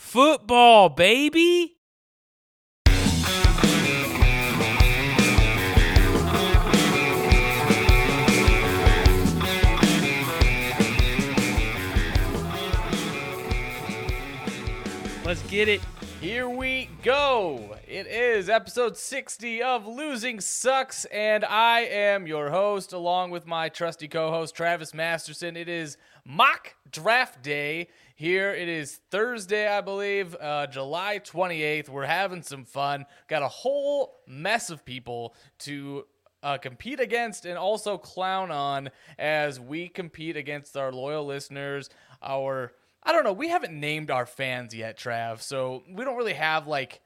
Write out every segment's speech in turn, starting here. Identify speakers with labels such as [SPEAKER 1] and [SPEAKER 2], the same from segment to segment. [SPEAKER 1] Football, baby. Let's get it.
[SPEAKER 2] Here we go. It is episode 60 of Losing Sucks, and I am your host, along with my trusty co host, Travis Masterson. It is mock draft day here. It is Thursday, I believe, uh, July 28th. We're having some fun. Got a whole mess of people to uh, compete against and also clown on as we compete against our loyal listeners, our I don't know. We haven't named our fans yet, Trav. So we don't really have like,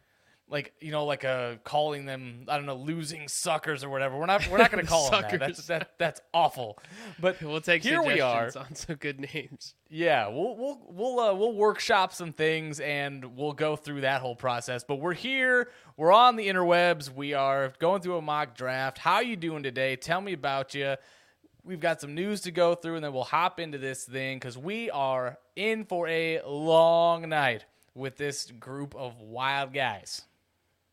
[SPEAKER 2] like you know, like a calling them. I don't know, losing suckers or whatever. We're not. We're not going to call them that.
[SPEAKER 3] Suckers.
[SPEAKER 2] That's that, that's awful. But
[SPEAKER 3] We'll take
[SPEAKER 2] here we are.
[SPEAKER 3] suggestions on some good names.
[SPEAKER 2] Yeah, we'll we'll we'll uh, we'll workshop some things and we'll go through that whole process. But we're here. We're on the interwebs. We are going through a mock draft. How you doing today? Tell me about you. We've got some news to go through, and then we'll hop into this thing because we are in for a long night with this group of wild guys.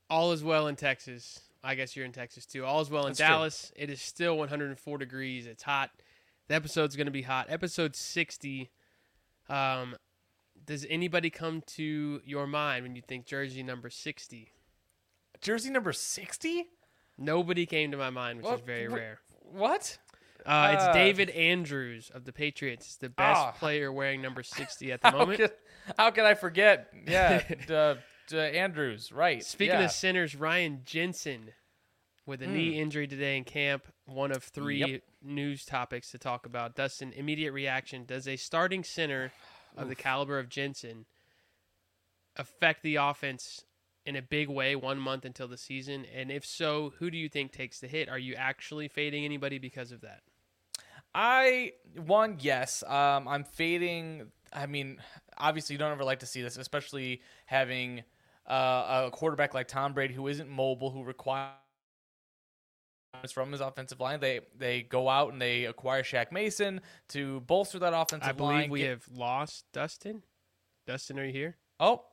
[SPEAKER 3] All is well in Texas. I guess you're in Texas too. All is well in
[SPEAKER 2] That's true.
[SPEAKER 3] Dallas. It is still 104 degrees. It's hot. The episode's going to be hot. Episode 60. Um, does anybody come to your mind when you think jersey number 60?
[SPEAKER 2] Jersey number sixty.
[SPEAKER 3] Nobody came to my mind, which
[SPEAKER 2] Well,
[SPEAKER 3] is very
[SPEAKER 2] wh-
[SPEAKER 3] rare.
[SPEAKER 2] What?
[SPEAKER 3] Uh, it's
[SPEAKER 2] uh,
[SPEAKER 3] David Andrews of the Patriots, the best
[SPEAKER 2] Ah.
[SPEAKER 3] player wearing number 60 at the
[SPEAKER 2] How
[SPEAKER 3] moment.
[SPEAKER 2] could, how could I forget? Yeah, duh, duh, Andrews. Right.
[SPEAKER 3] Speaking
[SPEAKER 2] yeah. Hmm.
[SPEAKER 3] of centers, Ryan Jensen with a knee injury today in camp. One of three
[SPEAKER 2] Yep.
[SPEAKER 3] news topics to talk about. Dustin, immediate reaction. Does a starting center of the caliber of Jensen affect the offense in a big way one month until the season? And if so, who do you think takes the hit? Are you actually fading anybody because of that?
[SPEAKER 2] I one yes. Um, I'm fading. I mean, obviously, you don't ever like to see this, especially having uh, a quarterback like Tom Brady who isn't mobile, who requires from his offensive line. They they go out and they acquire Shaq Mason to bolster that offensive
[SPEAKER 3] I believe
[SPEAKER 2] line.
[SPEAKER 3] we
[SPEAKER 2] Get-
[SPEAKER 3] have lost Dustin. Dustin, are you here?
[SPEAKER 2] Oh,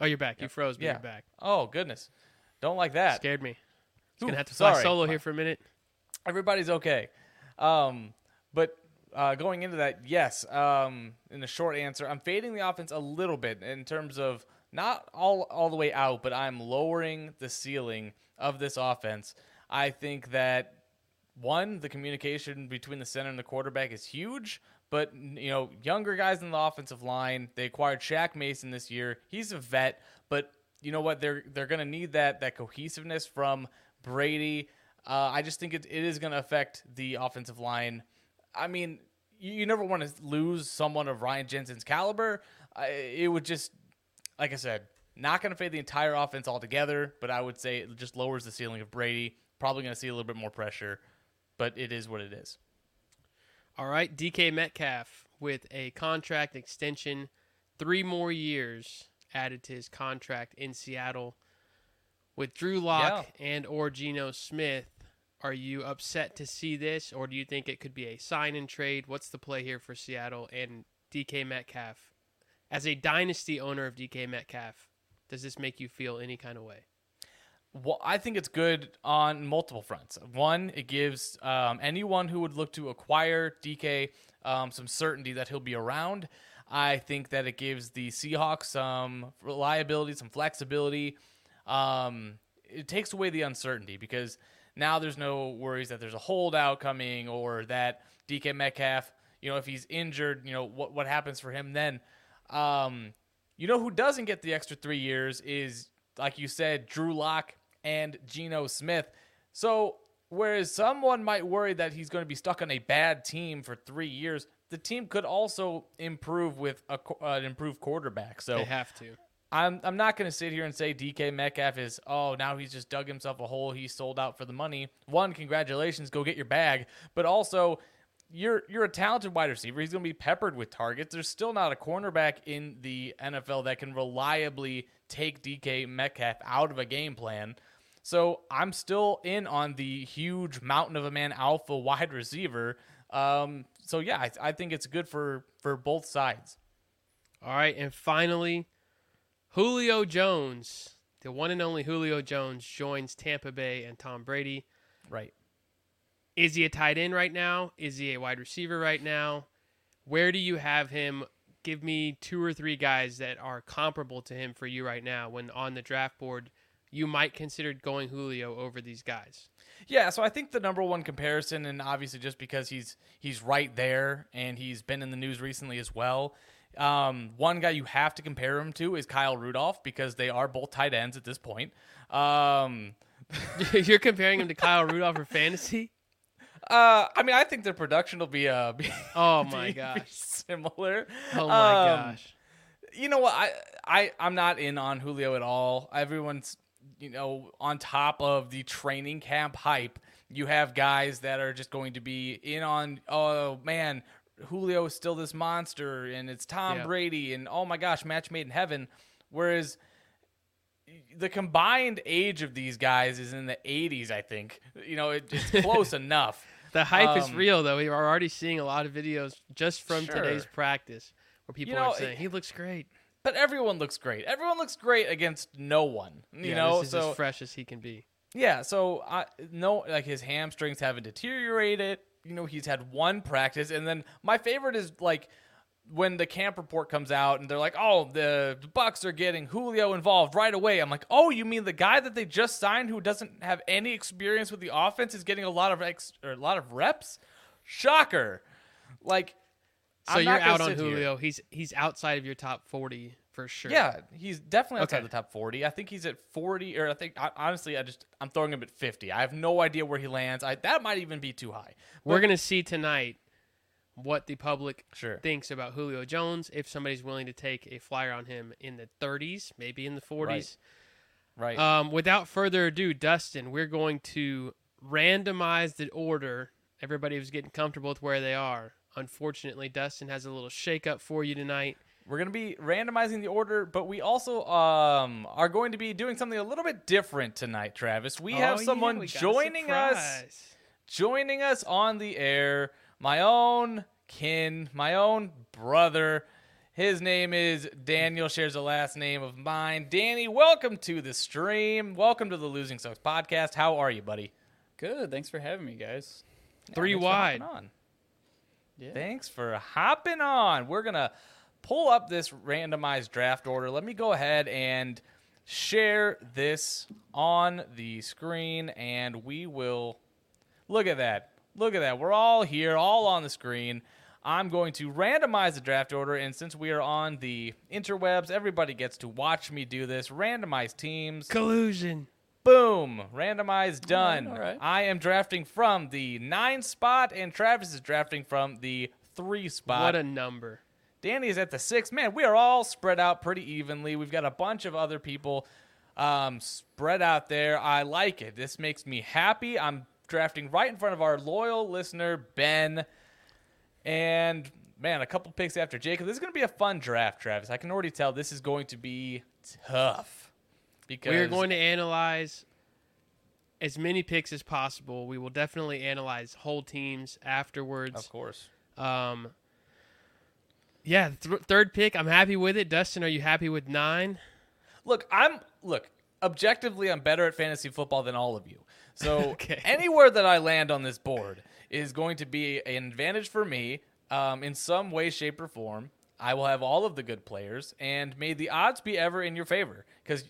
[SPEAKER 3] Oh, you're back. You froze, but
[SPEAKER 2] Yeah.
[SPEAKER 3] you're back.
[SPEAKER 2] oh goodness! Don't like that.
[SPEAKER 3] Scared me.
[SPEAKER 2] Ooh,
[SPEAKER 3] He's gonna have to fly
[SPEAKER 2] sorry.
[SPEAKER 3] solo here for a minute.
[SPEAKER 2] everybody's okay. Um, but uh, going into that, yes. Um, in the short answer, I'm fading the offense a little bit in terms of not all all the way out, but I'm lowering the ceiling of this offense. I think that one, the communication between the center and the quarterback is huge. But you know, younger guys in the offensive line, they acquired Shaq Mason this year. He's a vet, but you know what? They're they're going to need that that cohesiveness from Brady. Uh, I just think it, it is going to affect the offensive line. I mean, you, you never want to lose someone of Ryan Jensen's caliber. I, it would just, like I said, not going to fade the entire offense altogether, but I would say it just lowers the ceiling of Brady. Probably going to see a little bit more pressure, but it is what it is.
[SPEAKER 3] All right, DK Metcalf with a contract extension, three more years added to his contract in Seattle. With Drew Lock and or Geno Smith, are you upset to see this, or do you think it could be a sign and trade? What's the play here for Seattle and DK Metcalf? As a dynasty owner of DK Metcalf, does this make you feel any kind of way?
[SPEAKER 2] Well, I think it's good on multiple fronts. One, it gives um, anyone who would look to acquire DK um, some certainty that he'll be around. I think that it gives the Seahawks some reliability, some flexibility. Um, it takes away the uncertainty because now there's no worries that there's a holdout coming or that DK Metcalf, you know, if he's injured, you know, what, what happens for him then? Um, you know who doesn't get the extra three years is, like you said, Drew Lock and Geno Smith. So, whereas someone might worry that he's going to be stuck on a bad team for three years, the team could also improve with a, qu- uh, an improved quarterback. So,
[SPEAKER 3] They have to.
[SPEAKER 2] I'm I'm not going to sit here and say DK Metcalf is oh now he's just dug himself a hole he sold out for the money. One, congratulations, go get your bag. But also, you're you're a talented wide receiver. He's going to be peppered with targets. There's still not a cornerback in the NFL that can reliably take DK Metcalf out of a game plan. So I'm still in on the huge mountain of a man alpha wide receiver. Um, so yeah, I, I think it's good for for both sides.
[SPEAKER 3] All right, and finally, Julio Jones, the one and only Julio Jones, joins Tampa Bay and Tom Brady.
[SPEAKER 2] Right.
[SPEAKER 3] Is he a tight end right now? Is he a wide receiver right now? Where do you have him? Give me two or three guys that are comparable to him for you right now when on the draft board you might consider going Julio over these guys.
[SPEAKER 2] Yeah, so I think the number one comparison, and obviously just because he's he's right there and he's been in the news recently as well. Um, one guy you have to compare him to is Kyle Rudolph because they are both tight ends at this point. Um,
[SPEAKER 3] You're comparing him to Kyle Rudolph for fantasy?
[SPEAKER 2] uh, I mean, I think their production will be uh, be-
[SPEAKER 3] Oh my
[SPEAKER 2] be
[SPEAKER 3] gosh.
[SPEAKER 2] similar.
[SPEAKER 3] Oh my
[SPEAKER 2] Um,
[SPEAKER 3] gosh.
[SPEAKER 2] you know what I I I'm not in on Julio at all. Everyone's you know on top of the training camp hype. You have guys that are just going to be in on oh man, Julio is still this monster and it's Tom
[SPEAKER 3] Yeah.
[SPEAKER 2] Brady and oh my gosh, match made in heaven. Whereas the combined age of these guys is in the 80s, I think. You know, it, it's close enough.
[SPEAKER 3] The hype is
[SPEAKER 2] um,
[SPEAKER 3] real though. We are already seeing a lot of videos just from today's
[SPEAKER 2] Sure.
[SPEAKER 3] practice where people
[SPEAKER 2] know,
[SPEAKER 3] are saying he looks great.
[SPEAKER 2] But everyone looks great. Everyone looks great against no one. You
[SPEAKER 3] yeah,
[SPEAKER 2] know,
[SPEAKER 3] this is
[SPEAKER 2] so
[SPEAKER 3] as fresh as he can be.
[SPEAKER 2] Yeah, so I no like his hamstrings haven't deteriorated. You know, he's had one practice and then my favorite is like when the camp report comes out and they're like, "Oh, the Bucks are getting Julio involved right away." I'm like, "Oh, you mean the guy that they just signed who doesn't have any experience with the offense is getting a lot of ex- or a lot of reps?" Shocker. Like
[SPEAKER 3] So
[SPEAKER 2] I'm
[SPEAKER 3] you're
[SPEAKER 2] not gonna
[SPEAKER 3] out on
[SPEAKER 2] sit here.
[SPEAKER 3] Julio. He's he's outside of your top forty for sure.
[SPEAKER 2] Yeah, he's definitely outside
[SPEAKER 3] Okay.
[SPEAKER 2] the top 40. I think he's at 40, or I think I, honestly, I just I'm throwing him at 50. I have no idea where he lands. I that might even be too high.
[SPEAKER 3] We're gonna see tonight what the public
[SPEAKER 2] Sure.
[SPEAKER 3] thinks about Julio Jones. If somebody's willing to take a flyer on him in the 30s, maybe in the 40s.
[SPEAKER 2] Right.
[SPEAKER 3] Um, without further ado, Dustin, we're going to randomize the order. Everybody was getting comfortable with where they are. Unfortunately, Dustin has a little shakeup for you tonight.
[SPEAKER 2] We're gonna be randomizing the order, but we also um are going to be doing something a little bit different tonight, Travis. We have
[SPEAKER 3] Oh, yeah,
[SPEAKER 2] someone
[SPEAKER 3] we got a
[SPEAKER 2] joining us,
[SPEAKER 3] surprise.
[SPEAKER 2] joining us on the air. My own kin, my own brother. His name is Daniel. Shares the last name of mine. Danny, welcome to the stream. Welcome to the Losing Sucks podcast. How are you, buddy?
[SPEAKER 4] Good. Thanks for having me, guys.
[SPEAKER 3] Three
[SPEAKER 2] Thanks for hopping
[SPEAKER 3] wide.
[SPEAKER 2] on.
[SPEAKER 4] Yeah.
[SPEAKER 2] Thanks for hopping on. We're going to pull up this randomized draft order. Let me go ahead and share this on the screen, and we will look at that. Look at that. We're all here, all on the screen. I'm going to randomize the draft order, and since we are on the interwebs, everybody gets to watch me do this. Randomize teams.
[SPEAKER 3] Collusion.
[SPEAKER 2] Boom! Randomized, done.
[SPEAKER 4] all right.
[SPEAKER 2] I am drafting from the nine spot, and Travis is drafting from the three spot.
[SPEAKER 3] What a number.
[SPEAKER 2] Danny is at the six. Man, we are all spread out pretty evenly. We've got a bunch of other people um, spread out there. I like it. This makes me happy. I'm drafting right in front of our loyal listener, Ben. And man, a couple picks after Jacob. This is going to be a fun draft, Travis. I can already tell this is going to be tough. Because
[SPEAKER 3] We are going to analyze as many picks as possible. We will definitely analyze whole teams
[SPEAKER 2] Of
[SPEAKER 3] afterwards.
[SPEAKER 2] course.
[SPEAKER 3] Um, yeah, th- third pick. I'm happy with it. Dustin, are you happy with nine?
[SPEAKER 2] Look, I'm look objectively, I'm better at fantasy football than all of you. So
[SPEAKER 3] Okay.
[SPEAKER 2] anywhere that I land on this board is going to be an advantage for me um, in some way, shape, or form. I will have all of the good players, and may the odds be ever in your favor. Because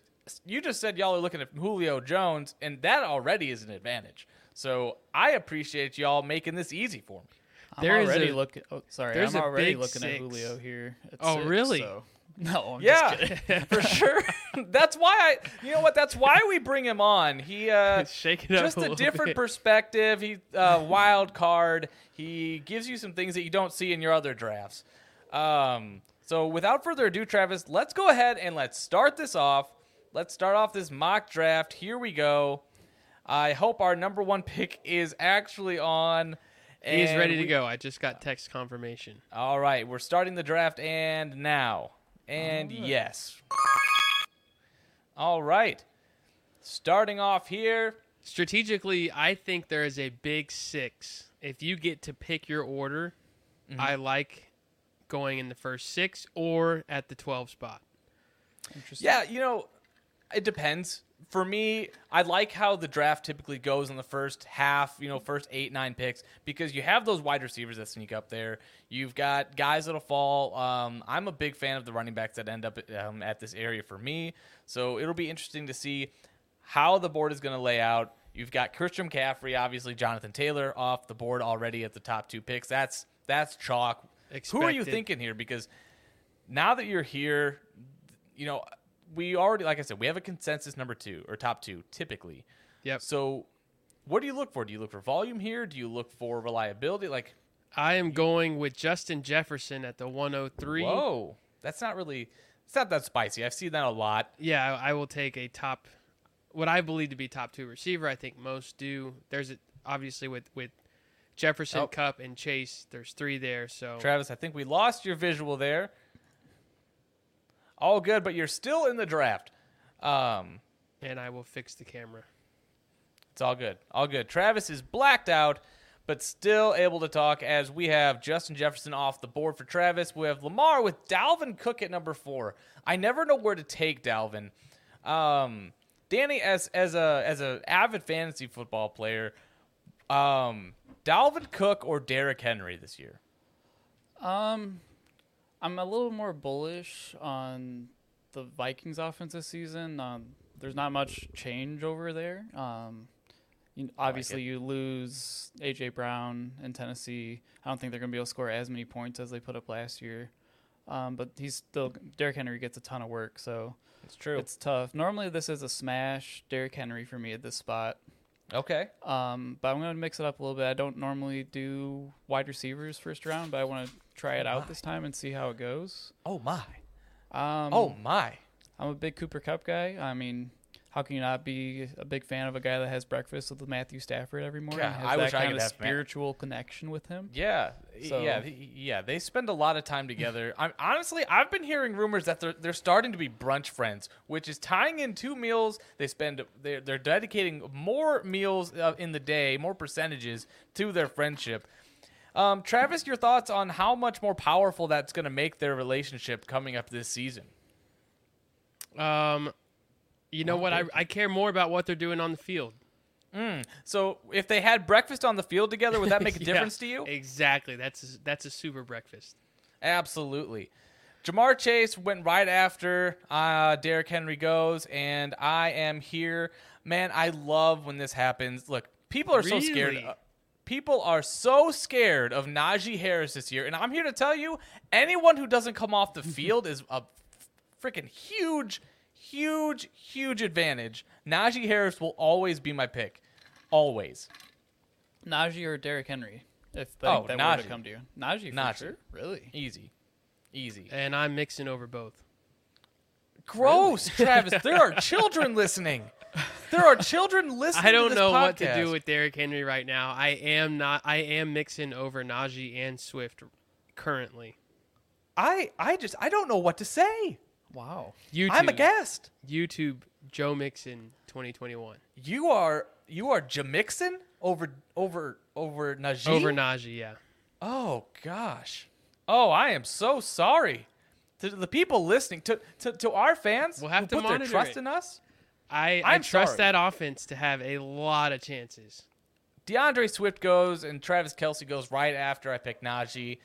[SPEAKER 2] you just said y'all are looking at Julio Jones, and that already is an advantage. So I appreciate y'all making this easy for me.
[SPEAKER 4] I'm
[SPEAKER 3] There is
[SPEAKER 4] already
[SPEAKER 3] a-
[SPEAKER 4] looking. Oh, sorry.
[SPEAKER 3] there's
[SPEAKER 4] I'm
[SPEAKER 3] a
[SPEAKER 4] already
[SPEAKER 3] big
[SPEAKER 4] looking
[SPEAKER 3] six.
[SPEAKER 4] at Julio here. at
[SPEAKER 3] Oh,
[SPEAKER 4] six,
[SPEAKER 3] really?
[SPEAKER 4] so- No, I'm just kidding.
[SPEAKER 2] Yeah, for sure. That's why I. You know what? That's why we bring him on. He uh,
[SPEAKER 3] Shake it up.
[SPEAKER 2] just a,
[SPEAKER 3] a little
[SPEAKER 2] different
[SPEAKER 3] bit.
[SPEAKER 2] perspective. He uh, wild card. He gives you some things that you don't see in your other drafts. Um, so without further ado, Travis, let's go ahead and let's start this off. Let's start off this mock draft. Here we go. I hope our number one pick is actually on.
[SPEAKER 3] He's
[SPEAKER 2] and
[SPEAKER 3] ready to
[SPEAKER 2] we-
[SPEAKER 3] go. I just got text confirmation.
[SPEAKER 2] All right, we're starting the draft and now. And yes. All right. Starting off here.
[SPEAKER 3] Strategically, I think there is a big six. If you get to pick your order,
[SPEAKER 2] Mm-hmm.
[SPEAKER 3] I like going in the first six or at the 12 spot.
[SPEAKER 4] Interesting.
[SPEAKER 2] Yeah, you know, it depends. For me, I like how the draft typically goes in the first half, you know, first eight, nine picks, because you have those wide receivers that sneak up there. You've got guys that'll fall. Um, I'm a big fan of the running backs that end up um, at this area for me. So it'll be interesting to see how the board is going to lay out. You've got Christian McCaffrey, obviously Jonathan Taylor off the board already at the top two picks. That's that's chalk. Who are you
[SPEAKER 3] Expected.
[SPEAKER 2] thinking here? Because now that you're here, you know, we already, like I said, we have a consensus number two or top two typically.
[SPEAKER 3] Yep.
[SPEAKER 2] So, what do you look for? Do you look for volume here? Do you look for reliability? Like,
[SPEAKER 3] I am going with Justin Jefferson at the 103.
[SPEAKER 2] whoa, that's not really, it's not that spicy. I've seen that a lot.
[SPEAKER 3] Yeah, I, I will take a top, what I believe to be top two receiver. I think most do. There's a, obviously with with Jefferson,
[SPEAKER 2] Oh.
[SPEAKER 3] Cup, and Chase. There's three there. So
[SPEAKER 2] Travis, I think we lost your visual there. All good, but you're still in the draft. Um,
[SPEAKER 3] and I will fix the camera.
[SPEAKER 2] It's all good. All good. Travis is blacked out, but still able to talk as we have Justin Jefferson off the board for Travis. We have Lamar with Dalvin Cook at number four. I never know where to take Dalvin. Um, Danny, as as a as a avid fantasy football player, um, Dalvin Cook or Derrick Henry this year?
[SPEAKER 4] Um, I'm a little more bullish on the Vikings offense this season. Um, there's not much change over there. Um, you, obviously,
[SPEAKER 2] it.
[SPEAKER 4] you lose AJ Brown in Tennessee. I don't think they're going to be able to score as many points as they put up last year. Um, but he's still Derrick Henry gets a ton of work, so
[SPEAKER 2] It's true.
[SPEAKER 4] it's tough. Normally, this is a smash Derrick Henry for me at this spot.
[SPEAKER 2] okay.
[SPEAKER 4] Um, but I'm going to mix it up a little bit. I don't normally do wide receivers first round, but I want to try it out this time and see how it goes.
[SPEAKER 2] Oh my.
[SPEAKER 4] Um,
[SPEAKER 2] Oh my.
[SPEAKER 4] I'm a big Cooper Cup guy. I mean, how can you not be a big fan of a guy that has breakfast with Matthew Stafford every morning?
[SPEAKER 2] God,
[SPEAKER 4] has
[SPEAKER 2] I
[SPEAKER 4] that
[SPEAKER 2] wish I
[SPEAKER 4] kind
[SPEAKER 2] could
[SPEAKER 4] of
[SPEAKER 2] have Matt-
[SPEAKER 4] spiritual connection with him.
[SPEAKER 2] Yeah,
[SPEAKER 4] So-
[SPEAKER 2] yeah, th- yeah. They spend a lot of time together. I'm honestly, I've been hearing rumors that they're they're starting to be brunch friends, which is tying in two meals. They spend they're they're dedicating more meals uh, in the day, more percentages to their friendship. Um, Travis, your thoughts on how much more powerful that's going to make their relationship coming up this season?
[SPEAKER 3] Um, you know what? I, I care more about what they're doing on the field.
[SPEAKER 2] So, if they had breakfast on the field together, would that make a
[SPEAKER 3] Yeah,
[SPEAKER 2] difference to you?
[SPEAKER 3] Exactly. That's a, that's a super breakfast.
[SPEAKER 2] Absolutely. Jamar Chase went right after uh, Derrick Henry goes, and I am here. Man, I love when this happens. Look, people are so scared.
[SPEAKER 3] Really?
[SPEAKER 2] uh, People are so scared of Najee Harris this year, and I'm here to tell you, anyone who doesn't come off the field is a freaking huge, huge, huge advantage. Najee Harris will always be my pick, always.
[SPEAKER 4] Najee or Derrick Henry, if they,
[SPEAKER 2] Oh,
[SPEAKER 4] that were
[SPEAKER 2] Najee.
[SPEAKER 4] to come to you. Najee, for
[SPEAKER 2] Najee.
[SPEAKER 4] sure. Really?
[SPEAKER 2] Easy, easy.
[SPEAKER 3] And I'm mixing over both.
[SPEAKER 2] Gross, Travis. There are children listening. There are children listening.
[SPEAKER 3] I don't
[SPEAKER 2] to this
[SPEAKER 3] know what to
[SPEAKER 2] podcast.
[SPEAKER 3] do with Derrick Henry right now. I am not. I am mixing over Najee and Swift currently.
[SPEAKER 2] I. I just. I don't know what to say.
[SPEAKER 4] Wow.
[SPEAKER 3] YouTube.
[SPEAKER 2] I'm aghast.
[SPEAKER 3] YouTube Joe Mixon 2021
[SPEAKER 2] You are. You are Jamixon over over over Najee.
[SPEAKER 3] over Najee. Yeah.
[SPEAKER 2] Oh gosh. Oh, I am so sorry to the people listening to to, to our fans
[SPEAKER 3] We'll have
[SPEAKER 2] who
[SPEAKER 3] to
[SPEAKER 2] put their
[SPEAKER 3] monitor
[SPEAKER 2] trust
[SPEAKER 3] it.
[SPEAKER 2] in us.
[SPEAKER 3] I, I
[SPEAKER 2] I'm
[SPEAKER 3] trust
[SPEAKER 2] sorry.
[SPEAKER 3] that offense to have a lot of chances.
[SPEAKER 2] DeAndre Swift goes and Travis Kelsey goes right after I pick Najee.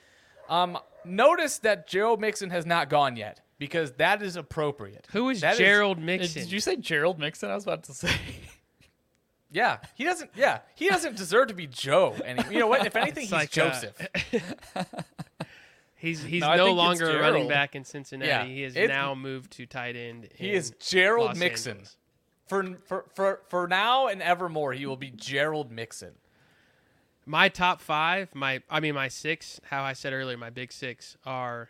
[SPEAKER 2] Um, notice that Joe Mixon has not gone yet because that is appropriate.
[SPEAKER 3] Who is
[SPEAKER 2] That
[SPEAKER 3] Gerald
[SPEAKER 4] Did,
[SPEAKER 3] Mixon?
[SPEAKER 4] did you say Gerald Mixon? I was about to say.
[SPEAKER 2] yeah, he doesn't. Yeah, he doesn't deserve to be Joe. And you know what? If anything, he's
[SPEAKER 3] It's like, uh,
[SPEAKER 2] Joseph.
[SPEAKER 3] he's he's
[SPEAKER 2] No, I
[SPEAKER 3] no,
[SPEAKER 2] think it's
[SPEAKER 3] longer a running
[SPEAKER 2] Gerald.
[SPEAKER 3] back in Cincinnati.
[SPEAKER 2] Yeah,
[SPEAKER 3] he is
[SPEAKER 2] it's-
[SPEAKER 3] now moved to tight end.
[SPEAKER 2] he
[SPEAKER 3] in
[SPEAKER 2] is Gerald
[SPEAKER 3] Los
[SPEAKER 2] Mixon.
[SPEAKER 3] Angeles.
[SPEAKER 2] For, for for for now and evermore, he will be Gerald Mixon.
[SPEAKER 3] My top five, my I mean my six, how I said earlier, my big six are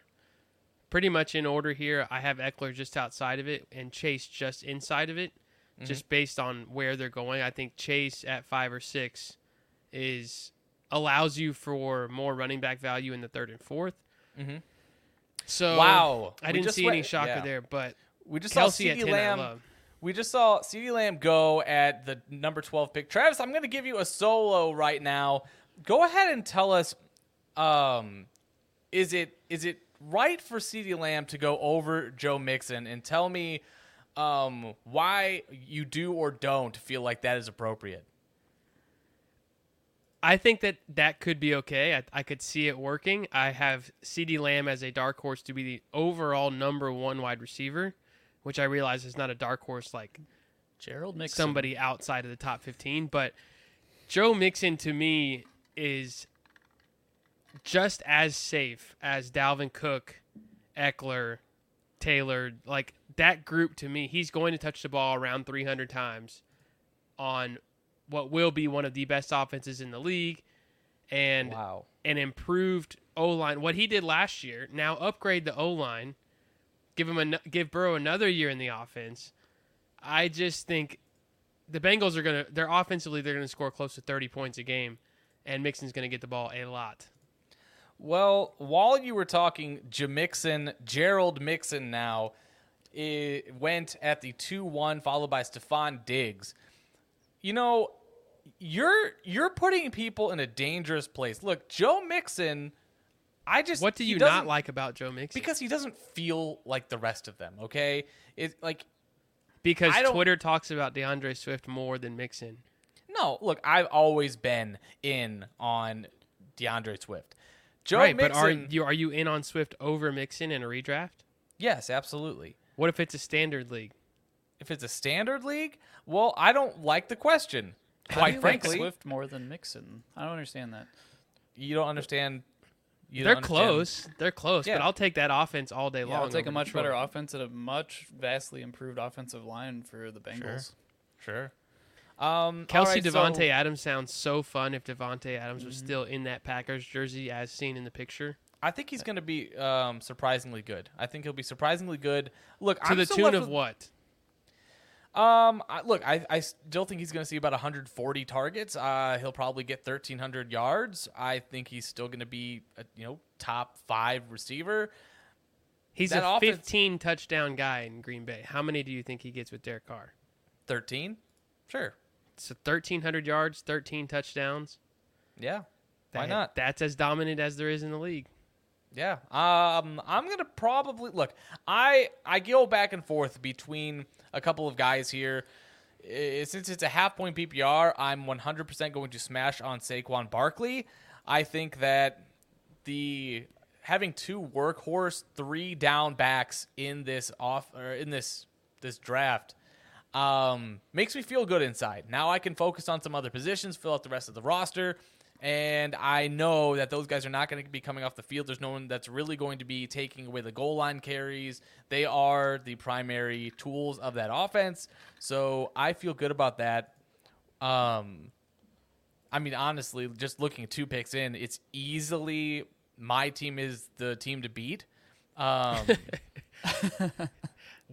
[SPEAKER 3] pretty much in order here. I have Eckler just outside of it and Chase just inside of it,
[SPEAKER 2] Mm-hmm.
[SPEAKER 3] just based on where they're going. I think Chase at five or six is allows you for more running back value in the third and 4th So
[SPEAKER 2] Mm-hmm. Wow.
[SPEAKER 3] I
[SPEAKER 2] We
[SPEAKER 3] didn't
[SPEAKER 2] just
[SPEAKER 3] see any
[SPEAKER 2] went-
[SPEAKER 3] shocker
[SPEAKER 2] yeah.
[SPEAKER 3] there, but
[SPEAKER 2] We just
[SPEAKER 3] Kelsey
[SPEAKER 2] saw
[SPEAKER 3] at
[SPEAKER 2] CD
[SPEAKER 3] 10 I
[SPEAKER 2] Lamb.
[SPEAKER 3] love.
[SPEAKER 2] We just saw CD Lamb go at the number 12 pick. Travis, I'm going to give you a solo right now. Go ahead and tell us um is it is it right for CeeDee Lamb to go over Joe Mixon and tell me um, why you do or don't feel like that is appropriate.
[SPEAKER 3] I think that that could be okay. I, I could see it working. I have CD Lamb as a dark horse to be the overall number one wide receiver, which I realize is not a dark horse like
[SPEAKER 4] Gerald Mixon.
[SPEAKER 3] somebody outside of the top 15. But Joe Mixon to me is just as safe as Dalvin Cook, Eckler, Taylor. Like that group to me, he's going to touch the ball around 300 times on what will be one of the best offenses in the league. And
[SPEAKER 2] Wow.
[SPEAKER 3] an improved O line. What he did last year, now upgrade the O line, give him an, give Burrow another year in the offense. I just think the Bengals are gonna they're offensively they're gonna score close to thirty points a game, and Mixon's gonna get the ball a lot.
[SPEAKER 2] Well, while you were talking, Jamixon, Gerald Mixon now i went at the 2 1, followed by Stefan Diggs. You know, you're you're putting people in a dangerous place. Look, Joe Mixon, I just
[SPEAKER 3] What do
[SPEAKER 2] he
[SPEAKER 3] you
[SPEAKER 2] doesn't-
[SPEAKER 3] not like about Joe Mixon?
[SPEAKER 2] Because he doesn't feel like the rest of them, okay? It like
[SPEAKER 3] because
[SPEAKER 2] I don't-
[SPEAKER 3] Twitter talks about DeAndre Swift more than Mixon.
[SPEAKER 2] no, look, I've always been in on DeAndre Swift. Joe
[SPEAKER 3] right,
[SPEAKER 2] Mixon,
[SPEAKER 3] but are you are you in on Swift over Mixon in a redraft?
[SPEAKER 2] yes, absolutely.
[SPEAKER 3] What if it's a standard league?
[SPEAKER 2] If it's a standard league, well, I don't like the question. Quite frankly,
[SPEAKER 4] like Swift more than Mixon. I don't understand that.
[SPEAKER 2] you don't understand. You
[SPEAKER 3] They're
[SPEAKER 2] don't understand-
[SPEAKER 3] close. They're close,
[SPEAKER 2] Yeah.
[SPEAKER 3] but I'll take that offense all day
[SPEAKER 4] Yeah,
[SPEAKER 3] long.
[SPEAKER 4] I'll take
[SPEAKER 3] over
[SPEAKER 4] a much
[SPEAKER 3] Detroit.
[SPEAKER 4] better offense and a much vastly improved offensive line for the Bengals.
[SPEAKER 2] Sure. Um,
[SPEAKER 3] Kelsey
[SPEAKER 2] alright, so- Mm-hmm.
[SPEAKER 3] Devonte Adams sounds so fun if Devonte Adams was still in that Packers jersey as seen in the picture
[SPEAKER 2] I think he's going to be um, surprisingly good. I think he'll be surprisingly good. Look,
[SPEAKER 3] to
[SPEAKER 2] I'm
[SPEAKER 3] the
[SPEAKER 2] still
[SPEAKER 3] tune
[SPEAKER 2] left
[SPEAKER 3] of
[SPEAKER 2] with-
[SPEAKER 3] what?
[SPEAKER 2] Um, I, look, I, I still think he's going to see about 140 targets. Uh, he'll probably get 1,300 yards. I think he's still going to be, a, you know, top five receiver.
[SPEAKER 3] He's
[SPEAKER 2] That
[SPEAKER 3] a
[SPEAKER 2] offense-
[SPEAKER 3] 15 touchdown guy in Green Bay. How many do you think he gets with Derek Carr?
[SPEAKER 2] 13, sure,
[SPEAKER 3] So 1300 yards, 13 touchdowns.
[SPEAKER 2] yeah. Why
[SPEAKER 3] That-
[SPEAKER 2] not?
[SPEAKER 3] That's as dominant as there is in the league.
[SPEAKER 2] Yeah. Um, I'm gonna probably look. I I go back and forth between a couple of guys here. I- since it's a half point PPR, I'm 100% going to smash on Saquon Barkley. I think that the having two workhorse, three down backs in this off or in this this draft um, makes me feel good inside. Now I can focus on some other positions, fill out the rest of the roster, and I know that those guys are not going to be coming off the field. There's no one that's really going to be taking away the goal line carries. They are the primary tools of that offense, so I feel good about that. Um, I mean, honestly, just looking two picks in, it's easily my team is the team to beat. Um,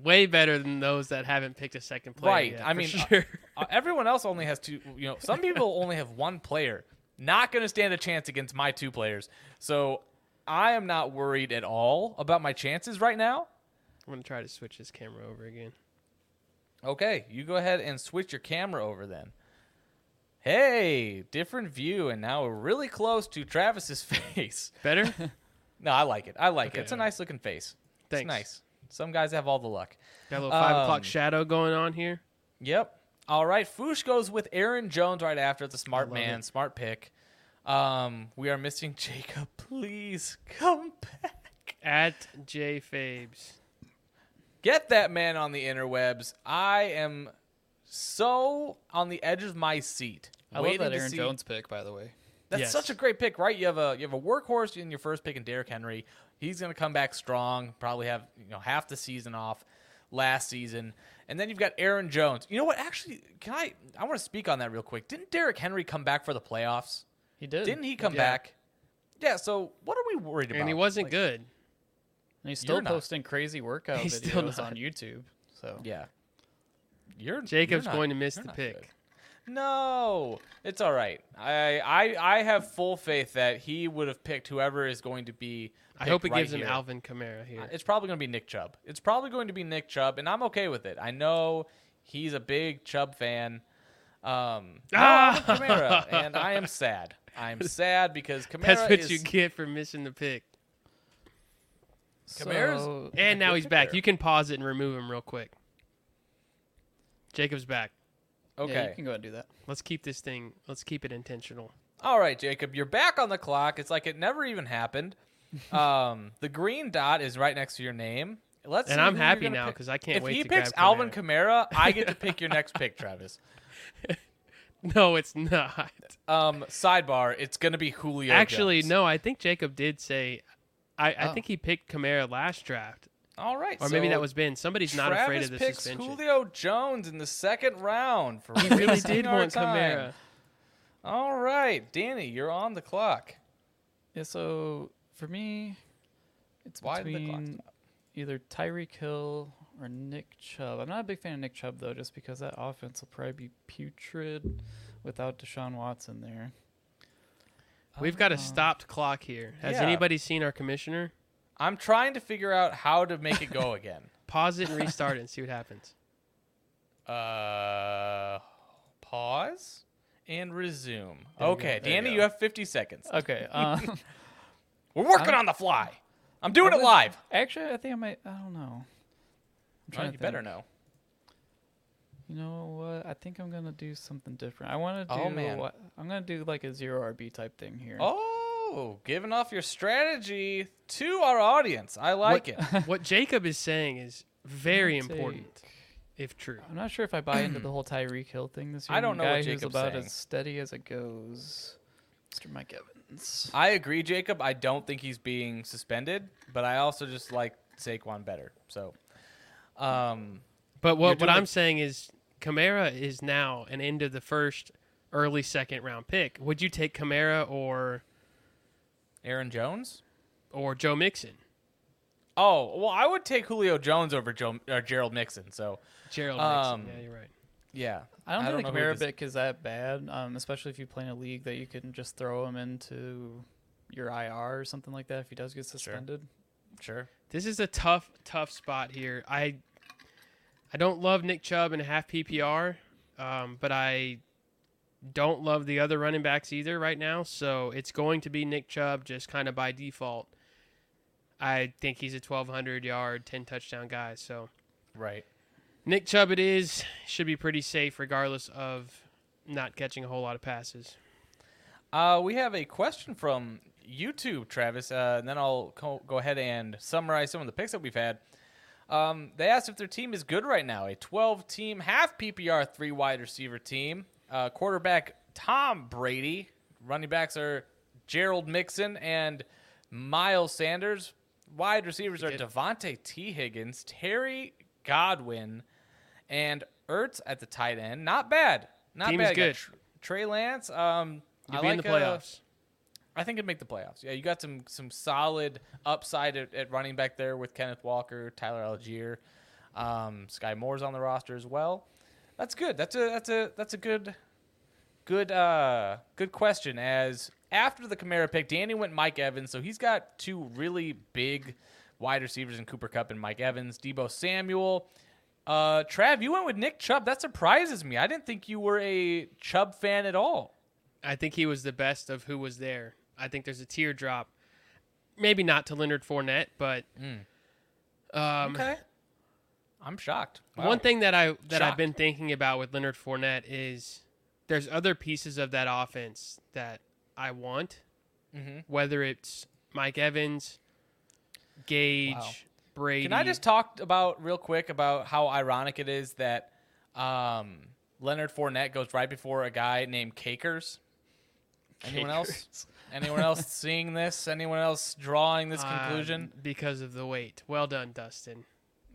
[SPEAKER 3] Way better than those that haven't picked a second player.
[SPEAKER 2] Right.
[SPEAKER 3] yet,
[SPEAKER 2] I
[SPEAKER 3] for
[SPEAKER 2] mean, uh,
[SPEAKER 3] sure.
[SPEAKER 2] uh, everyone else only has two. You know, some people only have one player. Not going to stand a chance against my two players. So I am not worried at all about my chances right now.
[SPEAKER 3] I'm going to try to switch this camera over again.
[SPEAKER 2] Okay, you go ahead and switch your camera over then. Hey, different view, and now we're really close to Travis's face.
[SPEAKER 3] Better?
[SPEAKER 2] No, I like it. I like
[SPEAKER 3] Okay,
[SPEAKER 2] it. It's a
[SPEAKER 3] all right.
[SPEAKER 2] nice looking face.
[SPEAKER 3] Thanks.
[SPEAKER 2] It's nice. Some guys have all the luck.
[SPEAKER 3] Got a little 5
[SPEAKER 2] Um,
[SPEAKER 3] o'clock shadow going on here.
[SPEAKER 2] Yep. All right. Foosh goes with Aaron Jones right after the smart
[SPEAKER 3] love
[SPEAKER 2] man,
[SPEAKER 3] it.
[SPEAKER 2] smart pick. Um, we are missing Jacob. Please come back.
[SPEAKER 3] At J Fabes.
[SPEAKER 2] Get that man on the interwebs. I am so on the edge of my seat.
[SPEAKER 4] I love
[SPEAKER 2] waiting
[SPEAKER 4] that
[SPEAKER 2] to
[SPEAKER 4] Aaron
[SPEAKER 2] see-
[SPEAKER 4] Jones pick, by the way.
[SPEAKER 2] That's
[SPEAKER 3] Yes.
[SPEAKER 2] such a great pick, right? You have a you have a workhorse in your first pick in Derrick Henry. He's going to come back strong. Probably have you know half the season off last season, and then you've got Aaron Jones. You know what? Actually, can I? I want to speak on that real quick. Didn't Derrick Henry come back for the playoffs?
[SPEAKER 4] He did.
[SPEAKER 2] Didn't he come
[SPEAKER 3] Yeah.
[SPEAKER 2] back? Yeah. So what are we worried about?
[SPEAKER 3] And he wasn't
[SPEAKER 2] Like,
[SPEAKER 3] good.
[SPEAKER 4] And he's still
[SPEAKER 2] You're not.
[SPEAKER 4] posting crazy workout
[SPEAKER 3] He's still
[SPEAKER 4] videos
[SPEAKER 3] not.
[SPEAKER 4] on YouTube. So
[SPEAKER 2] Yeah. You're
[SPEAKER 3] Jacob's
[SPEAKER 2] you're not-
[SPEAKER 3] going to miss
[SPEAKER 2] you're
[SPEAKER 3] the
[SPEAKER 2] not
[SPEAKER 3] pick.
[SPEAKER 2] good. No, it's all right. I, I I have full faith that he would have picked whoever is going to be.
[SPEAKER 3] I hope it
[SPEAKER 2] picked right
[SPEAKER 3] gives him
[SPEAKER 2] here. Uh,
[SPEAKER 3] Alvin Kamara here.
[SPEAKER 2] It's probably going to be Nick Chubb. It's probably going to be Nick Chubb, and I'm okay with it. I know he's a big Chubb fan. Um, no,
[SPEAKER 3] Ah!
[SPEAKER 2] I'm a Kamara, and I am sad. I'm sad because Kamara
[SPEAKER 3] That's what
[SPEAKER 2] is.
[SPEAKER 3] you get for missing the pick.
[SPEAKER 2] Kamara's-
[SPEAKER 4] So,
[SPEAKER 3] And now he's back.
[SPEAKER 2] there.
[SPEAKER 3] You can pause it and remove him real quick. Jacob's back.
[SPEAKER 2] Okay.
[SPEAKER 4] Yeah, you can go ahead and do that.
[SPEAKER 3] Let's keep this thing. Let's keep it intentional.
[SPEAKER 2] All right, Jacob, you're back on the clock. It's like it never even happened. Um, the green dot is right next to your name. Let's
[SPEAKER 3] And
[SPEAKER 2] see
[SPEAKER 3] I'm
[SPEAKER 2] who you're
[SPEAKER 3] happy
[SPEAKER 2] gonna
[SPEAKER 3] now
[SPEAKER 2] pick.
[SPEAKER 3] because I can't
[SPEAKER 2] if
[SPEAKER 3] wait
[SPEAKER 2] he
[SPEAKER 3] to
[SPEAKER 2] picks
[SPEAKER 3] grab
[SPEAKER 2] Alvin
[SPEAKER 3] Kamara.
[SPEAKER 2] Kamara, I get to pick your next pick, Travis.
[SPEAKER 3] No, it's not.
[SPEAKER 2] Um, sidebar, it's gonna be Julio.
[SPEAKER 3] Actually,
[SPEAKER 2] Jones.
[SPEAKER 3] no. I think Jacob did say. I, I
[SPEAKER 4] Oh.
[SPEAKER 3] think he picked Kamara last draft,
[SPEAKER 2] All right,
[SPEAKER 3] or maybe
[SPEAKER 2] so
[SPEAKER 3] that was Ben. Somebody's not
[SPEAKER 2] Travis
[SPEAKER 3] afraid of the
[SPEAKER 2] picks
[SPEAKER 3] suspension.
[SPEAKER 2] Julio Jones in the second round. For
[SPEAKER 3] He really
[SPEAKER 2] wasting
[SPEAKER 3] did
[SPEAKER 2] our
[SPEAKER 3] want
[SPEAKER 2] time.
[SPEAKER 3] Kamara.
[SPEAKER 2] All right, Danny, you're on the clock.
[SPEAKER 4] Yeah, so for me, it's
[SPEAKER 2] Why did the clock
[SPEAKER 4] between either Tyreek Hill or Nick Chubb. I'm not a big fan of Nick Chubb though, just because that offense will probably be putrid without Deshaun Watson there.
[SPEAKER 3] We've got a stopped clock here. Has
[SPEAKER 2] Oh. Yeah.
[SPEAKER 3] anybody seen our commissioner?
[SPEAKER 2] I'm trying to figure out how to make it go again.
[SPEAKER 3] Pause it and restart it and see what happens.
[SPEAKER 2] Uh, pause and resume.
[SPEAKER 3] you
[SPEAKER 2] Okay,
[SPEAKER 3] go. There you
[SPEAKER 2] Danny,
[SPEAKER 3] go.
[SPEAKER 2] you have 50 seconds.
[SPEAKER 4] Okay. Uh,
[SPEAKER 2] We're working
[SPEAKER 4] I'm-
[SPEAKER 2] on the fly. I'm doing
[SPEAKER 4] I
[SPEAKER 2] it
[SPEAKER 4] would-
[SPEAKER 2] live.
[SPEAKER 4] Actually, I think I might. I don't know.
[SPEAKER 2] Oh,
[SPEAKER 4] I'm trying
[SPEAKER 2] you
[SPEAKER 4] to
[SPEAKER 2] better
[SPEAKER 4] think.
[SPEAKER 2] know.
[SPEAKER 4] You know what? I think I'm gonna do something different. I want to do.
[SPEAKER 2] Oh, man.
[SPEAKER 4] What, I'm gonna do like a zero RB type thing here.
[SPEAKER 2] Oh, giving off your strategy to our audience. I like it.
[SPEAKER 3] what Jacob is saying is very
[SPEAKER 4] Take-
[SPEAKER 3] important, if true.
[SPEAKER 2] Uh,
[SPEAKER 4] I'm not sure if I buy into the whole Tyreek Hill thing this
[SPEAKER 2] I
[SPEAKER 4] year. I'm a
[SPEAKER 2] don't know what
[SPEAKER 4] guy
[SPEAKER 2] Jacob's
[SPEAKER 4] who's about
[SPEAKER 2] saying.
[SPEAKER 4] as steady as it goes. Mr. Mike Evans.
[SPEAKER 2] I agree, Jacob. I don't think he's being suspended, but I also just like Saquon better. So, um,
[SPEAKER 3] But
[SPEAKER 2] You're
[SPEAKER 3] what,
[SPEAKER 2] doing the-
[SPEAKER 3] what I'm saying is, Kamara is now an end of the first, early second round pick. Would you take Kamara or
[SPEAKER 2] Aaron Jones.
[SPEAKER 3] or Joe Mixon,
[SPEAKER 2] Oh well, I would take Julio Jones over Joe or Gerald Mixon. So
[SPEAKER 3] Gerald
[SPEAKER 2] Um,
[SPEAKER 3] Mixon? Yeah, you're right.
[SPEAKER 2] yeah,
[SPEAKER 4] I don't think
[SPEAKER 2] know who
[SPEAKER 4] the
[SPEAKER 2] this-
[SPEAKER 4] Kamara pick is that bad, um, especially if you play in a league that you can just throw him into your IR or something like that if he does get suspended.
[SPEAKER 2] Sure.
[SPEAKER 3] This is a tough, tough spot here. I I don't love Nick Chubb in a half PPR, um, but I don't love the other running backs either right now. So it's going to be Nick Chubb just kind of by default. I think he's a 1,200 yard, 10 touchdown guy. So
[SPEAKER 2] Right.
[SPEAKER 3] Nick Chubb, it is should be pretty safe regardless of not catching a whole lot of passes.
[SPEAKER 2] Uh, we have a question from YouTube, Travis, uh, and then I'll co- go ahead and summarize some of the picks that we've had. Um, they asked if their team is good right now. A 12 team, half PPR, three wide receiver team. Uh, quarterback Tom Brady. Running backs are Gerald Mixon and Miles Sanders. Wide receivers are Devontae T. Higgins, Terry Godwin, and Ertz at the tight end. Not bad. Not
[SPEAKER 3] Team is
[SPEAKER 2] bad. You got
[SPEAKER 3] good.
[SPEAKER 2] Tr- Trey Lance. Um,
[SPEAKER 3] You'll
[SPEAKER 2] I
[SPEAKER 3] be
[SPEAKER 2] like
[SPEAKER 3] in the
[SPEAKER 2] uh,
[SPEAKER 3] playoffs.
[SPEAKER 2] I think it'd make the playoffs. Yeah, you got some some solid upside at, at running back there with Kenneth Walker, Tyler Algier, um, Sky Moore's on the roster as well. That's good. That's a that's a that's a good good uh good question. As after the Camara pick, Danny went Mike Evans, so he's got two really big wide receivers in Cooper Cup and Mike Evans, Debo Samuel. Uh, Trav, you went with Nick Chubb. That surprises me. I didn't think you were a Chubb fan at all.
[SPEAKER 3] I think he was the best of who was there. I think there's a teardrop, maybe not to Leonard Fournette, but um,
[SPEAKER 2] Okay. I'm shocked. Wow.
[SPEAKER 3] one thing that I that I've
[SPEAKER 2] Shocked.
[SPEAKER 3] been thinking about with Leonard Fournette is there's other pieces of that offense that I want,
[SPEAKER 2] Mm-hmm.
[SPEAKER 3] whether it's Mike Evans, Gage, Brady.
[SPEAKER 2] Can I just talk about real quick about how ironic it is that um, Leonard Fournette goes right before a guy named Cakers? Anyone else? Anyone else seeing this? Anyone else drawing this
[SPEAKER 3] Um,
[SPEAKER 2] conclusion?
[SPEAKER 3] because of the weight? Well done, Dustin.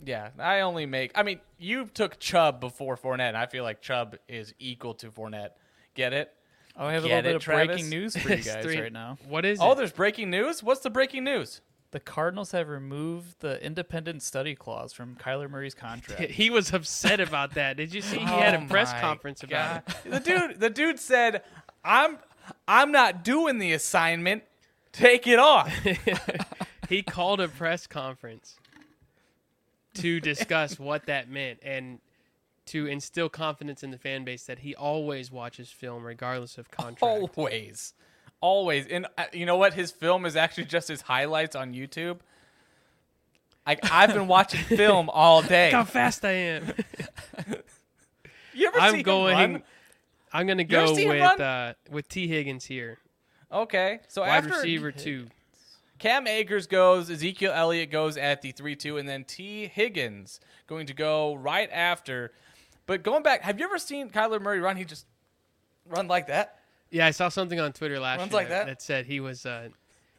[SPEAKER 2] yeah, I only make. I mean, you took Chubb before Fournette. And I feel like Chubb is equal to Fournette. Get it?
[SPEAKER 4] Oh, I have
[SPEAKER 2] Get
[SPEAKER 4] a little
[SPEAKER 2] it,
[SPEAKER 4] bit of
[SPEAKER 2] Travis?
[SPEAKER 4] breaking news for you
[SPEAKER 3] It's
[SPEAKER 4] guys
[SPEAKER 3] three-
[SPEAKER 4] right now.
[SPEAKER 3] What is
[SPEAKER 2] Oh,
[SPEAKER 3] it?
[SPEAKER 2] there's breaking news. What's the breaking news?
[SPEAKER 4] The Cardinals have removed the independent study clause from Kyler Murray's contract.
[SPEAKER 3] He was upset about that. Did you see? He had
[SPEAKER 2] Oh
[SPEAKER 3] a press
[SPEAKER 2] my
[SPEAKER 3] conference about it.
[SPEAKER 2] God. The dude, the dude said, "I'm, I'm not doing the assignment. Take it off."
[SPEAKER 3] he called a press conference to discuss what that meant and to instill confidence in the fan base that he always watches film regardless of contract.
[SPEAKER 2] Always, always. And uh, you know what? His film is actually just his highlights on YouTube. I, I've been watching film all day.
[SPEAKER 3] Look how fast I am.
[SPEAKER 2] You ever see
[SPEAKER 3] I'm
[SPEAKER 2] him
[SPEAKER 3] going.
[SPEAKER 2] run?
[SPEAKER 3] I'm gonna
[SPEAKER 2] ever
[SPEAKER 3] go
[SPEAKER 2] see him
[SPEAKER 3] with
[SPEAKER 2] run?
[SPEAKER 3] uh, with T Higgins here,
[SPEAKER 2] Okay, so
[SPEAKER 3] wide
[SPEAKER 2] after
[SPEAKER 3] receiver two.
[SPEAKER 2] Cam Akers goes, Ezekiel Elliott goes at the 3 2, and then T. Higgins going to go right after. But going back, have you ever seen Kyler Murray run? He just run like that.
[SPEAKER 3] Yeah, I saw something on Twitter last
[SPEAKER 2] Runs
[SPEAKER 3] year
[SPEAKER 2] like that?
[SPEAKER 3] said he was. Uh,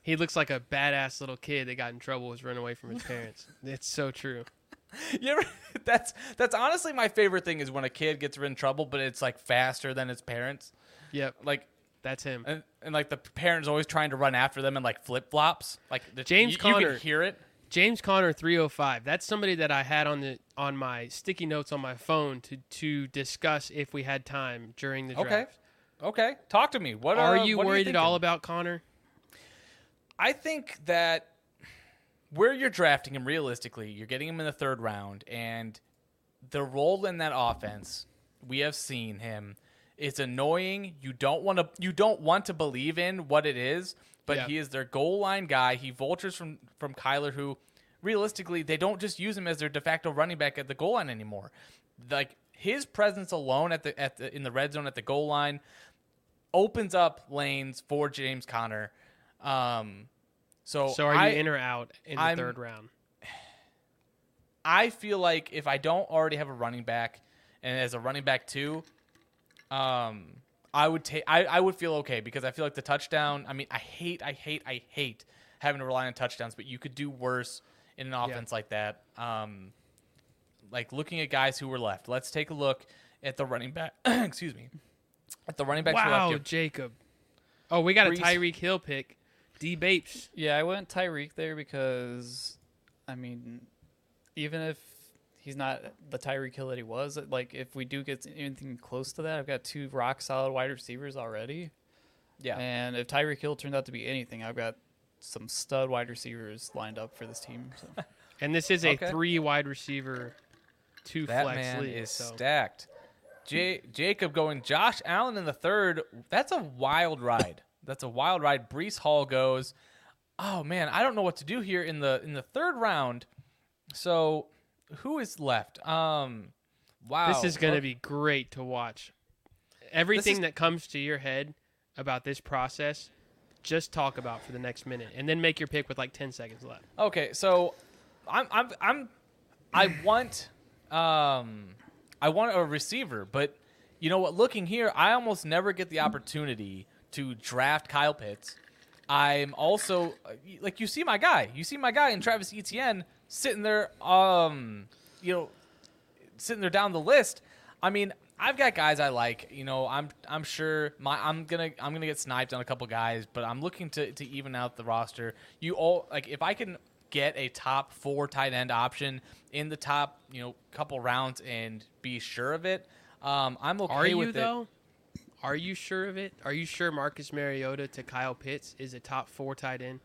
[SPEAKER 3] he looks like a badass little kid that got in trouble was run away from his parents. it's so true.
[SPEAKER 2] You ever, that's that's honestly my favorite thing is when a kid gets in trouble, but it's like faster than his parents.
[SPEAKER 3] Yep,
[SPEAKER 2] Like
[SPEAKER 3] that's him.
[SPEAKER 2] and, and like the parents always trying to run after them and like flip flops. Like the,
[SPEAKER 3] James
[SPEAKER 2] you, you can
[SPEAKER 3] Conner.
[SPEAKER 2] hear it.
[SPEAKER 3] James Conner 305. That's somebody that I had on the on my sticky notes on my phone to to discuss if we had time during the
[SPEAKER 2] Okay.
[SPEAKER 3] draft.
[SPEAKER 2] Okay, talk to me. What
[SPEAKER 3] Are
[SPEAKER 2] uh,
[SPEAKER 3] you
[SPEAKER 2] what
[SPEAKER 3] worried at all
[SPEAKER 2] thinking?
[SPEAKER 3] about Connor?
[SPEAKER 2] I think that where you're drafting him realistically, you're getting him in the third round, and the role in that offense we have seen him. It's annoying. You don't want to. You don't want to believe in what it is, but
[SPEAKER 3] Yeah.
[SPEAKER 2] he is their goal line guy. He vultures from from Kyler, who realistically they don't just use him as their de facto running back at the goal line anymore. Like his presence alone at the at the, in the red zone at the goal line opens up lanes for James Conner. Um, so
[SPEAKER 3] So are you
[SPEAKER 2] I,
[SPEAKER 3] in or out in the
[SPEAKER 2] I'm-
[SPEAKER 3] third round?
[SPEAKER 2] I feel like if I don't already have a running back, and as a running back too, um, I would take I, I would feel okay because I feel like the touchdown. I mean, I hate, I hate, I hate having to rely on touchdowns, but you could do worse in an offense like that. Um, like looking at guys who were left. Let's take a look at the running back. excuse me, at the running backs who
[SPEAKER 3] Wow,
[SPEAKER 2] left. here.
[SPEAKER 3] Jacob. Oh, we got a
[SPEAKER 2] Brees-
[SPEAKER 3] Tyreek Hill pick. D Bapes.
[SPEAKER 4] Yeah, I went Tyreek there because, I mean, even if he's not the Tyreek Hill that he was, like if we do get anything close to that, I've got two rock solid wide receivers already.
[SPEAKER 2] Yeah.
[SPEAKER 4] And if Tyreek Hill turned out to be anything, I've got some stud wide receivers lined up for this team. So.
[SPEAKER 3] And this is a
[SPEAKER 2] Okay.
[SPEAKER 3] three wide receiver, two
[SPEAKER 2] That
[SPEAKER 3] flex
[SPEAKER 2] man
[SPEAKER 3] league.
[SPEAKER 2] is
[SPEAKER 3] so.
[SPEAKER 2] stacked. J- Jacob going Josh Allen in the third. That's a wild ride. That's a wild ride. Brees Hall goes. Oh man, I don't know what to do here in the in the third round. So who is left? Um, wow.
[SPEAKER 3] This is going to
[SPEAKER 2] Look-
[SPEAKER 3] be great to watch. Everything
[SPEAKER 2] is-
[SPEAKER 3] that comes to your head about this process, just talk about for the next minute, and then make your pick with like ten seconds left.
[SPEAKER 2] Okay, so I'm I'm I'm I want um I want a receiver, but you know what? Looking here, I almost never get the opportunity to draft Kyle Pitts. I'm also like you see my guy, you see my guy in Travis Etienne sitting there, um, you know, sitting there down the list. I mean, I've got guys I like. You know, I'm I'm sure my I'm gonna I'm gonna get sniped on a couple guys, but I'm looking to to even out the roster. You all like if I can get a top four tight end option in the top you know couple rounds and be sure of it. Um, I'm okay
[SPEAKER 3] Are you
[SPEAKER 2] with it.
[SPEAKER 3] though? Are you sure of it? Are you sure Marcus Mariota to Kyle Pitts is a top four tight end?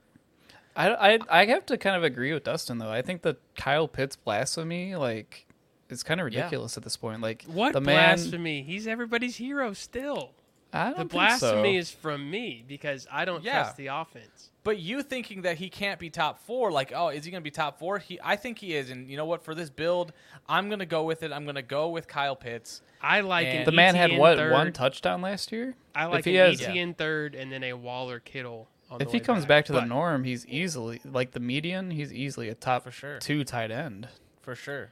[SPEAKER 4] I, I, I have to kind of agree with Dustin though. I think the Kyle Pitts blasphemy, like, it's kind of ridiculous at this point. Like,
[SPEAKER 3] What
[SPEAKER 4] the Man,
[SPEAKER 3] blasphemy? He's everybody's hero still.
[SPEAKER 4] I don't
[SPEAKER 3] The
[SPEAKER 4] think
[SPEAKER 3] blasphemy
[SPEAKER 4] so.
[SPEAKER 3] is from me because I don't
[SPEAKER 2] Yeah.
[SPEAKER 3] trust the offense.
[SPEAKER 2] But you thinking that he can't be top four, like, oh, is he going to be top four? He, I think he is. And you know what? For this build, I'm going to go with it. I'm going to go with Kyle Pitts.
[SPEAKER 3] I like an
[SPEAKER 2] And-
[SPEAKER 4] The man had
[SPEAKER 3] ETN
[SPEAKER 4] what
[SPEAKER 3] third.
[SPEAKER 4] one touchdown last year.
[SPEAKER 3] I like
[SPEAKER 4] if he
[SPEAKER 3] an
[SPEAKER 4] has,
[SPEAKER 3] ETN third and then a Waller Kittle. On
[SPEAKER 4] if
[SPEAKER 3] the
[SPEAKER 4] he
[SPEAKER 3] way
[SPEAKER 4] comes back, to the
[SPEAKER 3] But
[SPEAKER 4] norm, he's easily like the median. He's easily a top
[SPEAKER 2] For sure.
[SPEAKER 4] two tight end.
[SPEAKER 2] For sure.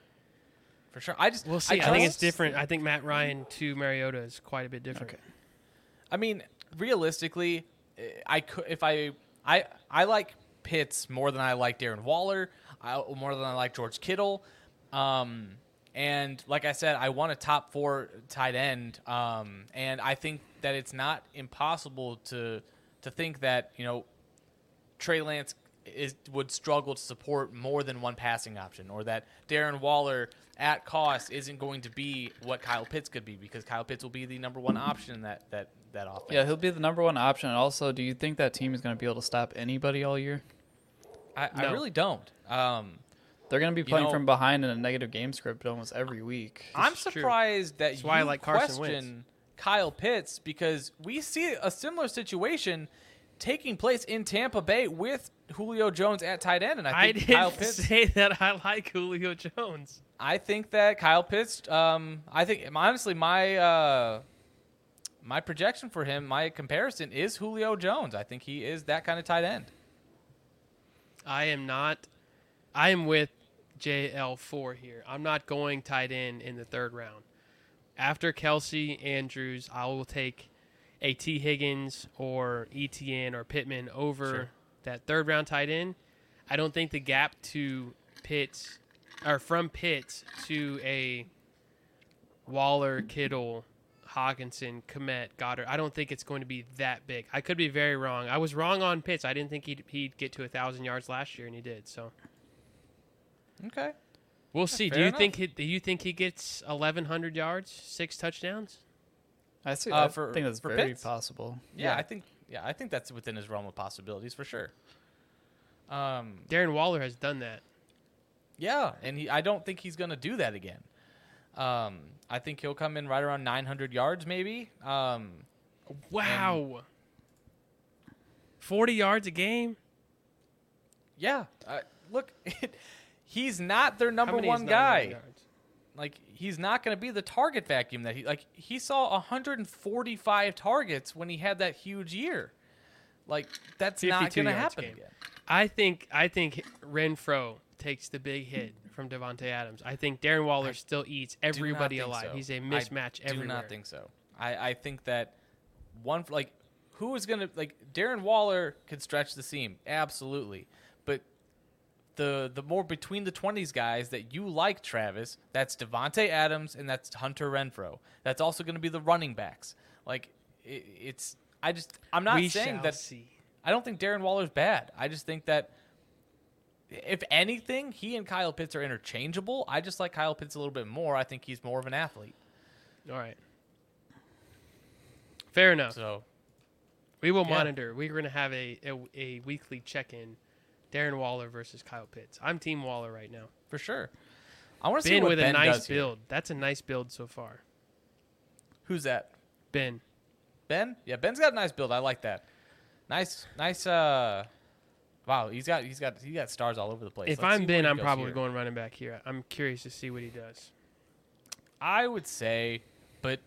[SPEAKER 2] For sure. I just
[SPEAKER 3] We'll see. I,
[SPEAKER 2] just-
[SPEAKER 3] think it's different. I think Matt Ryan to Mariota is quite a bit different.
[SPEAKER 4] Okay.
[SPEAKER 2] I mean, realistically, eh, I could if I I I like Pitts more than I like Darren Waller, I, more than I like George Kittle. Um, and like I said, I want a top four tight end. Um, and I think that it's not impossible to to think that you know Trey Lance is would struggle to support more than one passing option, or that Darren Waller at cost isn't going to be what Kyle Pitts could be because Kyle Pitts will be the number one option in that that that offense.
[SPEAKER 4] Yeah, he'll be the number one option. And Also, do you think that team is going to be able to stop anybody all year?
[SPEAKER 2] I, I
[SPEAKER 3] No.
[SPEAKER 2] really don't. Um,
[SPEAKER 4] They're going to be playing
[SPEAKER 2] know-
[SPEAKER 4] from behind in a negative game script almost every week.
[SPEAKER 2] I'm
[SPEAKER 3] true.
[SPEAKER 2] surprised that
[SPEAKER 3] That's
[SPEAKER 2] you
[SPEAKER 3] why I like Carson
[SPEAKER 2] question
[SPEAKER 3] Wentz.
[SPEAKER 2] Kyle Pitts because we see a similar situation taking place in Tampa Bay with Julio Jones at tight end, and I
[SPEAKER 3] I
[SPEAKER 2] think Kyle
[SPEAKER 3] didn't
[SPEAKER 2] Pitts.
[SPEAKER 3] say that I like Julio Jones.
[SPEAKER 2] I think that Kyle Pitts. Um, I think honestly, my uh, my projection for him, my comparison is Julio Jones. I think he is that kind of tight end.
[SPEAKER 3] I am not. I am with JL4 here. I'm not going tight end in the third round. After Kelsey Andrews, I will take a T Higgins or ETN or Pittman over
[SPEAKER 2] Sure.
[SPEAKER 3] that third round tight end. I don't think the gap to Pitts or from Pitts to a Waller, Kittle, Hawkinson, Komet, Goddard. I don't think it's going to be that big. I could be very wrong. I was wrong on Pitts. I didn't think he'd, he'd get to a thousand yards last year, and he did. So
[SPEAKER 2] Okay.
[SPEAKER 3] we'll see. Do
[SPEAKER 2] fair
[SPEAKER 3] you
[SPEAKER 2] enough.
[SPEAKER 3] think he, do you think he gets eleven hundred yards, six touchdowns?
[SPEAKER 4] I see.
[SPEAKER 2] Uh,
[SPEAKER 4] I
[SPEAKER 2] for-
[SPEAKER 4] think that's
[SPEAKER 2] for
[SPEAKER 4] very
[SPEAKER 2] Pitts?
[SPEAKER 4] possible.
[SPEAKER 2] Yeah, I think. Yeah, I think that's within his realm of possibilities for sure. Um,
[SPEAKER 3] Darren Waller has done that.
[SPEAKER 2] yeah, and he, I don't think he's gonna do that again. Um, I think he'll come in right around 900 yards, maybe. Um,
[SPEAKER 3] Wow. Forty yards a game.
[SPEAKER 2] yeah. Uh, look, he's not their
[SPEAKER 3] How
[SPEAKER 2] number
[SPEAKER 3] many is
[SPEAKER 2] one
[SPEAKER 3] 900
[SPEAKER 2] guy.
[SPEAKER 3] yards?
[SPEAKER 2] like he's not going to be the target vacuum that he like he saw 145 targets when he had that huge year like that's not
[SPEAKER 3] 52
[SPEAKER 2] going to
[SPEAKER 3] yards
[SPEAKER 2] happen
[SPEAKER 3] game.
[SPEAKER 2] again
[SPEAKER 3] I think I think Renfro takes the big hit from Devonte Adams. I think Darren Waller still eats
[SPEAKER 2] Do not
[SPEAKER 3] everybody
[SPEAKER 2] think
[SPEAKER 3] alive.
[SPEAKER 2] so.
[SPEAKER 3] He's a mismatch
[SPEAKER 2] I do
[SPEAKER 3] everywhere.
[SPEAKER 2] not think so I, I think that one like who is going to like darren waller could stretch the seam absolutely but the the more between the 20s guys that you like travis that's devonte adams and that's hunter renfro that's also going to be the running backs like it, it's i just i'm not
[SPEAKER 3] we
[SPEAKER 2] saying
[SPEAKER 3] shall
[SPEAKER 2] that
[SPEAKER 3] see.
[SPEAKER 2] I don't think Darren Waller's bad. I just think that if anything, he and Kyle Pitts are interchangeable. I just like Kyle Pitts a little bit more. I think he's more of an athlete.
[SPEAKER 3] All right. Fair enough.
[SPEAKER 2] So
[SPEAKER 3] we will
[SPEAKER 2] yeah.
[SPEAKER 3] monitor. We're going to have a, a a weekly check-in. Darren Waller versus Kyle Pitts. I'm Team Waller right now.
[SPEAKER 2] for sure. I want to see
[SPEAKER 3] Ben
[SPEAKER 2] what
[SPEAKER 3] with
[SPEAKER 2] ben
[SPEAKER 3] a nice
[SPEAKER 2] does here.
[SPEAKER 3] build. That's a nice build so far.
[SPEAKER 2] Who's that?
[SPEAKER 3] Ben.
[SPEAKER 2] Ben? Yeah, Ben's got a nice build. I like that. Nice, nice. Uh, wow, he's got he's got he got stars all over the place.
[SPEAKER 3] If
[SPEAKER 2] Let's see
[SPEAKER 3] I'm
[SPEAKER 2] where
[SPEAKER 3] Ben,
[SPEAKER 2] he
[SPEAKER 3] I'm
[SPEAKER 2] goes
[SPEAKER 3] probably
[SPEAKER 2] here.
[SPEAKER 3] going running back here. I'm curious to see what he does.
[SPEAKER 2] I would say, but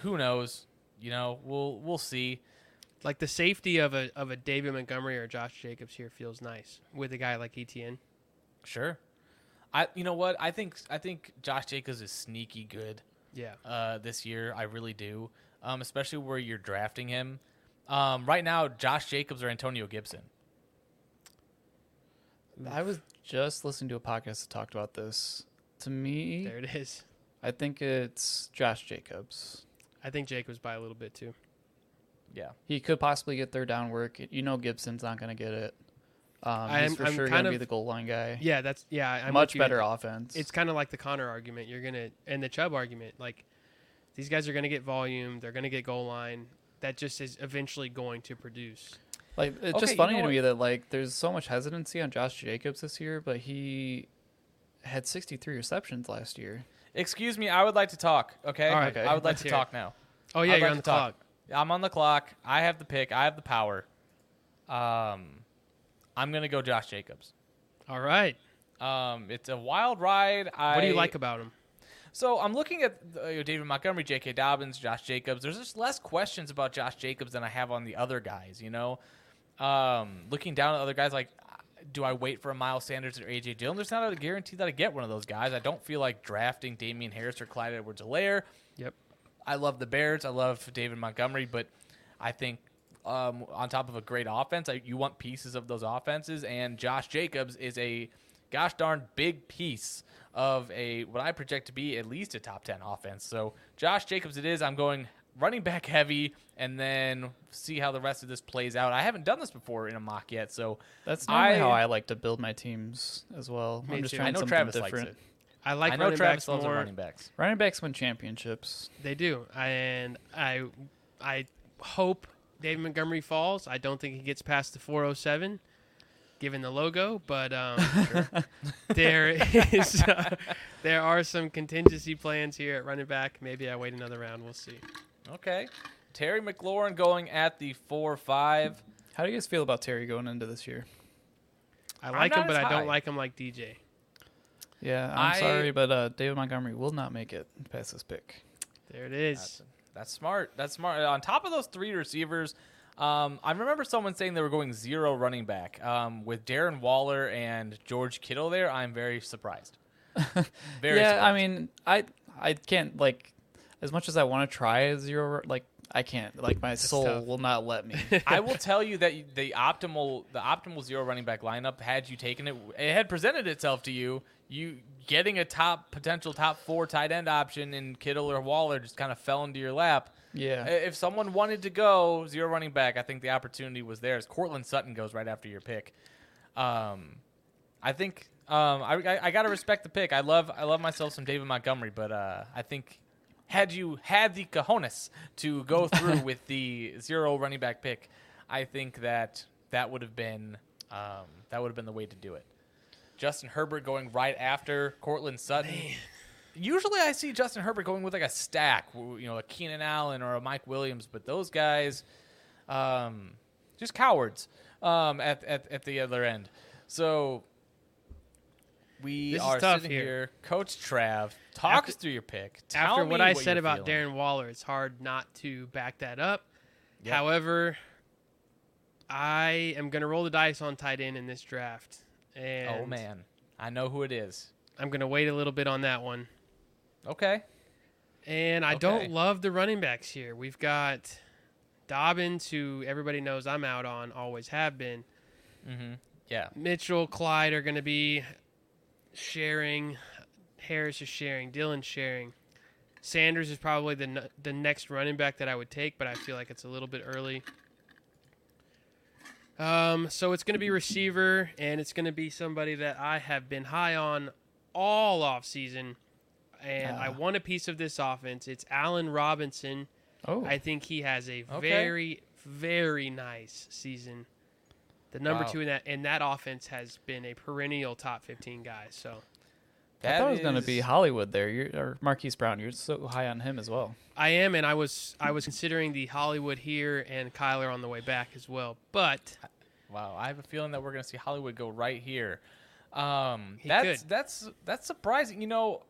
[SPEAKER 2] who knows? You know, we'll we'll see.
[SPEAKER 3] Like the safety of a of a David Montgomery or Josh Jacobs here feels nice with a guy like E ETN.
[SPEAKER 2] Sure. I you know what? I think I think Josh Jacobs is sneaky good.
[SPEAKER 3] Yeah.
[SPEAKER 2] uh, this year. I really do, um, especially where you're drafting him. Um, right now, Josh Jacobs or Antonio Gibson.
[SPEAKER 4] I was just listening to a podcast that talked about this. To me,
[SPEAKER 3] There it is.
[SPEAKER 4] I think it's Josh Jacobs.
[SPEAKER 3] I think Jacobs by a little bit too.
[SPEAKER 2] Yeah,
[SPEAKER 4] He could possibly get third down work. You know, Gibson's not going to get it. Um, he's
[SPEAKER 3] I'm-
[SPEAKER 4] for
[SPEAKER 3] I'm
[SPEAKER 4] sure
[SPEAKER 3] kind
[SPEAKER 4] going to be
[SPEAKER 3] of-
[SPEAKER 4] the goal line guy.
[SPEAKER 3] Yeah, that's yeah. I'm with
[SPEAKER 4] Much
[SPEAKER 3] you.
[SPEAKER 4] better offense.
[SPEAKER 3] It's kind of like the Connor argument. You're gonna and the Chubb argument. Like these guys are gonna get volume. They're gonna get goal line. That just is eventually going to produce.
[SPEAKER 4] Like it's
[SPEAKER 2] Okay,
[SPEAKER 4] just
[SPEAKER 2] you
[SPEAKER 4] funny
[SPEAKER 2] know
[SPEAKER 4] to
[SPEAKER 2] what?
[SPEAKER 4] me that like there's so much hesitancy on Josh Jacobs this year, but he had 63 receptions last year.
[SPEAKER 2] excuse me. I would like to talk. Okay,
[SPEAKER 3] All right,
[SPEAKER 2] I would like
[SPEAKER 3] let's
[SPEAKER 2] to
[SPEAKER 3] hear
[SPEAKER 2] talk now.
[SPEAKER 3] Oh yeah,
[SPEAKER 2] I'd
[SPEAKER 3] you're
[SPEAKER 2] like
[SPEAKER 3] on
[SPEAKER 2] to
[SPEAKER 3] the
[SPEAKER 2] talk.
[SPEAKER 3] clock.
[SPEAKER 2] I'm on the clock. I have the pick. I have the power. Um, I'm gonna go Josh Jacobs.
[SPEAKER 3] All right.
[SPEAKER 2] Um, it's a wild ride. I,
[SPEAKER 3] What do you like about him?
[SPEAKER 2] So I'm looking at uh, David Montgomery, J.K. Dobbins, Josh Jacobs. There's just less questions about Josh Jacobs than I have on the other guys. You know, um, looking down at other guys, like do I wait for a Miles Sanders or A.J. Dillon? There's not a guarantee that I get one of those guys. I don't feel like drafting Damian Harris or Clyde Edwards-Helaire.
[SPEAKER 3] Yep.
[SPEAKER 2] I love the Bears. I love David Montgomery, but I think um, on top of a great offense, I, you want pieces of those offenses, and Josh Jacobs is a gosh darn big piece of a what I project to be at least a top ten offense. So Josh Jacobs, it is. I'm going running back heavy, and then see how the rest of this plays out. I haven't done this before in a mock yet, so
[SPEAKER 4] That's
[SPEAKER 2] I-
[SPEAKER 4] normally how I like to build my teams as well.
[SPEAKER 3] Me
[SPEAKER 4] I'm just
[SPEAKER 3] too.
[SPEAKER 4] trying
[SPEAKER 2] I know
[SPEAKER 4] something
[SPEAKER 2] Travis likes
[SPEAKER 4] different.
[SPEAKER 2] it.
[SPEAKER 3] I like
[SPEAKER 2] I know
[SPEAKER 3] running
[SPEAKER 2] Travis
[SPEAKER 3] backs
[SPEAKER 2] loves the
[SPEAKER 3] more.
[SPEAKER 2] running backs.
[SPEAKER 4] Running backs win championships.
[SPEAKER 3] They do, and I, I hope David Montgomery falls. I don't think he gets past the 407, given the logo. But um, there is, there are some contingency plans here at running back. Maybe I wait another round. We'll see.
[SPEAKER 2] Okay, Terry McLaurin going at the four five.
[SPEAKER 4] How do you guys feel about Terry going into this year?
[SPEAKER 3] I
[SPEAKER 2] I'm
[SPEAKER 3] like him,
[SPEAKER 2] not
[SPEAKER 3] but
[SPEAKER 2] as
[SPEAKER 3] I
[SPEAKER 2] high.
[SPEAKER 3] don't like him like DJ.
[SPEAKER 4] Yeah, I'm
[SPEAKER 2] I-
[SPEAKER 4] sorry, but uh, David Montgomery will not make it past this pick.
[SPEAKER 3] There it is.
[SPEAKER 2] That's, that's smart. That's smart. Uh, On top of those three receivers, um, I remember someone saying they were going zero running back. Um, with Darren Waller and George Kittle there, I'm very surprised. Very
[SPEAKER 4] yeah,
[SPEAKER 2] surprised.
[SPEAKER 4] I mean, I I can't like as much as I want to try a zero like I can't like my soul
[SPEAKER 3] tough.
[SPEAKER 4] will not let me.
[SPEAKER 2] I will tell you that the optimal the optimal zero running back lineup had you taken it it had presented itself to you you getting a top potential top four tight end option in Kittle or Waller just kind of fell into your lap.
[SPEAKER 4] Yeah.
[SPEAKER 2] I- If someone wanted to go zero running back, I think the opportunity was theirs. Cortland Sutton goes right after your pick. Um, I think um, I, I, I gotta respect the pick. I love I love myself some David Montgomery, but uh, I think had you had the cojones to go through with the zero running back pick, I think that that would have been um, that would have been the way to do it. Justin Herbert going right after Cortland Sutton. Usually, I see Justin Herbert going with like a stack, w- you know, a Keenan Allen or a Mike Williams, but those guys, um, just cowards um, at, at at the other end. So we
[SPEAKER 3] This is
[SPEAKER 2] are
[SPEAKER 3] tough
[SPEAKER 2] sitting
[SPEAKER 3] here.
[SPEAKER 2] here. Coach Trav, talk
[SPEAKER 3] After-
[SPEAKER 2] us through your pick. Tell
[SPEAKER 3] After
[SPEAKER 2] me
[SPEAKER 3] what I said
[SPEAKER 2] you're
[SPEAKER 3] about
[SPEAKER 2] feeling.
[SPEAKER 3] Darren Waller, it's hard not to back that up.
[SPEAKER 2] Yep.
[SPEAKER 3] However, I am going to roll the dice on tight end in this draft. And
[SPEAKER 2] oh man, I know who it is.
[SPEAKER 3] I'm going to wait a little bit on that one.
[SPEAKER 2] Okay,
[SPEAKER 3] And I
[SPEAKER 2] Okay.
[SPEAKER 3] don't love the running backs here. We've got Dobbins, who everybody knows I'm out on, always have been.
[SPEAKER 2] yeah,
[SPEAKER 3] Mitchell, Clyde are going to be sharing. Harris is sharing. Dylan's sharing. Sanders is probably the n- the next running back that I would take, but I feel like it's a little bit early. Um, so it's going to be receiver, and it's going to be somebody that I have been high on all off season, and I
[SPEAKER 4] Ah.
[SPEAKER 3] want a piece of this offense. It's Allen Robinson.
[SPEAKER 4] oh,
[SPEAKER 3] I think he has a
[SPEAKER 2] Okay.
[SPEAKER 3] very, very nice season. The number
[SPEAKER 2] Wow.
[SPEAKER 3] two in that and that offense has been a perennial top fifteen guy. So
[SPEAKER 4] I
[SPEAKER 2] That
[SPEAKER 4] thought it was gonna
[SPEAKER 2] is-
[SPEAKER 4] be Hollywood there. You're, or Marquise Brown. You're so high on him as well.
[SPEAKER 3] I am, and I was I was considering the Hollywood here and Kyler on the way back as well. But
[SPEAKER 2] Wow, I have a feeling that we're going to see Hollywood go right here. Um,
[SPEAKER 3] He
[SPEAKER 2] that's
[SPEAKER 3] could.
[SPEAKER 2] that's that's surprising. You know,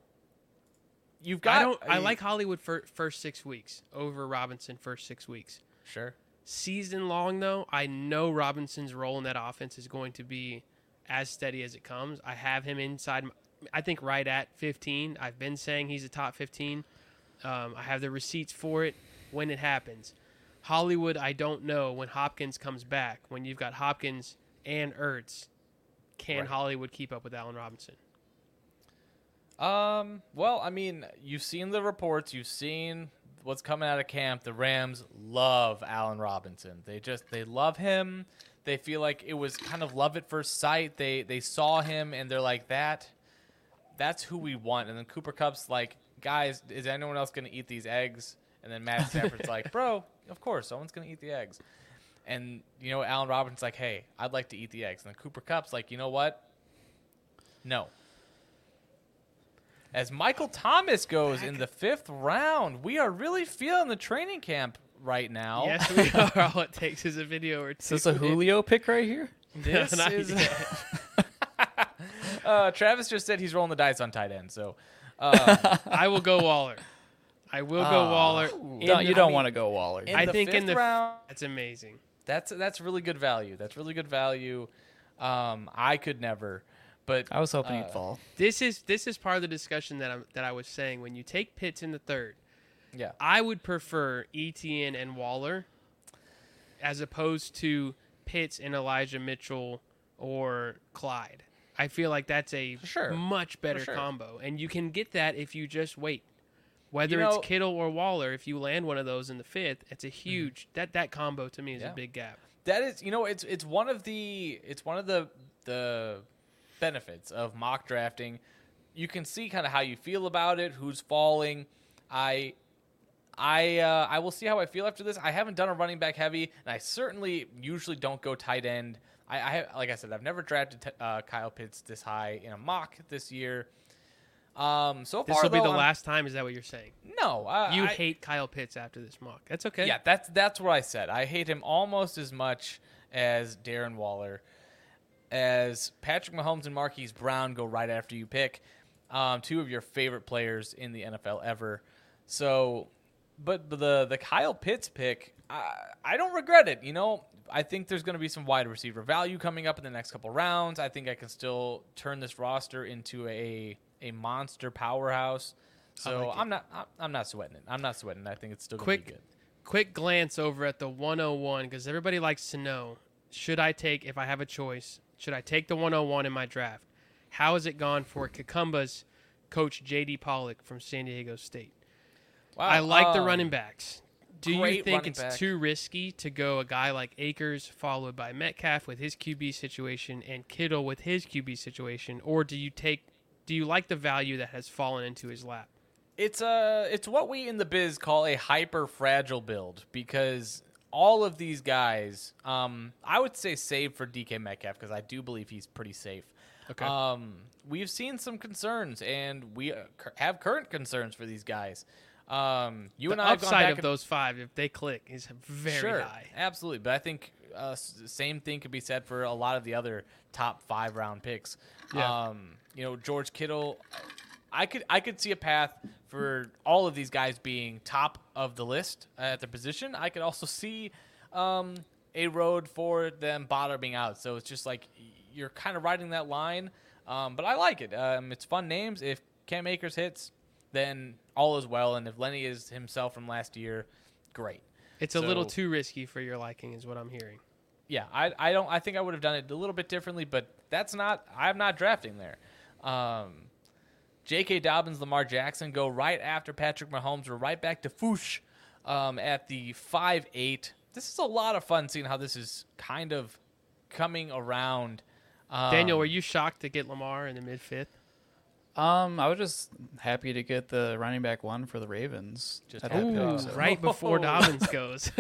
[SPEAKER 2] you've got.
[SPEAKER 3] I don't. I
[SPEAKER 2] mean,
[SPEAKER 3] like Hollywood for first six weeks over Robinson first six weeks.
[SPEAKER 2] sure.
[SPEAKER 3] Season long though, I know Robinson's role in that offense is going to be as steady as it comes. I have him inside. m- I think right at 15. I've been saying he's a top 15. Um, I have the receipts for it when it happens. Hollywood, I don't know when Hopkins comes back. When you've got Hopkins and Ertz, can
[SPEAKER 2] Right.
[SPEAKER 3] Hollywood keep up with Allen Robinson?
[SPEAKER 2] Um, well, I mean, you've seen the reports, you've seen what's coming out of camp. The Rams love Allen Robinson. They just they love him. They feel like it was kind of love at first sight. They they saw him and they're like that that's who we want. And then Cooper Cup's like, guys, is anyone else going to eat these eggs? And then Matt Stafford's like, bro, of course, someone's going to eat the eggs. And you know, Alan Robinson's like, hey, I'd like to eat the eggs. And then Cooper Cup's like, you know what? No. As Michael Thomas goes in the fifth round, we are really feeling the training camp right now.
[SPEAKER 3] Yes, we are. All it takes is a video or two.
[SPEAKER 4] Is this a Julio pick right here?
[SPEAKER 2] This
[SPEAKER 3] not
[SPEAKER 2] is.
[SPEAKER 3] yet.
[SPEAKER 2] uh, Travis just said he's rolling the dice on tight end, so. Um,
[SPEAKER 3] I will go Waller. I will go
[SPEAKER 2] Oh.
[SPEAKER 4] Ah.
[SPEAKER 3] Waller. in
[SPEAKER 4] No,
[SPEAKER 3] the-
[SPEAKER 4] you
[SPEAKER 3] I
[SPEAKER 4] don't
[SPEAKER 3] mean,
[SPEAKER 4] want to go Waller.
[SPEAKER 2] in
[SPEAKER 3] I
[SPEAKER 2] the
[SPEAKER 3] think in
[SPEAKER 2] fifth
[SPEAKER 3] the f-
[SPEAKER 2] round,
[SPEAKER 3] That's amazing.
[SPEAKER 2] That's that's really good value. That's really good value. Um, I could never, but
[SPEAKER 4] I was hoping
[SPEAKER 2] uh,
[SPEAKER 4] he'd fall.
[SPEAKER 3] This is this is part of the discussion that I'm that I was saying. When you take Pitts in the third,
[SPEAKER 2] Yeah.
[SPEAKER 3] I would prefer Etn and Waller as opposed to Pitts and Elijah Mitchell or Clyde. I feel like that's a
[SPEAKER 2] sure.
[SPEAKER 3] much better
[SPEAKER 2] sure.
[SPEAKER 3] combo, and you can get that if you just wait. Whether
[SPEAKER 2] You know- Mm-hmm.
[SPEAKER 3] it's Kittle or Waller, if you land one of those in the fifth, it's a huge that that combo to me is
[SPEAKER 2] Yeah.
[SPEAKER 3] a big gap.
[SPEAKER 2] that is you know it's it's one of the it's one of the the benefits of mock drafting. You can see kind of how you feel about it, who's falling. I I uh, I will see how I feel after this. I haven't done a running back heavy, and I certainly usually don't go tight end. I, I like I said, I've never drafted t- uh, Kyle Pitts this high in a mock this year. Um, so
[SPEAKER 3] This
[SPEAKER 2] far,
[SPEAKER 3] will be
[SPEAKER 2] though,
[SPEAKER 3] the
[SPEAKER 2] I'm-
[SPEAKER 3] last time. Is that what you're saying?
[SPEAKER 2] No, I,
[SPEAKER 3] You
[SPEAKER 2] I-
[SPEAKER 3] hate Kyle Pitts after this mock. That's okay.
[SPEAKER 2] Yeah, that's that's what I said. I hate him almost as much as Darren Waller, as Patrick Mahomes and Marquise Brown go right after you pick um, two of your favorite players in the NFL ever. So, but the the Kyle Pitts pick, I, I don't regret it. You know, I think there's going to be some wide receiver value coming up in the next couple rounds. I think I can still turn this roster into a a monster powerhouse. So
[SPEAKER 3] like it.
[SPEAKER 2] I'm not I'm- I'm not sweating it. I'm not sweating. it. I think it's still going to be
[SPEAKER 3] Quick,
[SPEAKER 2] good.
[SPEAKER 3] quick glance over at the 101 because everybody likes to know: Should I take if I have a choice? Should I take the 101 in my draft? How has it gone for Kakumba's coach J.D. Pollock from San Diego State?
[SPEAKER 2] Wow,
[SPEAKER 3] I like the
[SPEAKER 2] um,
[SPEAKER 3] running backs. Do you
[SPEAKER 2] great
[SPEAKER 3] think
[SPEAKER 2] running
[SPEAKER 3] it's
[SPEAKER 2] back.
[SPEAKER 3] too risky to go a guy like Akers followed by Metcalf with his QB situation and Kittle with his QB situation, or do you take? Do you like the value that has fallen into his lap?
[SPEAKER 2] It's uh it's what we in the biz call a hyper fragile build because all of these guys, um, I would say save for DK Metcalf because I do believe he's pretty safe.
[SPEAKER 3] Okay.
[SPEAKER 2] Um, we've seen some concerns, and we uh, cur- have current concerns for these guys. Um, you
[SPEAKER 3] the
[SPEAKER 2] and I have gone
[SPEAKER 3] upside
[SPEAKER 2] back
[SPEAKER 3] of
[SPEAKER 2] and-
[SPEAKER 3] those five, if they click, is very
[SPEAKER 2] sure,
[SPEAKER 3] high.
[SPEAKER 2] absolutely. But I think uh, s- same thing could be said for a lot of the other top five round picks.
[SPEAKER 3] Yeah.
[SPEAKER 2] Um, you know, George Kittle. I could I could see a path for all of these guys being top of the list at their position. I could also see um, a road for them bottoming out. So it's just like you're kind of riding that line. Um, but I like it. Um, it's fun names. If Cam Akers hits, then all is well. And if Lenny is himself from last year, great.
[SPEAKER 3] It's a little
[SPEAKER 2] So-
[SPEAKER 3] too risky for your liking, is what I'm hearing.
[SPEAKER 2] yeah, I, I don't I think I would have done it a little bit differently, but that's not I'm not drafting there. Um, J.K. Dobbins, Lamar Jackson go right after Patrick Mahomes. We're right back to Foosh um, at the five eight. This is a lot of fun seeing how this is kind of coming around. Um,
[SPEAKER 3] Daniel, were you shocked to get Lamar in the mid fifth?
[SPEAKER 4] Um, I was just happy to get the running back one for the Ravens.
[SPEAKER 2] Just
[SPEAKER 4] at that
[SPEAKER 2] happy to
[SPEAKER 4] pick,
[SPEAKER 2] have
[SPEAKER 4] so-
[SPEAKER 2] that.
[SPEAKER 3] Right before
[SPEAKER 2] Oh.
[SPEAKER 3] Dobbins goes.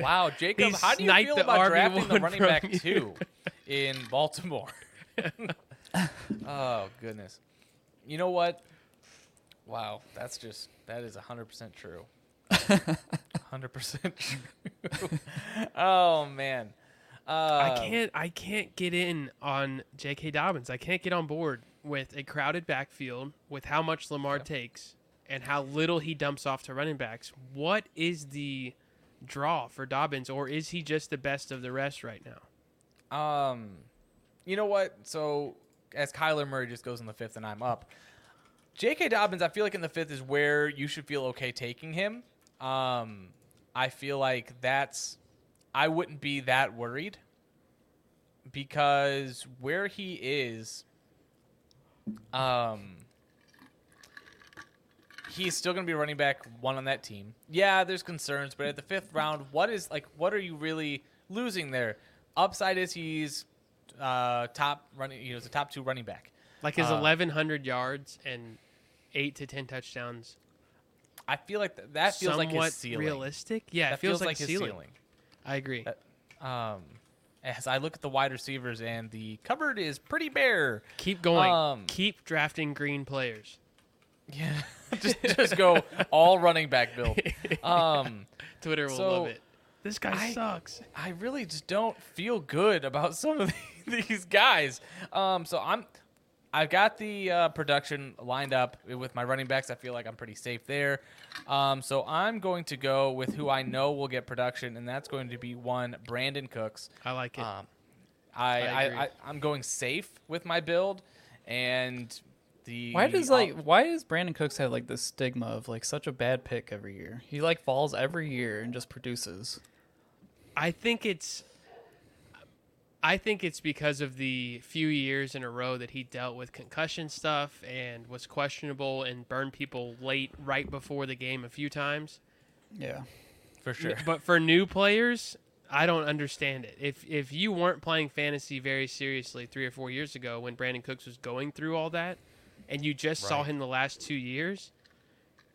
[SPEAKER 2] wow, Jacob,
[SPEAKER 3] He
[SPEAKER 2] how do you
[SPEAKER 3] sniped
[SPEAKER 2] feel
[SPEAKER 3] the
[SPEAKER 2] about drafting the
[SPEAKER 3] RB1
[SPEAKER 2] running
[SPEAKER 3] from
[SPEAKER 2] back
[SPEAKER 3] you.
[SPEAKER 2] two in Baltimore? oh goodness, you know what? Wow, that's just that is hundred percent true. Hundred percent true. oh man, uh,
[SPEAKER 3] I can't I can't get in on J.K. Dobbins. I can't get on board with a crowded backfield with how much Lamar takes and how little he dumps off to running backs. What is the draw for Dobbins, or is he just the best of the rest right now?
[SPEAKER 2] Um, you know what? So as Kyler Murray just goes in the fifth, and I'm up. J.K. Dobbins, I feel like in the fifth is where you should feel okay taking him. Um, I feel like that's I wouldn't be that worried because where he is, um, he's still going to be running back one on that team. Yeah, there's concerns, but at the fifth round, what is like? What are you really losing there? Upside is he's uh, top running. He was a top two running back.
[SPEAKER 3] Like his
[SPEAKER 2] Uh,
[SPEAKER 3] 1,100 yards and eight to 10 touchdowns.
[SPEAKER 2] I feel like th- that feels like
[SPEAKER 3] somewhat
[SPEAKER 2] his ceiling.
[SPEAKER 3] realistic. Yeah,
[SPEAKER 2] That
[SPEAKER 3] it feels, like,
[SPEAKER 2] his
[SPEAKER 3] ceiling.
[SPEAKER 2] ceiling.
[SPEAKER 3] I agree.
[SPEAKER 2] That- um, as I look at the wide receivers and the cupboard is pretty bare.
[SPEAKER 3] Keep going.
[SPEAKER 2] um,
[SPEAKER 3] Keep drafting green players.
[SPEAKER 2] Yeah, just just go all running back build. Um,
[SPEAKER 3] Twitter will
[SPEAKER 2] so-
[SPEAKER 3] love it. This guy
[SPEAKER 2] I-
[SPEAKER 3] sucks.
[SPEAKER 2] I really just don't feel good about some of these guys. Um, so I'm, I've got the uh, production lined up with my running backs. I feel like I'm pretty safe there. Um, so I'm going to go with who I know will get production, and that's going to be one Brandon Cooks.
[SPEAKER 3] I like it.
[SPEAKER 2] Um, I,
[SPEAKER 3] I
[SPEAKER 2] I,
[SPEAKER 3] agree.
[SPEAKER 2] I, I'm going safe with my build, and the
[SPEAKER 4] Why does like why does Brandon Cooks have like this stigma of like such a bad pick every year? He like falls every year and just produces.
[SPEAKER 3] I think it's I think it's because of the few years in a row that he dealt with concussion stuff and was questionable and burned people late right before the game a few times.
[SPEAKER 4] Yeah.
[SPEAKER 2] for sure.
[SPEAKER 3] But for new players, I don't understand it. If if you weren't playing fantasy very seriously 3 or 4 years ago when Brandon Cooks was going through all that and you just saw
[SPEAKER 2] Right.
[SPEAKER 3] him the last 2 years,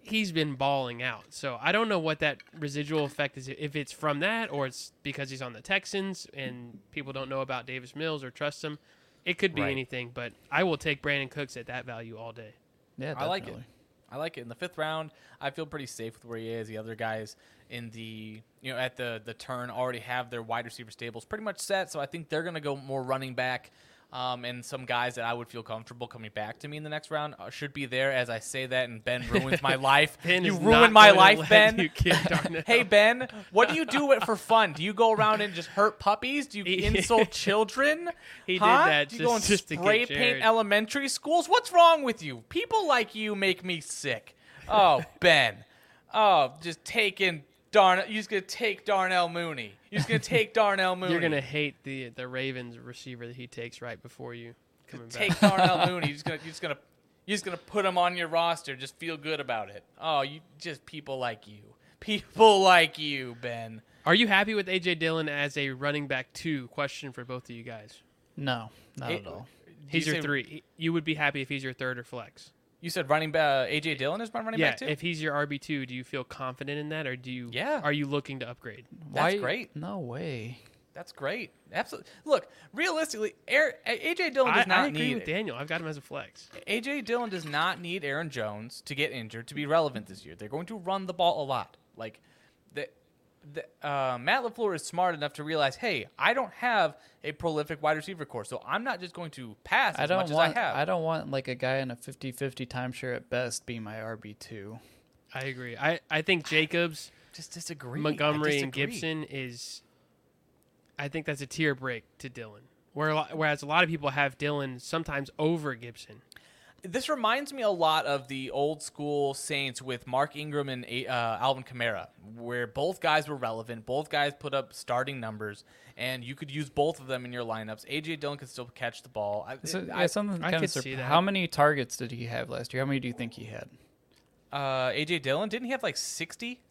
[SPEAKER 3] he's been balling out. So I don't know what that residual effect is. If it's from that, or it's because he's on the Texans and people don't know about Davis Mills or trust him, it could be
[SPEAKER 2] Right.
[SPEAKER 3] anything. But I will take Brandon Cooks at that value all day.
[SPEAKER 4] Yeah,
[SPEAKER 2] I like it.
[SPEAKER 4] definitely.
[SPEAKER 2] I like it in the fifth round. I feel pretty safe with where he is. The other guys in the you know at the the turn already have their wide receiver stables pretty much set, so I think they're going to go more running back. Um, and some guys that I would feel comfortable coming back to me in the next round uh, should be there. As I say that, and Ben ruins my life.
[SPEAKER 3] Ben
[SPEAKER 2] you
[SPEAKER 3] is not
[SPEAKER 2] ruined my
[SPEAKER 3] gonna
[SPEAKER 2] life,
[SPEAKER 3] let
[SPEAKER 2] Ben.
[SPEAKER 3] you kick Darnell.
[SPEAKER 2] hey, Ben, what do you do it for fun? Do you go around and just hurt puppies? Do you
[SPEAKER 3] He-
[SPEAKER 2] insult children?
[SPEAKER 3] He did
[SPEAKER 2] Huh?
[SPEAKER 3] that
[SPEAKER 2] Do you go and
[SPEAKER 3] just- just to get
[SPEAKER 2] spray paint
[SPEAKER 3] Jared.
[SPEAKER 2] elementary schools? What's wrong with you? People like you make me sick. Oh, Ben. Oh, just taking Darnell. You're just gonna take Darnell Mooney. You're just gonna take Darnell Mooney.
[SPEAKER 3] You're gonna hate the the Ravens receiver that he takes right before you coming back.
[SPEAKER 2] take Darnell Mooney. You're just gonna, you're just gonna, you're just gonna put him on your roster. Just feel good about it. Oh, you just people like you. People like you, Ben.
[SPEAKER 3] Are you happy with AJ Dillon as a running back two? Question for both of you guys.
[SPEAKER 4] No, not
[SPEAKER 2] Hey,
[SPEAKER 4] at all.
[SPEAKER 3] He's
[SPEAKER 2] you
[SPEAKER 3] your
[SPEAKER 2] say-
[SPEAKER 3] three. He- You would be happy if he's your third or flex.
[SPEAKER 2] You said running back. Uh, AJ Dillon is my running
[SPEAKER 3] Yeah,
[SPEAKER 2] back too.
[SPEAKER 3] if he's your RB two, do you feel confident in that, or do you?
[SPEAKER 2] Yeah.
[SPEAKER 3] Are you looking to upgrade?
[SPEAKER 2] That's great.
[SPEAKER 4] No way.
[SPEAKER 2] That's great. Absolutely. Look, realistically, Air, AJ Dillon
[SPEAKER 3] I,
[SPEAKER 2] does not
[SPEAKER 3] I agree
[SPEAKER 2] need
[SPEAKER 3] with Daniel. I've got him as a flex.
[SPEAKER 2] AJ Dillon does not need Aaron Jones to get injured to be relevant this year. They're going to run the ball a lot. Like the, the uh, Matt Lafleur is smart enough to realize, hey, I don't have a prolific wide receiver core, so I'm not just going to pass
[SPEAKER 4] I
[SPEAKER 2] as
[SPEAKER 4] don't
[SPEAKER 2] much
[SPEAKER 4] want.
[SPEAKER 2] as I have.
[SPEAKER 4] don't want like a guy in a 50-50 timeshare at best be my RB two.
[SPEAKER 3] I agree. I, I think Jacobs,
[SPEAKER 2] just disagree. I
[SPEAKER 3] Montgomery, and
[SPEAKER 2] disagree.
[SPEAKER 3] Gibson is. I think that's a tier break to Dillon. Where, a lot- whereas a lot of people have Dillon sometimes over Gibson.
[SPEAKER 2] This reminds me a lot of the old school Saints with Mark Ingram and uh, Alvin Kamara, where both guys were relevant. Both guys put up starting numbers, and you could use both of them in your lineups. AJ Dillon could still catch the ball. I,
[SPEAKER 4] So,
[SPEAKER 2] I-
[SPEAKER 4] yeah, something
[SPEAKER 3] I
[SPEAKER 4] kind
[SPEAKER 3] could
[SPEAKER 4] of
[SPEAKER 3] see that.
[SPEAKER 4] How many targets did he have last year? How many do you think he had?
[SPEAKER 2] uh, AJ Dillon didn't he have like sixty?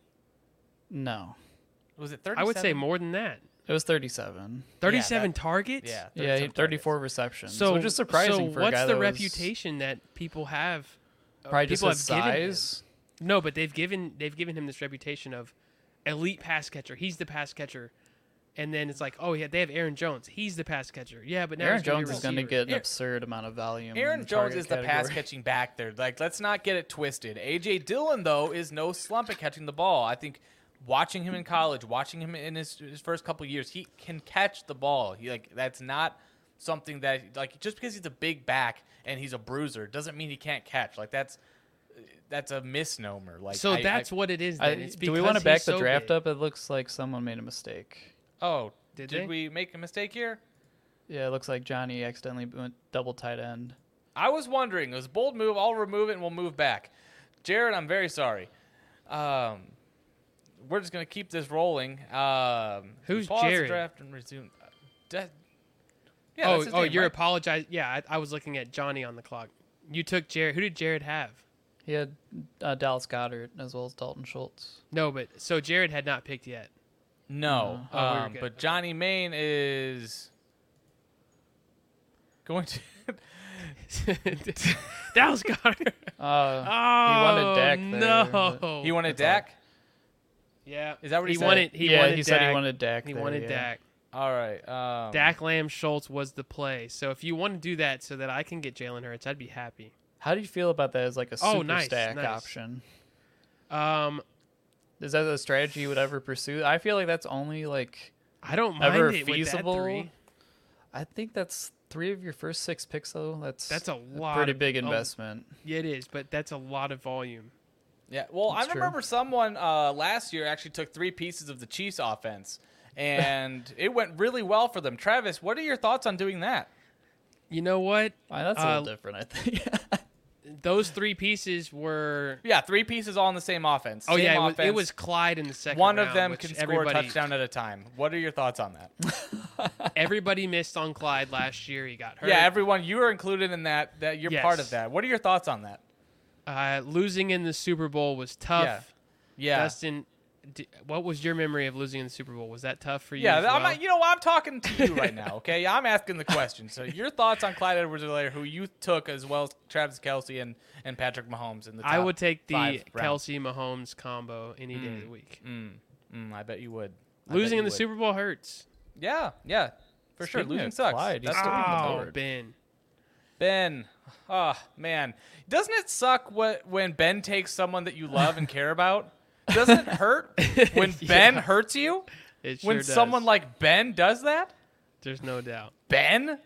[SPEAKER 4] No,
[SPEAKER 2] Was it thirty?
[SPEAKER 3] I would say more than that.
[SPEAKER 4] it was thirty-seven.
[SPEAKER 3] Thirty-seven
[SPEAKER 2] that-
[SPEAKER 3] targets.
[SPEAKER 2] Yeah,
[SPEAKER 4] Yeah, he had 34 receptions. So, just surprising
[SPEAKER 3] so
[SPEAKER 4] for a
[SPEAKER 3] what's
[SPEAKER 4] guy
[SPEAKER 3] the
[SPEAKER 4] that was
[SPEAKER 3] reputation that people have? uh,
[SPEAKER 4] Probably just
[SPEAKER 3] people
[SPEAKER 4] his
[SPEAKER 3] have given him?
[SPEAKER 4] size.
[SPEAKER 3] No, but they've given they've given him this reputation of elite pass catcher. He's the pass catcher, and then it's like, oh yeah, they have Aaron Jones. He's the pass catcher. Yeah, but now
[SPEAKER 4] Aaron
[SPEAKER 3] he's gonna be
[SPEAKER 4] Jones
[SPEAKER 3] a
[SPEAKER 4] is going to
[SPEAKER 3] receiver.
[SPEAKER 4] get an
[SPEAKER 2] Aaron-
[SPEAKER 4] absurd amount of volume. in
[SPEAKER 2] Aaron
[SPEAKER 4] the
[SPEAKER 2] Jones
[SPEAKER 4] target
[SPEAKER 2] is the pass
[SPEAKER 4] category.
[SPEAKER 2] catching back there. Like, let's not get it twisted. AJ Dillon though is no slump at catching the ball. I think watching him in college, watching him in his, his first couple years, he can catch the ball. He like that's not something that like just because he's a big back and he's a bruiser doesn't mean he can't catch. Like that's that's a misnomer. Like
[SPEAKER 3] So
[SPEAKER 2] I- I-
[SPEAKER 3] that's what it is.
[SPEAKER 4] I-
[SPEAKER 3] Then. it's
[SPEAKER 4] do we
[SPEAKER 3] want to
[SPEAKER 4] back the draft up? It looks like someone made a mistake.
[SPEAKER 2] oh
[SPEAKER 3] Did
[SPEAKER 2] did,
[SPEAKER 3] they?
[SPEAKER 2] we make a mistake here?
[SPEAKER 4] Yeah, it looks like Johnny accidentally went double tight end.
[SPEAKER 2] I was wondering. It was a bold move. I'll remove it and we'll move back. Jared, I'm very sorry. Um, we're just gonna keep this rolling. Um,
[SPEAKER 3] Who's
[SPEAKER 2] pause
[SPEAKER 3] Jared?
[SPEAKER 2] The draft and resume. Uh, that- yeah,
[SPEAKER 3] Oh,
[SPEAKER 2] that's his
[SPEAKER 3] oh,
[SPEAKER 2] name,
[SPEAKER 3] you're
[SPEAKER 2] right?
[SPEAKER 3] apologizing. Yeah, I, I was looking at Johnny on the clock. You took Jared. Who did Jared have?
[SPEAKER 4] He had uh, Dallas Goddard as well as Dalton Schultz.
[SPEAKER 3] No, but so Jared had not picked yet.
[SPEAKER 2] no.
[SPEAKER 3] Oh, we were
[SPEAKER 2] um,
[SPEAKER 3] good.
[SPEAKER 2] but Johnny Main is going to.
[SPEAKER 3] Dallas Goddard.
[SPEAKER 4] Uh,
[SPEAKER 3] Oh,
[SPEAKER 4] Dak there,
[SPEAKER 3] no.
[SPEAKER 2] he wanted Dak.
[SPEAKER 3] Yeah.
[SPEAKER 2] Is that what he
[SPEAKER 3] he
[SPEAKER 2] said?
[SPEAKER 3] wanted? He
[SPEAKER 4] yeah,
[SPEAKER 3] wanted
[SPEAKER 4] he
[SPEAKER 3] Dak.
[SPEAKER 4] said he wanted Dak.
[SPEAKER 3] He
[SPEAKER 4] there,
[SPEAKER 3] wanted
[SPEAKER 4] yeah.
[SPEAKER 3] Dak.
[SPEAKER 2] All right. Um,
[SPEAKER 3] Dak Lamb Schultz was the play. So if you want to do that, so that I can get Jalen Hurts, I'd be happy.
[SPEAKER 4] How do you feel about that as like a super
[SPEAKER 3] Oh, nice,
[SPEAKER 4] stack
[SPEAKER 3] nice.
[SPEAKER 4] option?
[SPEAKER 3] Um,
[SPEAKER 4] Is that a strategy you would ever pursue? I feel like that's only like
[SPEAKER 3] I don't mind
[SPEAKER 4] ever
[SPEAKER 3] it
[SPEAKER 4] feasible.
[SPEAKER 3] with that three.
[SPEAKER 4] I think that's three of your first six picks though. That's
[SPEAKER 3] That's a lot
[SPEAKER 4] pretty
[SPEAKER 3] of-
[SPEAKER 4] big
[SPEAKER 3] oh.
[SPEAKER 4] investment.
[SPEAKER 3] Yeah, it is, but that's a lot of volume.
[SPEAKER 2] Yeah, well,
[SPEAKER 4] That's
[SPEAKER 2] I
[SPEAKER 4] true.
[SPEAKER 2] remember someone uh, last year actually took three pieces of the Chiefs offense, and it went really well for them. Travis, what are your thoughts on doing that?
[SPEAKER 3] You know what?
[SPEAKER 4] Why, that's a
[SPEAKER 3] Uh,
[SPEAKER 4] little different, I think.
[SPEAKER 3] Those three pieces were.
[SPEAKER 2] Yeah, three pieces all in the same offense.
[SPEAKER 3] Oh
[SPEAKER 2] Same
[SPEAKER 3] yeah, it was, it
[SPEAKER 2] offense.
[SPEAKER 3] was Clyde in the second.
[SPEAKER 2] one of
[SPEAKER 3] round,
[SPEAKER 2] them
[SPEAKER 3] which
[SPEAKER 2] can score a
[SPEAKER 3] everybody-
[SPEAKER 2] touchdown at a time. What are your thoughts on that?
[SPEAKER 3] Everybody missed on Clyde last year. He got hurt.
[SPEAKER 2] yeah, everyone, you are included in that. That you're part
[SPEAKER 3] Yes.
[SPEAKER 2] of that. What are your thoughts on that?
[SPEAKER 3] uh, losing in the Super Bowl was tough.
[SPEAKER 2] Yeah. Yeah.
[SPEAKER 3] Dustin, d- what was your memory of losing in the Super Bowl? Was that tough for you?
[SPEAKER 2] yeah,
[SPEAKER 3] as well?
[SPEAKER 2] I'm not, you know, I'm talking to you right now, okay? I'm asking the question. So, your thoughts on Clyde edwards helaire who you took as well as Travis Kelsey and, and Patrick Mahomes in the top
[SPEAKER 3] I would take the
[SPEAKER 2] five rounds.
[SPEAKER 3] Kelsey Mahomes combo any day of the week.
[SPEAKER 2] Mm, I bet you would. I bet
[SPEAKER 3] Losing
[SPEAKER 2] you
[SPEAKER 3] in the
[SPEAKER 2] would.
[SPEAKER 3] Super Bowl hurts.
[SPEAKER 2] Yeah, yeah, for sure.
[SPEAKER 4] Speaking
[SPEAKER 2] Losing
[SPEAKER 4] of
[SPEAKER 2] sucks.
[SPEAKER 4] Clyde, he's
[SPEAKER 2] That's
[SPEAKER 4] still
[SPEAKER 2] the
[SPEAKER 4] in
[SPEAKER 2] thing.
[SPEAKER 4] the
[SPEAKER 3] Oh,
[SPEAKER 4] Lord.
[SPEAKER 3] Ben.
[SPEAKER 2] Ben, Oh man, doesn't it suck what when Ben takes someone that you love and care about? Doesn't it hurt when Ben hurts you?
[SPEAKER 3] It sure
[SPEAKER 2] When
[SPEAKER 3] does.
[SPEAKER 2] someone like Ben does that?
[SPEAKER 3] there's no doubt.
[SPEAKER 2] Ben?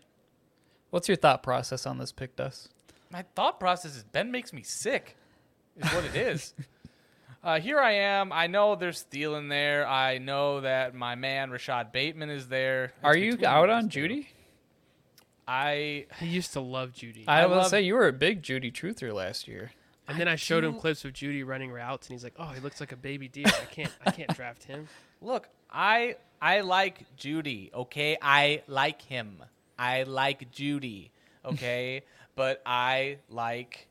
[SPEAKER 4] What's your thought process on this pick, Dust?
[SPEAKER 2] My thought process is Ben makes me sick, is what it is. uh, here I am. I know there's Steele in there. I know that my man Rashad Bateman is there.
[SPEAKER 4] Are
[SPEAKER 2] It's
[SPEAKER 4] you
[SPEAKER 2] between
[SPEAKER 4] out
[SPEAKER 2] those
[SPEAKER 4] on
[SPEAKER 2] two.
[SPEAKER 4] Judy?
[SPEAKER 2] I
[SPEAKER 3] He used to love Judy,
[SPEAKER 4] I,
[SPEAKER 2] I
[SPEAKER 4] will
[SPEAKER 2] love-
[SPEAKER 4] say you were a big Judy truther last year.
[SPEAKER 3] and then I, showed him
[SPEAKER 2] do-
[SPEAKER 3] clips of Judy running routes, and he's like, "Oh, he looks like a baby deer. I can't, I can't draft him."
[SPEAKER 2] Look, I I like Judy, okay? I like him. I like Judy, okay? but I like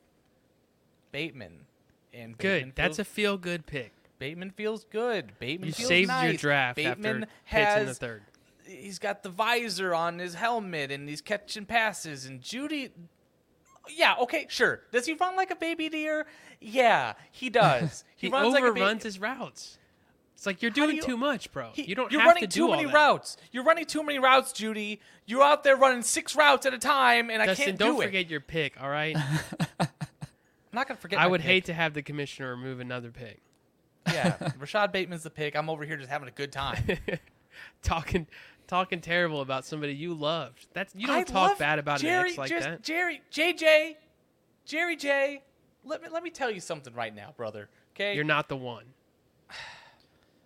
[SPEAKER 2] Bateman. And
[SPEAKER 3] Good.
[SPEAKER 2] Bateman
[SPEAKER 3] That's a
[SPEAKER 2] feels,
[SPEAKER 3] feel good pick.
[SPEAKER 2] Bateman feels good. Bateman
[SPEAKER 3] You
[SPEAKER 2] feels
[SPEAKER 3] saved your
[SPEAKER 2] nice.
[SPEAKER 3] draft
[SPEAKER 2] Bateman
[SPEAKER 3] after hits
[SPEAKER 2] has
[SPEAKER 3] in the third.
[SPEAKER 2] he's got the visor on his helmet and he's catching passes and Judy yeah, okay, sure. Does he run like a baby deer? Yeah, he does.
[SPEAKER 3] He,
[SPEAKER 2] runs like a
[SPEAKER 3] overruns
[SPEAKER 2] baby.
[SPEAKER 3] his routes. It's like you're
[SPEAKER 2] How do
[SPEAKER 3] doing
[SPEAKER 2] you-
[SPEAKER 3] too much, bro.
[SPEAKER 2] He-
[SPEAKER 3] you don't
[SPEAKER 2] You're
[SPEAKER 3] have
[SPEAKER 2] running
[SPEAKER 3] to do
[SPEAKER 2] too
[SPEAKER 3] all
[SPEAKER 2] many
[SPEAKER 3] that.
[SPEAKER 2] routes. You're running too many routes, Judy. You're out there running six routes at a time, and I
[SPEAKER 3] Dustin,
[SPEAKER 2] can't
[SPEAKER 3] don't
[SPEAKER 2] do it.
[SPEAKER 3] forget your pick, all right?
[SPEAKER 2] I'm not gonna forget.
[SPEAKER 3] I
[SPEAKER 2] my
[SPEAKER 3] would hate
[SPEAKER 2] pick.
[SPEAKER 3] to have the commissioner remove another pick.
[SPEAKER 2] Yeah, Rashad Bateman's the pick. I'm over here just having a good time.
[SPEAKER 3] talking talking terrible about somebody you loved. That's you don't
[SPEAKER 2] I
[SPEAKER 3] talk
[SPEAKER 2] love
[SPEAKER 3] bad about
[SPEAKER 2] Jerry,
[SPEAKER 3] an ex like
[SPEAKER 2] just,
[SPEAKER 3] that.
[SPEAKER 2] Jerry, JJ, Jerry J. Let me let me tell you something right now, brother. Okay,
[SPEAKER 3] You're not the one.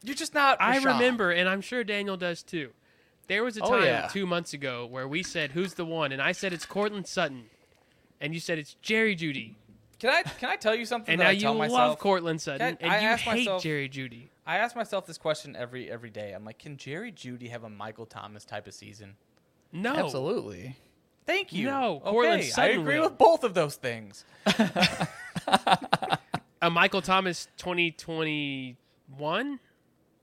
[SPEAKER 2] You're just not.
[SPEAKER 3] I
[SPEAKER 2] Rashad.
[SPEAKER 3] remember, and I'm sure Daniel does too. There was a
[SPEAKER 4] Oh,
[SPEAKER 3] time
[SPEAKER 4] yeah.
[SPEAKER 3] two months ago where we said who's the one, and I said it's Cortland Sutton, and you said it's Jerry Judy,
[SPEAKER 2] Can I can I tell you something?
[SPEAKER 3] and
[SPEAKER 2] that
[SPEAKER 3] now
[SPEAKER 2] I
[SPEAKER 3] you
[SPEAKER 2] tell
[SPEAKER 3] love
[SPEAKER 2] myself?
[SPEAKER 3] Cortland
[SPEAKER 2] Can
[SPEAKER 3] Sutton, and
[SPEAKER 2] I- I
[SPEAKER 3] you
[SPEAKER 2] ask
[SPEAKER 3] hate
[SPEAKER 2] myself-
[SPEAKER 3] Jerry Judy.
[SPEAKER 2] I ask myself this question every every day. I'm like, can Jerry Judy have a Michael Thomas type of season? Oh.
[SPEAKER 3] No,
[SPEAKER 4] Absolutely.
[SPEAKER 2] Thank you.
[SPEAKER 3] No, Cortland
[SPEAKER 2] okay, I
[SPEAKER 3] Sutton
[SPEAKER 2] agree
[SPEAKER 3] will.
[SPEAKER 2] with both of those things.
[SPEAKER 3] a Michael Thomas 2021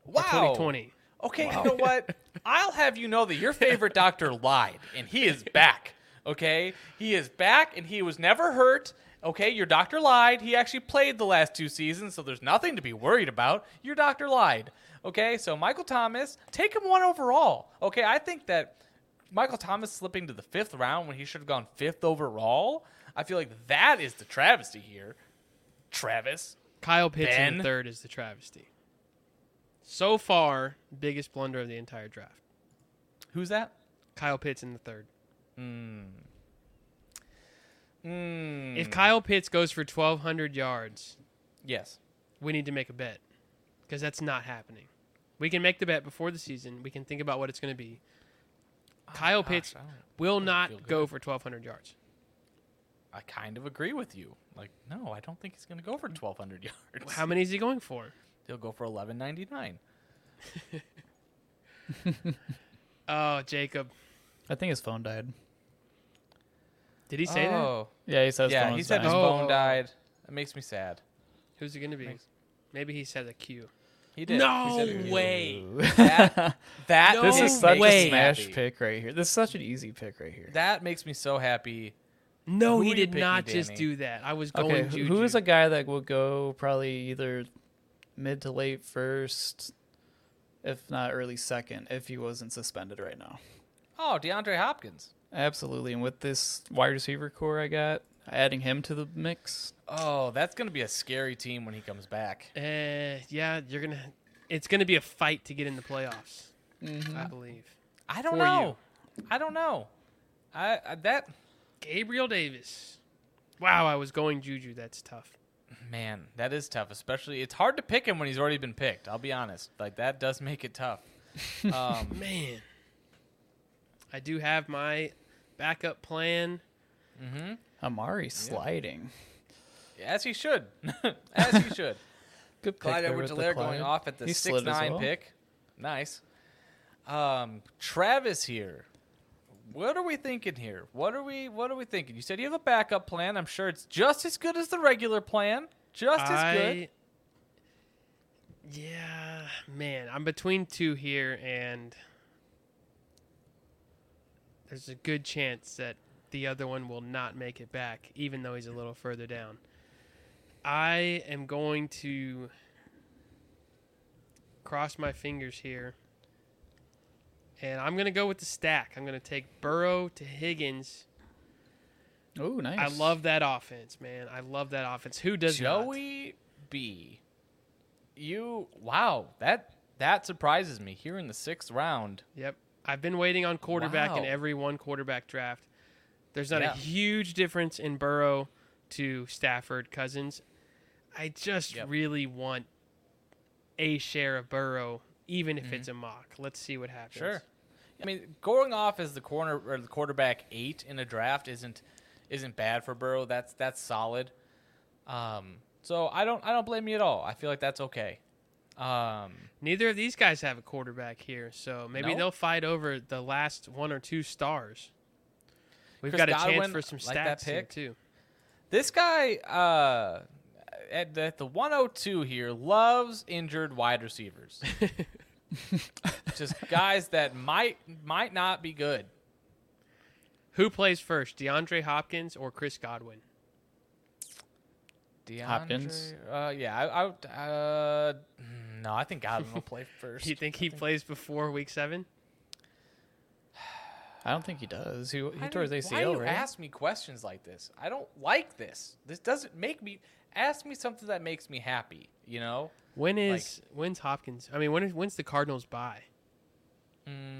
[SPEAKER 2] Wow.
[SPEAKER 3] 2020.
[SPEAKER 2] Okay, you know what? I'll have you know that your favorite doctor lied, and he is back. Okay, he is back, and he was never hurt. Okay, your doctor lied. He actually played the last two seasons, so there's nothing to be worried about. Your doctor lied. Okay, so Michael Thomas, take him one overall. Okay, I think that Michael Thomas slipping to the fifth round when he should have gone fifth overall. I feel like that is the travesty here. Travis,
[SPEAKER 3] Kyle Pitts in
[SPEAKER 2] Ben.
[SPEAKER 3] the third is the travesty. So far, biggest blunder of the entire draft.
[SPEAKER 2] who's that?
[SPEAKER 3] Kyle Pitts in the third.
[SPEAKER 2] Mm,
[SPEAKER 3] If Kyle Pitts goes for 1,200 yards,
[SPEAKER 2] yes.
[SPEAKER 3] we need to make a bet because that's not happening. We can make the bet before the season. We can think about what it's going to be. Kyle
[SPEAKER 2] Oh gosh,
[SPEAKER 3] Pitts
[SPEAKER 2] I don't-
[SPEAKER 3] will
[SPEAKER 2] feel
[SPEAKER 3] not
[SPEAKER 2] good.
[SPEAKER 3] go for 1,200 yards.
[SPEAKER 2] I kind of agree with you. Like, no, I don't think he's going to go for 1,200 yards.
[SPEAKER 3] How many is he going for?
[SPEAKER 2] He'll go for 1,199.
[SPEAKER 3] Oh, Jacob.
[SPEAKER 4] I think his phone died.
[SPEAKER 3] Did he say
[SPEAKER 2] Oh.
[SPEAKER 3] that?
[SPEAKER 4] Yeah, he said his phone
[SPEAKER 2] yeah, he
[SPEAKER 4] was
[SPEAKER 2] said his
[SPEAKER 4] dying.
[SPEAKER 3] Oh.
[SPEAKER 2] phone died. It makes me sad.
[SPEAKER 3] Who's it going to be? Maybe he said a Q.
[SPEAKER 2] He did.
[SPEAKER 3] No
[SPEAKER 2] He said it.
[SPEAKER 3] way.
[SPEAKER 2] That, that
[SPEAKER 3] No
[SPEAKER 4] This
[SPEAKER 2] makes
[SPEAKER 4] is such
[SPEAKER 2] me
[SPEAKER 3] way.
[SPEAKER 4] a smash
[SPEAKER 2] happy.
[SPEAKER 4] pick right here. This is such an easy pick right here.
[SPEAKER 2] That makes me so happy.
[SPEAKER 3] No,
[SPEAKER 2] Who
[SPEAKER 3] he
[SPEAKER 2] are you
[SPEAKER 3] did
[SPEAKER 2] picking,
[SPEAKER 3] not just
[SPEAKER 2] Danny?
[SPEAKER 3] do that. I was going
[SPEAKER 4] Okay,
[SPEAKER 3] Juju.
[SPEAKER 4] who- who is a guy that will go probably either mid to late first, if not early second, if he wasn't suspended right now?
[SPEAKER 2] Oh, DeAndre Hopkins.
[SPEAKER 4] Absolutely. And with this wide receiver core I got, adding him to the mix,
[SPEAKER 2] Oh, that's going to be a scary team when he comes back.
[SPEAKER 3] Uh, yeah, you're gonna. It's gonna be a fight to get in the playoffs. I believe
[SPEAKER 2] I don't
[SPEAKER 3] For
[SPEAKER 2] know. I don't know. I, I that
[SPEAKER 3] Gabriel Davis. Wow, I was going Juju. That's tough.
[SPEAKER 2] man, that is tough. Especially, it's hard to pick him when he's already been picked. I'll be honest. Like that does make it tough. Um,
[SPEAKER 3] Man, I do have my backup plan.
[SPEAKER 4] Amari sliding.
[SPEAKER 2] As he should. as he should.
[SPEAKER 4] Good pick.
[SPEAKER 2] Clyde
[SPEAKER 4] there
[SPEAKER 2] Edwards
[SPEAKER 4] with the
[SPEAKER 2] Alaire going
[SPEAKER 4] Clyde.
[SPEAKER 2] off at the
[SPEAKER 4] He
[SPEAKER 2] six
[SPEAKER 4] slid as
[SPEAKER 2] nine
[SPEAKER 4] well.
[SPEAKER 2] pick. Nice. Um, Travis here. What are we thinking here? What are we what are we thinking? You said you have a backup plan. I'm sure it's just as good as the regular plan. Just as good.
[SPEAKER 3] I- Yeah, man, I'm between two here, and there's a good chance that the other one will not make it back, even though he's a little further down. I am going to cross my fingers here, and I'm going to go with the stack. I'm going to take Burrow to Higgins
[SPEAKER 4] Oh, nice.
[SPEAKER 3] I love that offense, man. I love that offense. Who does not?
[SPEAKER 2] Joey B. You wow that that surprises me here in the sixth round.
[SPEAKER 3] Yep. I've been waiting on quarterback in
[SPEAKER 2] Wow.
[SPEAKER 3] every one quarterback draft. There's not
[SPEAKER 2] Yeah.
[SPEAKER 3] a huge difference in Burrow to Stafford Cousins. I just
[SPEAKER 2] Yep.
[SPEAKER 3] really want a share of Burrow, even if it's a mock. Let's see what happens.
[SPEAKER 2] Mm-hmm. Sure. I mean, going off as the corner or the quarterback eight in a draft isn't isn't bad for Burrow. That's that's solid. Um, so I don't I don't blame you at all. I feel like that's okay. Um,
[SPEAKER 3] Neither of these guys have a quarterback here, so maybe
[SPEAKER 2] No?
[SPEAKER 3] they'll fight over the last one or two stars. We've
[SPEAKER 2] Chris
[SPEAKER 3] got a chance
[SPEAKER 2] Godwin,
[SPEAKER 3] for some stats
[SPEAKER 2] like that
[SPEAKER 3] here,
[SPEAKER 2] pick.
[SPEAKER 3] too.
[SPEAKER 2] this guy uh, at, the, at the 102 here loves injured wide receivers. Just guys that might might not be good.
[SPEAKER 3] Who plays first, DeAndre Hopkins or Chris Godwin?
[SPEAKER 2] DeAndre,
[SPEAKER 4] Hopkins?
[SPEAKER 2] Uh, yeah, I, I would- uh, no, I think Godwin will play first.
[SPEAKER 3] Do you think he plays before Week Seven?
[SPEAKER 4] I don't think he does. He, he
[SPEAKER 2] I
[SPEAKER 4] tore his
[SPEAKER 2] don't- why do
[SPEAKER 4] ACL,
[SPEAKER 2] you
[SPEAKER 4] right?
[SPEAKER 2] ask me questions like this? I don't like this. This doesn't make me. Ask me something that makes me happy. You know,
[SPEAKER 3] When is when's Hopkins? I mean, when is when's the Cardinals buy?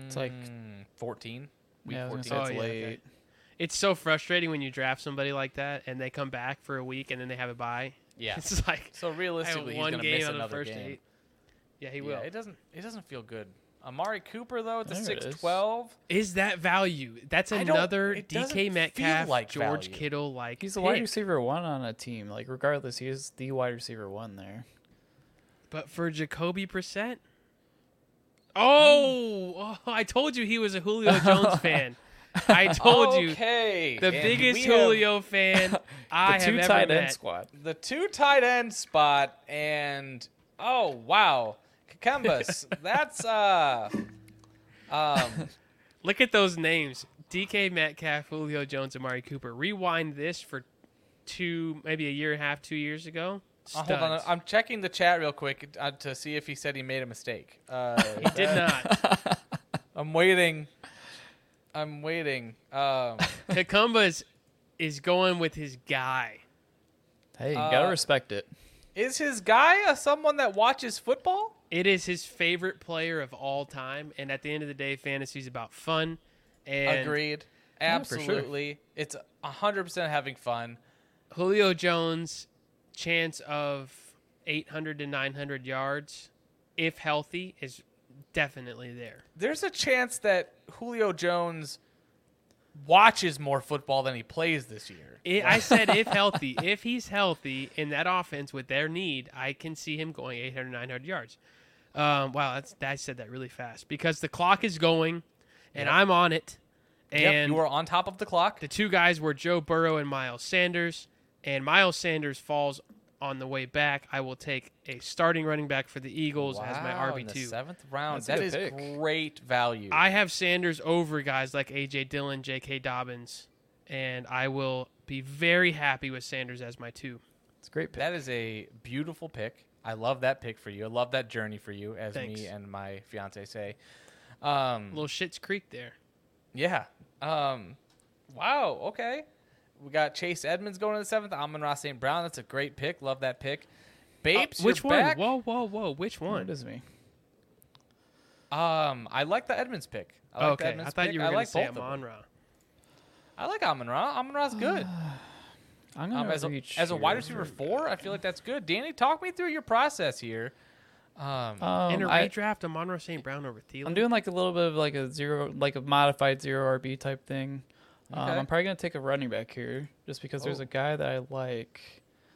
[SPEAKER 4] It's like
[SPEAKER 2] Hmm, fourteen. Week
[SPEAKER 4] yeah, I was
[SPEAKER 2] 14.
[SPEAKER 4] gonna say
[SPEAKER 3] Oh,
[SPEAKER 4] it's
[SPEAKER 3] yeah, okay.
[SPEAKER 4] late.
[SPEAKER 3] It's so frustrating when you draft somebody like that and they come back for a week and then they have a buy.
[SPEAKER 2] Yeah.
[SPEAKER 3] it's like
[SPEAKER 2] So
[SPEAKER 3] I have
[SPEAKER 2] realistically, he's
[SPEAKER 3] one
[SPEAKER 2] gonna
[SPEAKER 3] game
[SPEAKER 2] miss
[SPEAKER 3] out of the
[SPEAKER 2] another
[SPEAKER 3] first
[SPEAKER 2] game.
[SPEAKER 3] eight. Yeah, he
[SPEAKER 2] Yeah,
[SPEAKER 3] will.
[SPEAKER 2] it doesn't. It doesn't feel good. Amari Cooper though at the
[SPEAKER 4] There it is.
[SPEAKER 2] six twelve.
[SPEAKER 3] Is that value? That's
[SPEAKER 2] I don't-
[SPEAKER 3] another
[SPEAKER 2] it doesn't
[SPEAKER 3] DK
[SPEAKER 2] feel
[SPEAKER 3] Metcalf,
[SPEAKER 2] like
[SPEAKER 3] George
[SPEAKER 2] value.
[SPEAKER 3] Kittle like.
[SPEAKER 4] He's the wide
[SPEAKER 3] pick.
[SPEAKER 4] receiver one on a team. Like regardless, he is the wide receiver one there.
[SPEAKER 3] But for Jacoby Brissett, oh, oh, I told you he was a Julio Jones fan. I told you
[SPEAKER 2] Okay.
[SPEAKER 3] the
[SPEAKER 2] and
[SPEAKER 3] biggest
[SPEAKER 2] we have
[SPEAKER 3] Julio fan I
[SPEAKER 4] the
[SPEAKER 3] have
[SPEAKER 4] two
[SPEAKER 3] ever
[SPEAKER 4] tight end
[SPEAKER 3] met.
[SPEAKER 4] squad.
[SPEAKER 2] The two tight end spot and oh wow, Kakembas. that's uh. Um,
[SPEAKER 3] Look at those names: DK Metcalf, Julio Jones, Amari Cooper. Rewind this for two, maybe a year and a half, two years ago.
[SPEAKER 2] Uh, hold on,
[SPEAKER 3] Studs.
[SPEAKER 2] I'm checking the chat real quick uh, to see if he said he made a mistake. Uh,
[SPEAKER 3] He did not.
[SPEAKER 2] I'm waiting. I'm waiting. Um,
[SPEAKER 3] Kakumba is, is going with his guy.
[SPEAKER 4] Hey, you gotta
[SPEAKER 2] Uh,
[SPEAKER 4] respect it.
[SPEAKER 2] is his guy uh, someone that watches football?
[SPEAKER 3] It is his favorite player of all time, and at the end of the day, fantasy's about fun. And
[SPEAKER 2] Agreed.
[SPEAKER 4] Yeah, for sure.
[SPEAKER 2] Absolutely. It's a hundred percent having fun.
[SPEAKER 3] Julio Jones chance of 800 to 900 yards if healthy is definitely there.
[SPEAKER 2] There's a chance that Julio Jones watches more football than he plays this year.
[SPEAKER 3] I I said if healthy, if he's healthy in that offense with their need, I can see him going 800 900 yards. Um, wow, that's I said that really fast because the clock is going and I'm on it.
[SPEAKER 2] Yep,
[SPEAKER 3] And
[SPEAKER 2] you are on top of the clock.
[SPEAKER 3] The two guys were Joe Burrow and Miles Sanders, and Miles Sanders falls on the way back. I will take a starting running back for the Eagles as my
[SPEAKER 2] Wow, in
[SPEAKER 3] RB
[SPEAKER 2] the
[SPEAKER 3] two.
[SPEAKER 2] seventh round.
[SPEAKER 4] That's
[SPEAKER 2] That
[SPEAKER 4] a
[SPEAKER 2] is
[SPEAKER 4] good pick.
[SPEAKER 2] great value.
[SPEAKER 3] I have Sanders over guys like AJ Dillon, J.K. Dobbins, and I will be very happy with Sanders as my two.
[SPEAKER 4] It's a great pick.
[SPEAKER 2] That is a beautiful pick. I love that pick for you. I love that journey for you, as
[SPEAKER 3] Thanks.
[SPEAKER 2] me and my fiance say. Um,
[SPEAKER 3] Little Shit's Creek there.
[SPEAKER 2] yeah. Um, wow. Okay. We got Chase Edmonds going in the seventh. Amon Ross St. Brown. That's a great pick. Love that pick. Babes,
[SPEAKER 3] Uh, which
[SPEAKER 2] you're
[SPEAKER 3] one?
[SPEAKER 2] back.
[SPEAKER 3] Whoa, whoa, whoa! Which
[SPEAKER 4] Oh,
[SPEAKER 3] one?
[SPEAKER 4] it is me.
[SPEAKER 2] Um, I like the Edmonds pick. I like the
[SPEAKER 3] okay,
[SPEAKER 2] Edmonds
[SPEAKER 3] I thought
[SPEAKER 2] pick.
[SPEAKER 3] you were
[SPEAKER 2] I
[SPEAKER 3] going
[SPEAKER 2] like
[SPEAKER 3] to say
[SPEAKER 2] both of them.
[SPEAKER 3] Amonra.
[SPEAKER 2] I like Amon Ra. Amon Ra's good.
[SPEAKER 3] Ah,
[SPEAKER 4] I'm
[SPEAKER 2] Um,
[SPEAKER 4] gonna
[SPEAKER 2] as, a,
[SPEAKER 4] reach
[SPEAKER 2] as a wide
[SPEAKER 4] here.
[SPEAKER 2] receiver four, I feel like that's good. Danny, talk me through your process here. Um,
[SPEAKER 4] Um,
[SPEAKER 3] In a
[SPEAKER 4] I-
[SPEAKER 3] redraft, Amonra St. Brown over Thielen.
[SPEAKER 4] I'm doing like a little bit of like a zero, like a modified zero RB type thing. Um,
[SPEAKER 2] Okay.
[SPEAKER 4] I'm probably gonna take a running back here, just because there's
[SPEAKER 2] Oh.
[SPEAKER 4] a guy that I like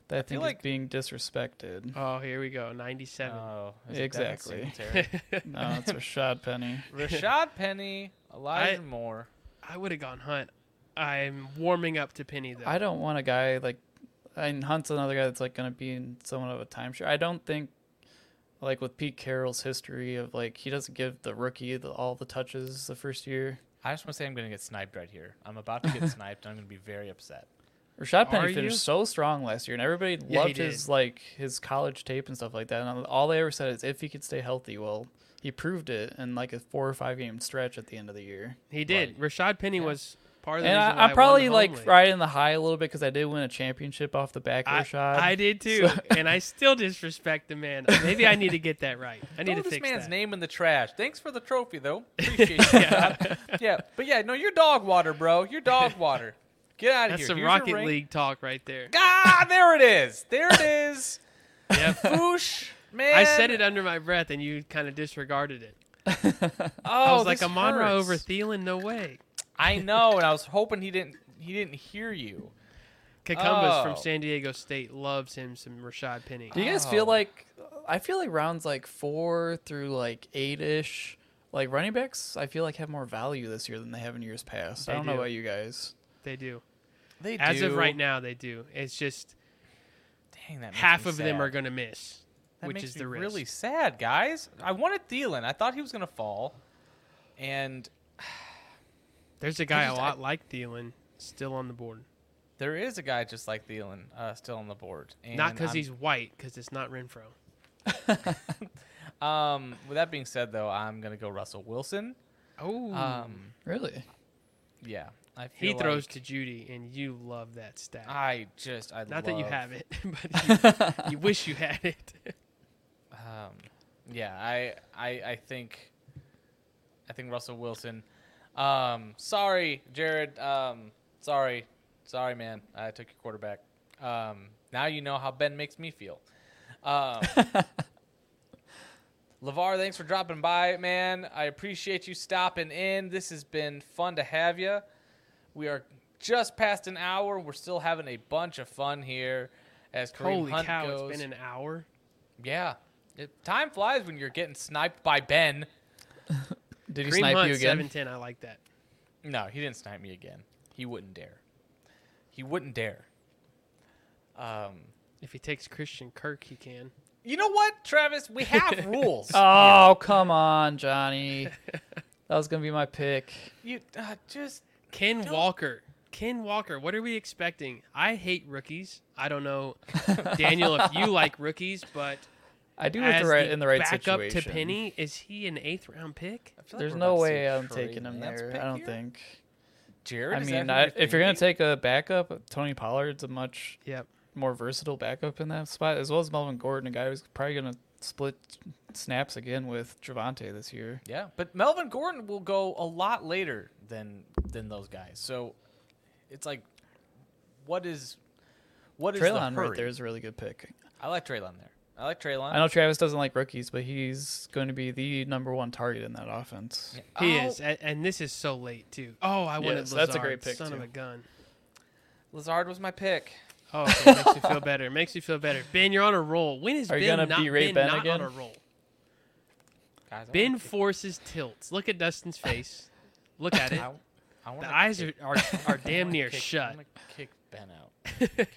[SPEAKER 4] that I, think
[SPEAKER 2] like-
[SPEAKER 4] is being disrespected.
[SPEAKER 3] Oh, here we go. Ninety-seven.
[SPEAKER 2] oh, is it Devin
[SPEAKER 4] Exactly.
[SPEAKER 2] Singletary?
[SPEAKER 4] no, it's Rashad Penny.
[SPEAKER 2] Rashad Penny, Elijah Moore.
[SPEAKER 3] I would have gone Hunt. I'm warming up to Penny though.
[SPEAKER 4] I don't want a guy like, and Hunt's another guy that's like gonna be in somewhat of a timeshare. I don't think, like with Pete Carroll's history of like he doesn't give the rookie the, all the touches the first year.
[SPEAKER 2] I just want to say I'm going to get sniped right here. I'm about to get sniped. and I'm going to be very upset.
[SPEAKER 4] Rashad Penny
[SPEAKER 3] Are
[SPEAKER 4] finished
[SPEAKER 3] you?
[SPEAKER 4] so strong last year, and everybody
[SPEAKER 3] he
[SPEAKER 4] loved
[SPEAKER 3] did.
[SPEAKER 4] his like his college tape and stuff like that. And all they ever said is if he could stay healthy, well, he proved it in like a four or five game stretch at the end of the year.
[SPEAKER 3] he did. Rashad Penny was Part of the
[SPEAKER 4] And
[SPEAKER 3] reason why
[SPEAKER 4] I,
[SPEAKER 3] won
[SPEAKER 4] I'm
[SPEAKER 3] the
[SPEAKER 4] probably
[SPEAKER 3] home
[SPEAKER 4] like
[SPEAKER 3] league.
[SPEAKER 4] riding the high a little bit because I did win a championship off the back of
[SPEAKER 3] I,
[SPEAKER 4] the shot.
[SPEAKER 3] I did too, and I still disrespect the man. Maybe I need to get that right. I need
[SPEAKER 2] Throw
[SPEAKER 3] to
[SPEAKER 2] this
[SPEAKER 3] fix
[SPEAKER 2] man's
[SPEAKER 3] that.
[SPEAKER 2] name in the trash. Thanks for the trophy, though. Appreciate it. yeah. yeah, but yeah, no, you're dog water, bro. You're dog water. Get out of
[SPEAKER 3] That's
[SPEAKER 2] here.
[SPEAKER 3] some
[SPEAKER 2] Here's your
[SPEAKER 3] Rocket
[SPEAKER 2] ring.
[SPEAKER 3] League talk right there.
[SPEAKER 2] Ah, there it is. There it is.
[SPEAKER 3] Yep.
[SPEAKER 2] Boosh, man.
[SPEAKER 3] I said it under my breath, and you kind of disregarded it.
[SPEAKER 2] Oh,
[SPEAKER 3] I was like,
[SPEAKER 2] this
[SPEAKER 3] Amonra
[SPEAKER 2] hurts.
[SPEAKER 3] over Thielen, no way.
[SPEAKER 2] I know, and I was hoping he didn't. He didn't hear you.
[SPEAKER 3] Kakumbas from
[SPEAKER 2] Oh.
[SPEAKER 3] San Diego State loves him some Rashad Penny.
[SPEAKER 4] Do you guys
[SPEAKER 2] Oh.
[SPEAKER 4] feel like I feel like rounds like four through like eight ish, like running backs, I feel like have more value this year than they have in years past. I
[SPEAKER 3] They
[SPEAKER 4] don't know
[SPEAKER 3] do.
[SPEAKER 4] about you guys.
[SPEAKER 3] They do.
[SPEAKER 2] They
[SPEAKER 3] As
[SPEAKER 2] do.
[SPEAKER 3] of right now, they do. It's just
[SPEAKER 2] Dang, that makes
[SPEAKER 3] half
[SPEAKER 2] me
[SPEAKER 3] of them
[SPEAKER 2] sad.
[SPEAKER 3] are going to miss,
[SPEAKER 2] That
[SPEAKER 3] which
[SPEAKER 2] makes
[SPEAKER 3] is
[SPEAKER 2] me
[SPEAKER 3] the risk.
[SPEAKER 2] really sad, guys. I wanted Thielen. I thought he was gonna fall, and
[SPEAKER 3] There's a guy
[SPEAKER 2] just-
[SPEAKER 3] a
[SPEAKER 2] I-
[SPEAKER 3] lot like Thielen still on the board.
[SPEAKER 2] there is a guy just like Thielen uh, still on the board. And
[SPEAKER 3] Not because
[SPEAKER 2] I'm-
[SPEAKER 3] he's white, because it's not Renfro.
[SPEAKER 2] Um, with that being said, though, I'm gonna go Russell Wilson.
[SPEAKER 3] Oh,
[SPEAKER 2] Um,
[SPEAKER 4] Really?
[SPEAKER 2] yeah, I
[SPEAKER 3] he
[SPEAKER 2] feel
[SPEAKER 3] throws
[SPEAKER 2] like
[SPEAKER 3] to Judy, and you love that stat.
[SPEAKER 2] I just I
[SPEAKER 3] not that you
[SPEAKER 2] love-
[SPEAKER 3] have it, but you, you wish you had it.
[SPEAKER 2] Um, yeah, I, I I think I think Russell Wilson. Um, sorry, Jared. Um, sorry, sorry, man. I took your quarterback. Um, now you know how Ben makes me feel. Um, Lavar, thanks for dropping by, man. I appreciate you stopping in. This has been fun to have you. We are just past an hour. We're still having a bunch of fun here. As Kareem
[SPEAKER 3] Holy
[SPEAKER 2] Hunt
[SPEAKER 3] cow!
[SPEAKER 2] goes.
[SPEAKER 3] It's been an hour.
[SPEAKER 2] Yeah. It, time flies when you're getting sniped by Ben.
[SPEAKER 4] Did he
[SPEAKER 3] Kareem
[SPEAKER 4] snipe
[SPEAKER 3] Hunt,
[SPEAKER 4] you again?
[SPEAKER 3] seven ten. I like that.
[SPEAKER 2] No, he didn't snipe me again. He wouldn't dare. He wouldn't dare. Um,
[SPEAKER 3] If he takes Christian Kirk, he can.
[SPEAKER 2] you know what, Travis? We have rules.
[SPEAKER 4] Oh come on, Johnny. that was gonna be my pick.
[SPEAKER 2] you uh, just
[SPEAKER 3] Ken Walker. Ken Walker. What are we expecting? I hate rookies. I don't know, Daniel, if you like rookies, but
[SPEAKER 4] I do
[SPEAKER 3] as
[SPEAKER 4] it the right in the right
[SPEAKER 3] backup
[SPEAKER 4] situation.
[SPEAKER 3] to Penny, is he an eighth round pick?
[SPEAKER 2] I feel like
[SPEAKER 4] There's
[SPEAKER 2] we're
[SPEAKER 4] no
[SPEAKER 2] about to see
[SPEAKER 4] way
[SPEAKER 2] a
[SPEAKER 4] I'm
[SPEAKER 2] Trey
[SPEAKER 4] taking him
[SPEAKER 2] Lance
[SPEAKER 4] there.
[SPEAKER 2] pick
[SPEAKER 4] I don't
[SPEAKER 2] here?
[SPEAKER 4] think.
[SPEAKER 2] Jared.
[SPEAKER 4] I
[SPEAKER 2] is that
[SPEAKER 4] mean,
[SPEAKER 2] who
[SPEAKER 4] I,
[SPEAKER 2] you're
[SPEAKER 4] if you're gonna
[SPEAKER 2] thinking?
[SPEAKER 4] take a backup, Tony Pollard's a much
[SPEAKER 3] Yep.
[SPEAKER 4] more versatile backup in that spot, as well as Melvin Gordon, a guy who's probably going to split snaps again with Javante this year.
[SPEAKER 2] yeah, but Melvin Gordon will go a lot later than than those guys. So it's like, what is what is
[SPEAKER 4] Traylon
[SPEAKER 2] the hurry?
[SPEAKER 4] right there is a really good pick.
[SPEAKER 2] I like Traylon there. I like Traylon.
[SPEAKER 4] I know Travis doesn't like rookies, but he's going to be the number one target in that offense.
[SPEAKER 3] He
[SPEAKER 2] Oh,
[SPEAKER 3] is, and, and this is so late too. Oh, I wanted
[SPEAKER 4] Yes,
[SPEAKER 3] Lazard.
[SPEAKER 4] that's a great pick,
[SPEAKER 3] Son of
[SPEAKER 4] too.
[SPEAKER 3] a gun.
[SPEAKER 2] Lazard was my pick.
[SPEAKER 3] Oh, okay, makes you feel better. Makes you feel better. Ben, you're on a roll. When is
[SPEAKER 4] Are you
[SPEAKER 3] Ben
[SPEAKER 4] gonna
[SPEAKER 3] not
[SPEAKER 4] berate
[SPEAKER 3] been
[SPEAKER 4] Ben
[SPEAKER 3] not
[SPEAKER 4] again?
[SPEAKER 3] on a roll?
[SPEAKER 2] Guys, I
[SPEAKER 3] Ben
[SPEAKER 2] wanna kick-
[SPEAKER 3] forces tilts. Look at Dustin's face. Look at it.
[SPEAKER 2] I, I wanna
[SPEAKER 3] The eyes are,
[SPEAKER 2] kick-
[SPEAKER 3] are, are damn
[SPEAKER 2] wanna
[SPEAKER 3] near
[SPEAKER 2] kick-
[SPEAKER 3] shut.
[SPEAKER 2] I'm gonna kick Ben out. Ben, out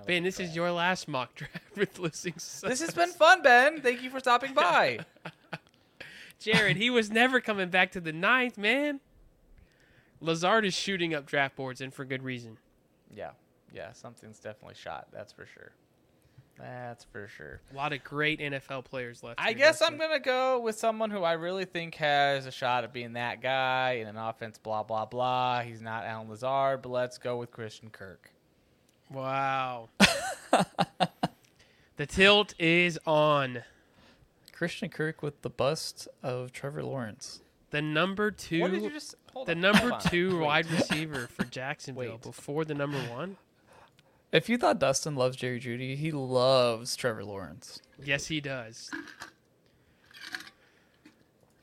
[SPEAKER 2] of
[SPEAKER 3] Ben,
[SPEAKER 2] the
[SPEAKER 3] this is
[SPEAKER 2] draft.
[SPEAKER 3] your last mock draft with losing. Suns.
[SPEAKER 2] This has been fun, Ben. Thank you for stopping by.
[SPEAKER 3] Jared. He was never coming back to the ninth, man. Lazard is shooting up draft boards, and for good reason.
[SPEAKER 2] yeah, yeah, something's definitely shot. That's for sure. That's for sure.
[SPEAKER 3] A lot of great NFL players left.
[SPEAKER 2] I
[SPEAKER 3] here,
[SPEAKER 2] guess I'm
[SPEAKER 3] Dustin.
[SPEAKER 2] gonna go with someone who I really think has a shot at being that guy in an offense. Blah blah blah. He's not Alan Lazard, but let's go with Christian Kirk.
[SPEAKER 3] Wow. the tilt is on.
[SPEAKER 4] Christian Kirk with the bust of Trevor Lawrence.
[SPEAKER 3] The number two.
[SPEAKER 2] what did you just? Hold
[SPEAKER 3] the
[SPEAKER 2] on,
[SPEAKER 3] number
[SPEAKER 2] hold on.
[SPEAKER 3] two
[SPEAKER 2] Wait.
[SPEAKER 3] wide receiver for Jacksonville
[SPEAKER 2] Wait.
[SPEAKER 3] before the number one.
[SPEAKER 4] If you thought Dustin loves Jerry Judy, he loves Trevor Lawrence.
[SPEAKER 3] Yes, he does.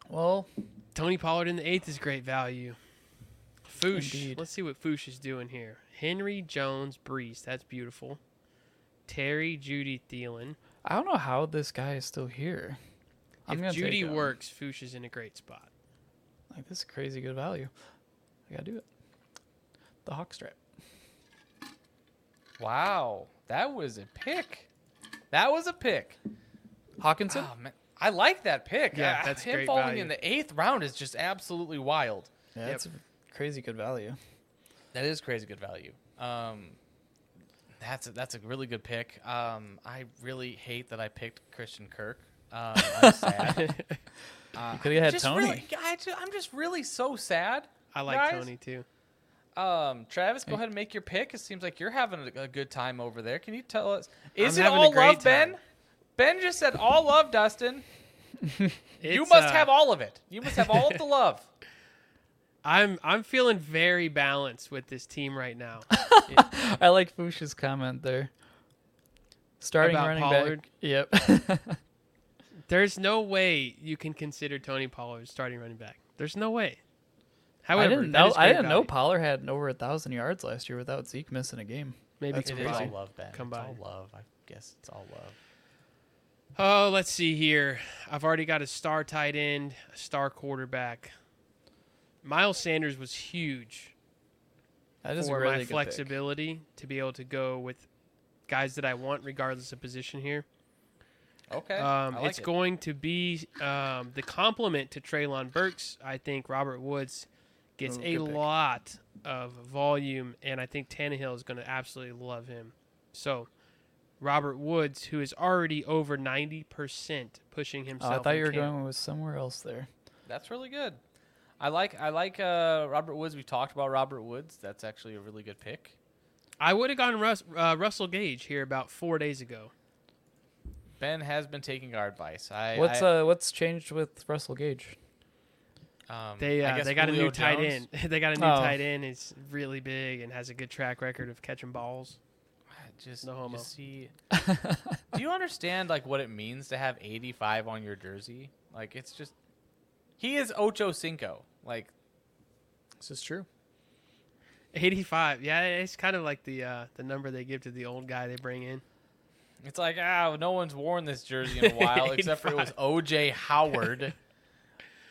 [SPEAKER 4] Well,
[SPEAKER 3] Tony Pollard in the eighth is great value. Foosh.
[SPEAKER 4] Indeed.
[SPEAKER 3] Let's see what Foosh is doing here. Henry Jones Breeze. That's beautiful. Terry Judy Thielen.
[SPEAKER 4] I don't know how this guy is still here. I'm
[SPEAKER 3] If
[SPEAKER 4] gonna take
[SPEAKER 3] Judy
[SPEAKER 4] him.
[SPEAKER 3] works, Foosh is in a great spot.
[SPEAKER 4] Like this is crazy good value. I gotta do it. The hawk strap.
[SPEAKER 2] Wow, that was a pick. That was a pick.
[SPEAKER 3] Ah,
[SPEAKER 4] Hawkinson.
[SPEAKER 2] Oh, man. I like that pick.
[SPEAKER 3] Yeah,
[SPEAKER 2] I-
[SPEAKER 3] that's
[SPEAKER 2] him
[SPEAKER 3] great
[SPEAKER 2] falling
[SPEAKER 3] value.
[SPEAKER 2] in the eighth round is just absolutely wild.
[SPEAKER 4] Yeah, that's a crazy good value.
[SPEAKER 2] That is crazy good value. Um, that's a, that's a really good pick. Um, I really hate that I picked Christian Kirk. Um, I'm
[SPEAKER 3] Uh,
[SPEAKER 2] sad.
[SPEAKER 4] you could have had
[SPEAKER 2] just
[SPEAKER 4] Tony.
[SPEAKER 2] Really, I ju- I'm just really so sad.
[SPEAKER 3] I like
[SPEAKER 2] guys.
[SPEAKER 3] Tony too.
[SPEAKER 2] Um, Travis, go ahead and make your pick. It seems like you're having a, a good time over there. Can you tell us? Is
[SPEAKER 3] I'm
[SPEAKER 2] it
[SPEAKER 3] having a
[SPEAKER 2] all
[SPEAKER 3] great
[SPEAKER 2] love, Ben?
[SPEAKER 3] time.
[SPEAKER 2] Ben just said all love, Dustin. you
[SPEAKER 3] It's,
[SPEAKER 2] must
[SPEAKER 3] uh,
[SPEAKER 2] have all of it. You must have all of the love.
[SPEAKER 3] I'm I'm feeling very balanced with this team right now.
[SPEAKER 4] I like Fuchs's comment there. Starting
[SPEAKER 3] About
[SPEAKER 4] running
[SPEAKER 3] Pollard?
[SPEAKER 4] back. Yep.
[SPEAKER 3] There's no way you can consider Tony Pollard starting running back. There's no way. However,
[SPEAKER 4] I didn't
[SPEAKER 3] that
[SPEAKER 4] know.
[SPEAKER 3] is
[SPEAKER 4] I
[SPEAKER 3] great
[SPEAKER 4] didn't know
[SPEAKER 3] value.
[SPEAKER 4] Pollard had over a thousand yards last year without Zeke missing a game.
[SPEAKER 3] Maybe
[SPEAKER 4] That's
[SPEAKER 3] it's
[SPEAKER 4] crazy.
[SPEAKER 3] crazy.
[SPEAKER 2] love, Ben.
[SPEAKER 3] Come by.
[SPEAKER 2] love. I guess it's all love.
[SPEAKER 3] Oh, let's see here. I've already got a star tight end, a star quarterback. Miles Sanders was huge
[SPEAKER 4] That is a
[SPEAKER 3] for
[SPEAKER 4] really
[SPEAKER 3] my
[SPEAKER 4] good pick.
[SPEAKER 3] flexibility to be able to go with guys that I want, regardless of position here.
[SPEAKER 2] Okay.
[SPEAKER 3] Um,
[SPEAKER 2] I like
[SPEAKER 3] it's
[SPEAKER 2] it.
[SPEAKER 3] going to be um, the complement to Traylon Burks. I think Robert Woods gets
[SPEAKER 4] Ooh,
[SPEAKER 3] a
[SPEAKER 4] good pick.
[SPEAKER 3] lot of volume, and I think Tannehill is going to absolutely love him. So, Robert Woods, who is already over 90%, pushing
[SPEAKER 4] Oh,
[SPEAKER 3] himself.
[SPEAKER 4] I thought
[SPEAKER 3] in
[SPEAKER 4] you were
[SPEAKER 3] camp.
[SPEAKER 4] going with somewhere else there.
[SPEAKER 2] That's really good. I like I like uh, Robert Woods. We've talked about Robert Woods. That's actually a really good pick.
[SPEAKER 3] I would have gone Rus- uh, Russell Gage here about four days ago.
[SPEAKER 2] Ben has been taking our advice. I,
[SPEAKER 4] What's
[SPEAKER 2] I,
[SPEAKER 4] uh what's changed with Russell Gage?
[SPEAKER 2] um,
[SPEAKER 3] They
[SPEAKER 2] I
[SPEAKER 3] uh,
[SPEAKER 2] guess
[SPEAKER 3] they got a
[SPEAKER 2] Julio
[SPEAKER 3] new tight
[SPEAKER 2] Jones?
[SPEAKER 3] end. they got a new
[SPEAKER 4] Oh.
[SPEAKER 3] tight end. Is really big and has a good track record of catching balls.
[SPEAKER 2] Just,
[SPEAKER 3] No homo.
[SPEAKER 2] just see. Do you understand like what it means to have 85 on your jersey? Like it's just he is Ocho Cinco. Like
[SPEAKER 4] This is true.
[SPEAKER 3] 85. Yeah, it's kind of like the uh, the number they give to the old guy they bring in.
[SPEAKER 2] it's like ah, no one's worn this jersey in a while except for it was OJ Howard.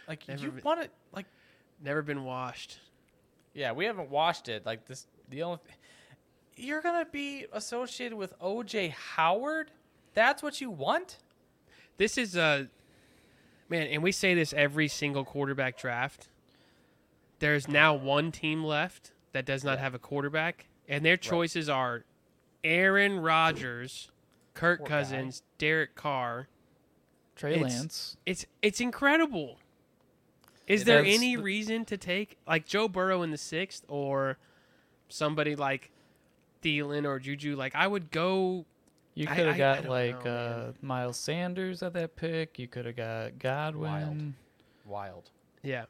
[SPEAKER 2] like
[SPEAKER 3] Never
[SPEAKER 2] you
[SPEAKER 3] been-
[SPEAKER 2] want to like
[SPEAKER 3] Never been washed.
[SPEAKER 2] yeah, we haven't washed it. Like this the only you're gonna be associated with OJ Howard. That's what you want.
[SPEAKER 3] This is uh, man, and we say this every single quarterback draft. There's now one team left that does not have a quarterback, and their choices are Aaron Rodgers, Kirk
[SPEAKER 2] Poor guy.
[SPEAKER 3] Cousins, Derek Carr.
[SPEAKER 4] Trey
[SPEAKER 3] It's-
[SPEAKER 4] Lance.
[SPEAKER 3] It's it's incredible. Is
[SPEAKER 2] It
[SPEAKER 3] there
[SPEAKER 2] is.
[SPEAKER 3] any reason to take like Joe Burrow in the sixth or somebody like Thielen or Juju? Like I would go
[SPEAKER 4] You
[SPEAKER 3] I-
[SPEAKER 4] could
[SPEAKER 3] I- I
[SPEAKER 4] have got
[SPEAKER 3] don't
[SPEAKER 4] like
[SPEAKER 3] know,
[SPEAKER 4] uh, Miles Sanders at that pick. You could have got Godwin.
[SPEAKER 2] Wild.
[SPEAKER 3] Yeah,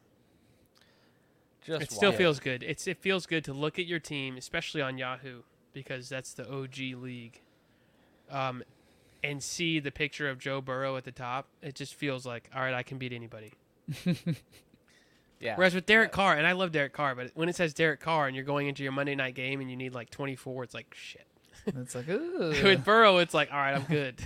[SPEAKER 2] Just
[SPEAKER 3] it still
[SPEAKER 2] wild.
[SPEAKER 3] feels good. It's it feels good to look at your team, especially on Yahoo, because that's the OG league, um, and see the picture of Joe Burrow at the top. It just feels like all right, I can beat anybody.
[SPEAKER 2] yeah.
[SPEAKER 3] Whereas with Derek Carr, and I love Derek Carr, but when it says Derek Carr and you're going into your Monday night game and you need like 24, it's like shit.
[SPEAKER 4] And it's like ooh.
[SPEAKER 3] with Burrow, it's like all right, I'm good.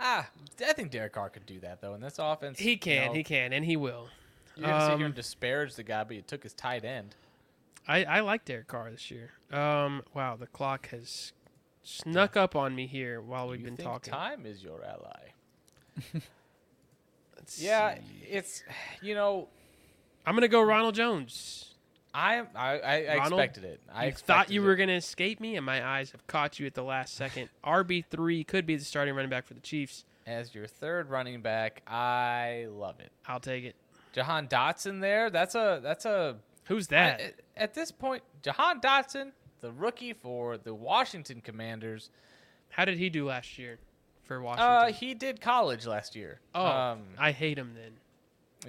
[SPEAKER 2] Ah, I think Derek Carr could do that though in this offense.
[SPEAKER 3] he
[SPEAKER 2] you
[SPEAKER 3] can,
[SPEAKER 2] know,
[SPEAKER 3] he can, and he will.
[SPEAKER 2] You're gonna sit here
[SPEAKER 3] Um,
[SPEAKER 2] and disparage the guy, but you took his tight end.
[SPEAKER 3] I, I like Derek Carr this year. Um, wow, the clock has snuck up on me here while we've
[SPEAKER 2] you
[SPEAKER 3] been
[SPEAKER 2] think
[SPEAKER 3] talking.
[SPEAKER 2] Time is your ally.
[SPEAKER 3] Let's
[SPEAKER 2] Yeah,
[SPEAKER 3] see.
[SPEAKER 2] it's you know
[SPEAKER 3] I'm gonna go Ronald Jones.
[SPEAKER 2] I I I, I
[SPEAKER 3] Ronald,
[SPEAKER 2] expected it. I
[SPEAKER 3] I thought
[SPEAKER 2] expected
[SPEAKER 3] you were
[SPEAKER 2] it.
[SPEAKER 3] gonna escape me, and my eyes have caught you at the last second. RB three could be the starting running back for the Chiefs.
[SPEAKER 2] as your third running back. I love it.
[SPEAKER 3] I'll take it.
[SPEAKER 2] Jahan Dotson there. That's a that's a
[SPEAKER 3] Who's
[SPEAKER 2] I-
[SPEAKER 3] that?
[SPEAKER 2] at, this point Jahan Dotson, the rookie for the Washington Commanders.
[SPEAKER 3] How did he do last year for
[SPEAKER 2] Uh,
[SPEAKER 3] Washington?
[SPEAKER 2] he did college last year.
[SPEAKER 3] oh,
[SPEAKER 2] Um,
[SPEAKER 3] I hate him then.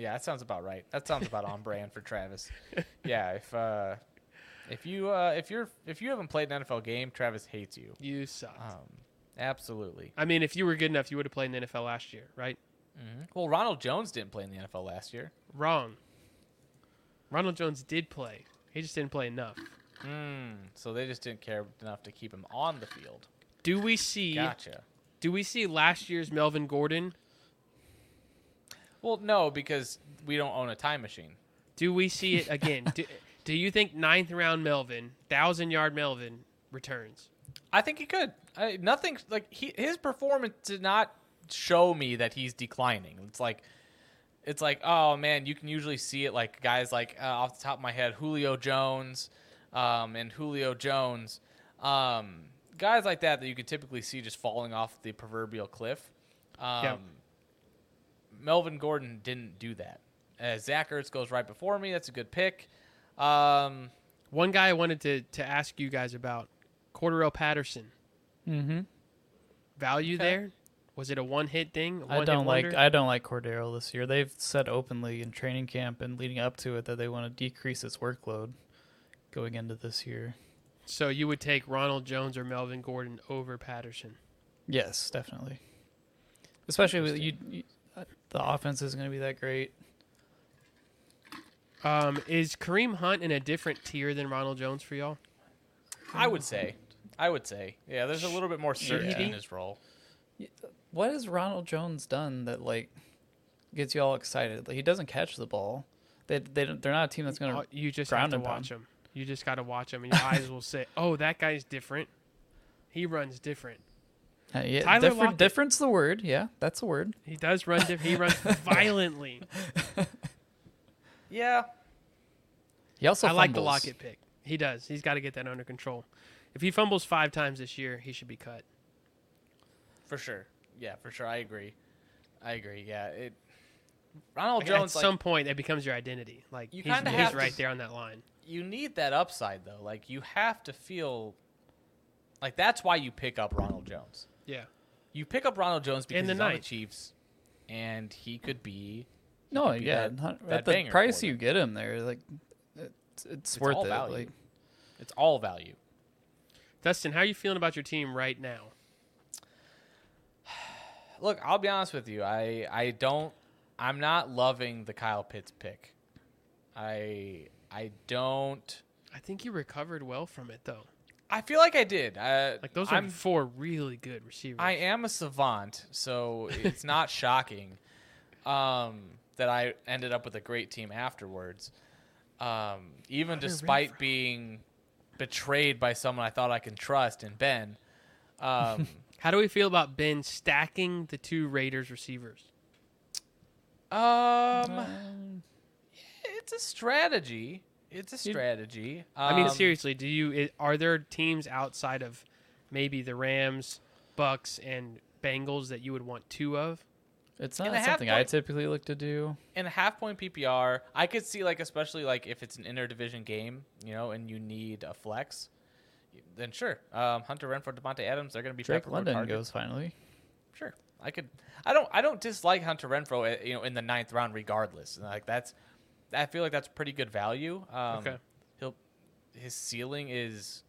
[SPEAKER 2] Yeah, that sounds about right. That sounds about on brand for Travis. Yeah, if uh, if you uh, if you're if you haven't played an NFL game, Travis hates you.
[SPEAKER 3] You suck.
[SPEAKER 2] Um, absolutely.
[SPEAKER 3] I mean, if you were good enough, you would have played in the NFL last year, right?
[SPEAKER 2] Mm-hmm. Well, Ronald Jones didn't play in the NFL last year.
[SPEAKER 3] Wrong. Ronald Jones did play. He just didn't play enough.
[SPEAKER 2] Mm, so they just didn't care enough to keep him on the field.
[SPEAKER 3] Do we see?
[SPEAKER 2] Gotcha.
[SPEAKER 3] Do we see last year's Melvin Gordon?
[SPEAKER 2] Well, no, because we don't own a time machine.
[SPEAKER 3] Do we see it again? do, do you think ninth round Melvin, thousand yard Melvin, returns?
[SPEAKER 2] I think he could. I, nothing like he, his performance did not show me that he's declining. It's like, it's like, oh man, you can usually see it like guys like uh, off the top of my head, Julio Jones, um, and Julio Jones, um, guys like that that you could typically see just falling off the proverbial cliff. Um, Melvin Gordon didn't do that. Uh, Zach Ertz goes right before me. That's a good pick. Um,
[SPEAKER 3] One guy I wanted to, to ask you guys about Cordero Patterson.
[SPEAKER 4] Mm-hmm.
[SPEAKER 3] Value there? Was it a one hit thing? a
[SPEAKER 4] I
[SPEAKER 3] one-hit
[SPEAKER 4] don't like
[SPEAKER 3] wonder?
[SPEAKER 4] I don't like Cordero this year. They've said openly in training camp and leading up to it that they want to decrease its workload going into this year.
[SPEAKER 3] so you would take Ronald Jones or Melvin Gordon over Patterson.
[SPEAKER 4] Yes, definitely. Especially with you, you uh, the offense isn't going to be that great.
[SPEAKER 3] Um, is Kareem Hunt in a different tier than Ronald Jones for y'all?
[SPEAKER 2] I would say. I would say. Yeah, there's a little bit more certainty in
[SPEAKER 4] Yeah.
[SPEAKER 2] his role.
[SPEAKER 4] What has Ronald Jones done that like gets you all excited? Like he doesn't catch the ball. They they don't, they're not a team that's going
[SPEAKER 3] Uh,
[SPEAKER 4] to.
[SPEAKER 3] You just have
[SPEAKER 4] ground
[SPEAKER 3] to
[SPEAKER 4] and
[SPEAKER 3] watch him. You just got to watch him, and your eyes will say, "Oh, that guy's different. He runs different.
[SPEAKER 4] Uh, yeah,
[SPEAKER 3] Tyler
[SPEAKER 4] different,
[SPEAKER 3] Lockett.
[SPEAKER 4] difference the word. Yeah, that's the word.
[SPEAKER 3] He does run different. He runs violently."
[SPEAKER 2] Yeah.
[SPEAKER 4] He also
[SPEAKER 3] I like the
[SPEAKER 4] fumbles.
[SPEAKER 3] Lockett pick. He does. He's got to get that under control. If he fumbles five times this year, he should be cut.
[SPEAKER 2] For sure. Yeah, for sure. I agree. I agree. Yeah. It. Ronald
[SPEAKER 3] Like,
[SPEAKER 2] Jones,
[SPEAKER 3] at
[SPEAKER 2] like,
[SPEAKER 3] some point, that becomes your identity. Like
[SPEAKER 2] You
[SPEAKER 3] he's,
[SPEAKER 2] kinda
[SPEAKER 3] he's
[SPEAKER 2] have to-
[SPEAKER 3] right there on that line.
[SPEAKER 2] you need that upside though. Like you have to feel. Like that's why you pick up Ronald Jones.
[SPEAKER 3] Yeah.
[SPEAKER 2] You pick up Ronald Jones because
[SPEAKER 3] In the
[SPEAKER 2] he's on the
[SPEAKER 3] ninth.
[SPEAKER 2] Chiefs, and he could be.
[SPEAKER 4] No,
[SPEAKER 2] be
[SPEAKER 4] yeah,
[SPEAKER 2] that-
[SPEAKER 4] not-
[SPEAKER 2] that
[SPEAKER 4] at the
[SPEAKER 2] banger
[SPEAKER 4] price
[SPEAKER 2] for
[SPEAKER 4] you get him there, like it's, it's, worth
[SPEAKER 2] all
[SPEAKER 4] it.
[SPEAKER 2] value.
[SPEAKER 4] Like
[SPEAKER 2] It's all value.
[SPEAKER 3] Dustin, how are you feeling about your team right now?
[SPEAKER 2] Look, I'll be honest with you. I I don't. I'm not loving the Kyle Pitts pick. I I don't.
[SPEAKER 3] I think you recovered well from it though.
[SPEAKER 2] I feel like I did. Uh,
[SPEAKER 3] Like those are
[SPEAKER 2] I'm,
[SPEAKER 3] four really good receivers.
[SPEAKER 2] I am a savant, so it's not shocking um, that I ended up with a great team afterwards. Um, even despite being betrayed by someone I thought I can trust in Ben. Um,
[SPEAKER 3] How do we feel about Ben stacking the two Raiders receivers? Uh,
[SPEAKER 2] um, it's a strategy. It's a strategy.
[SPEAKER 3] I mean,
[SPEAKER 2] Um,
[SPEAKER 3] seriously, do you i- are there teams outside of maybe the Rams, Bucks, and Bengals that you would want two of?
[SPEAKER 4] it's
[SPEAKER 2] And
[SPEAKER 4] not
[SPEAKER 2] a half
[SPEAKER 4] something I
[SPEAKER 2] point-
[SPEAKER 4] typically look to do.
[SPEAKER 2] in a half point PPR, I could see like especially like if it's an interdivision game, you know, and you need a flex, then sure. Um, Hunter Renfro, Devontae Adams, they're going to be
[SPEAKER 4] Drake
[SPEAKER 2] peppered with
[SPEAKER 4] London
[SPEAKER 2] targets.
[SPEAKER 4] goes finally.
[SPEAKER 2] Sure, I could. I don't. I don't dislike Hunter Renfro, uh, you know, in the ninth round, regardless. And, Like that's, I feel like that's pretty good value. Um,
[SPEAKER 3] Okay.
[SPEAKER 2] He'll, his ceiling is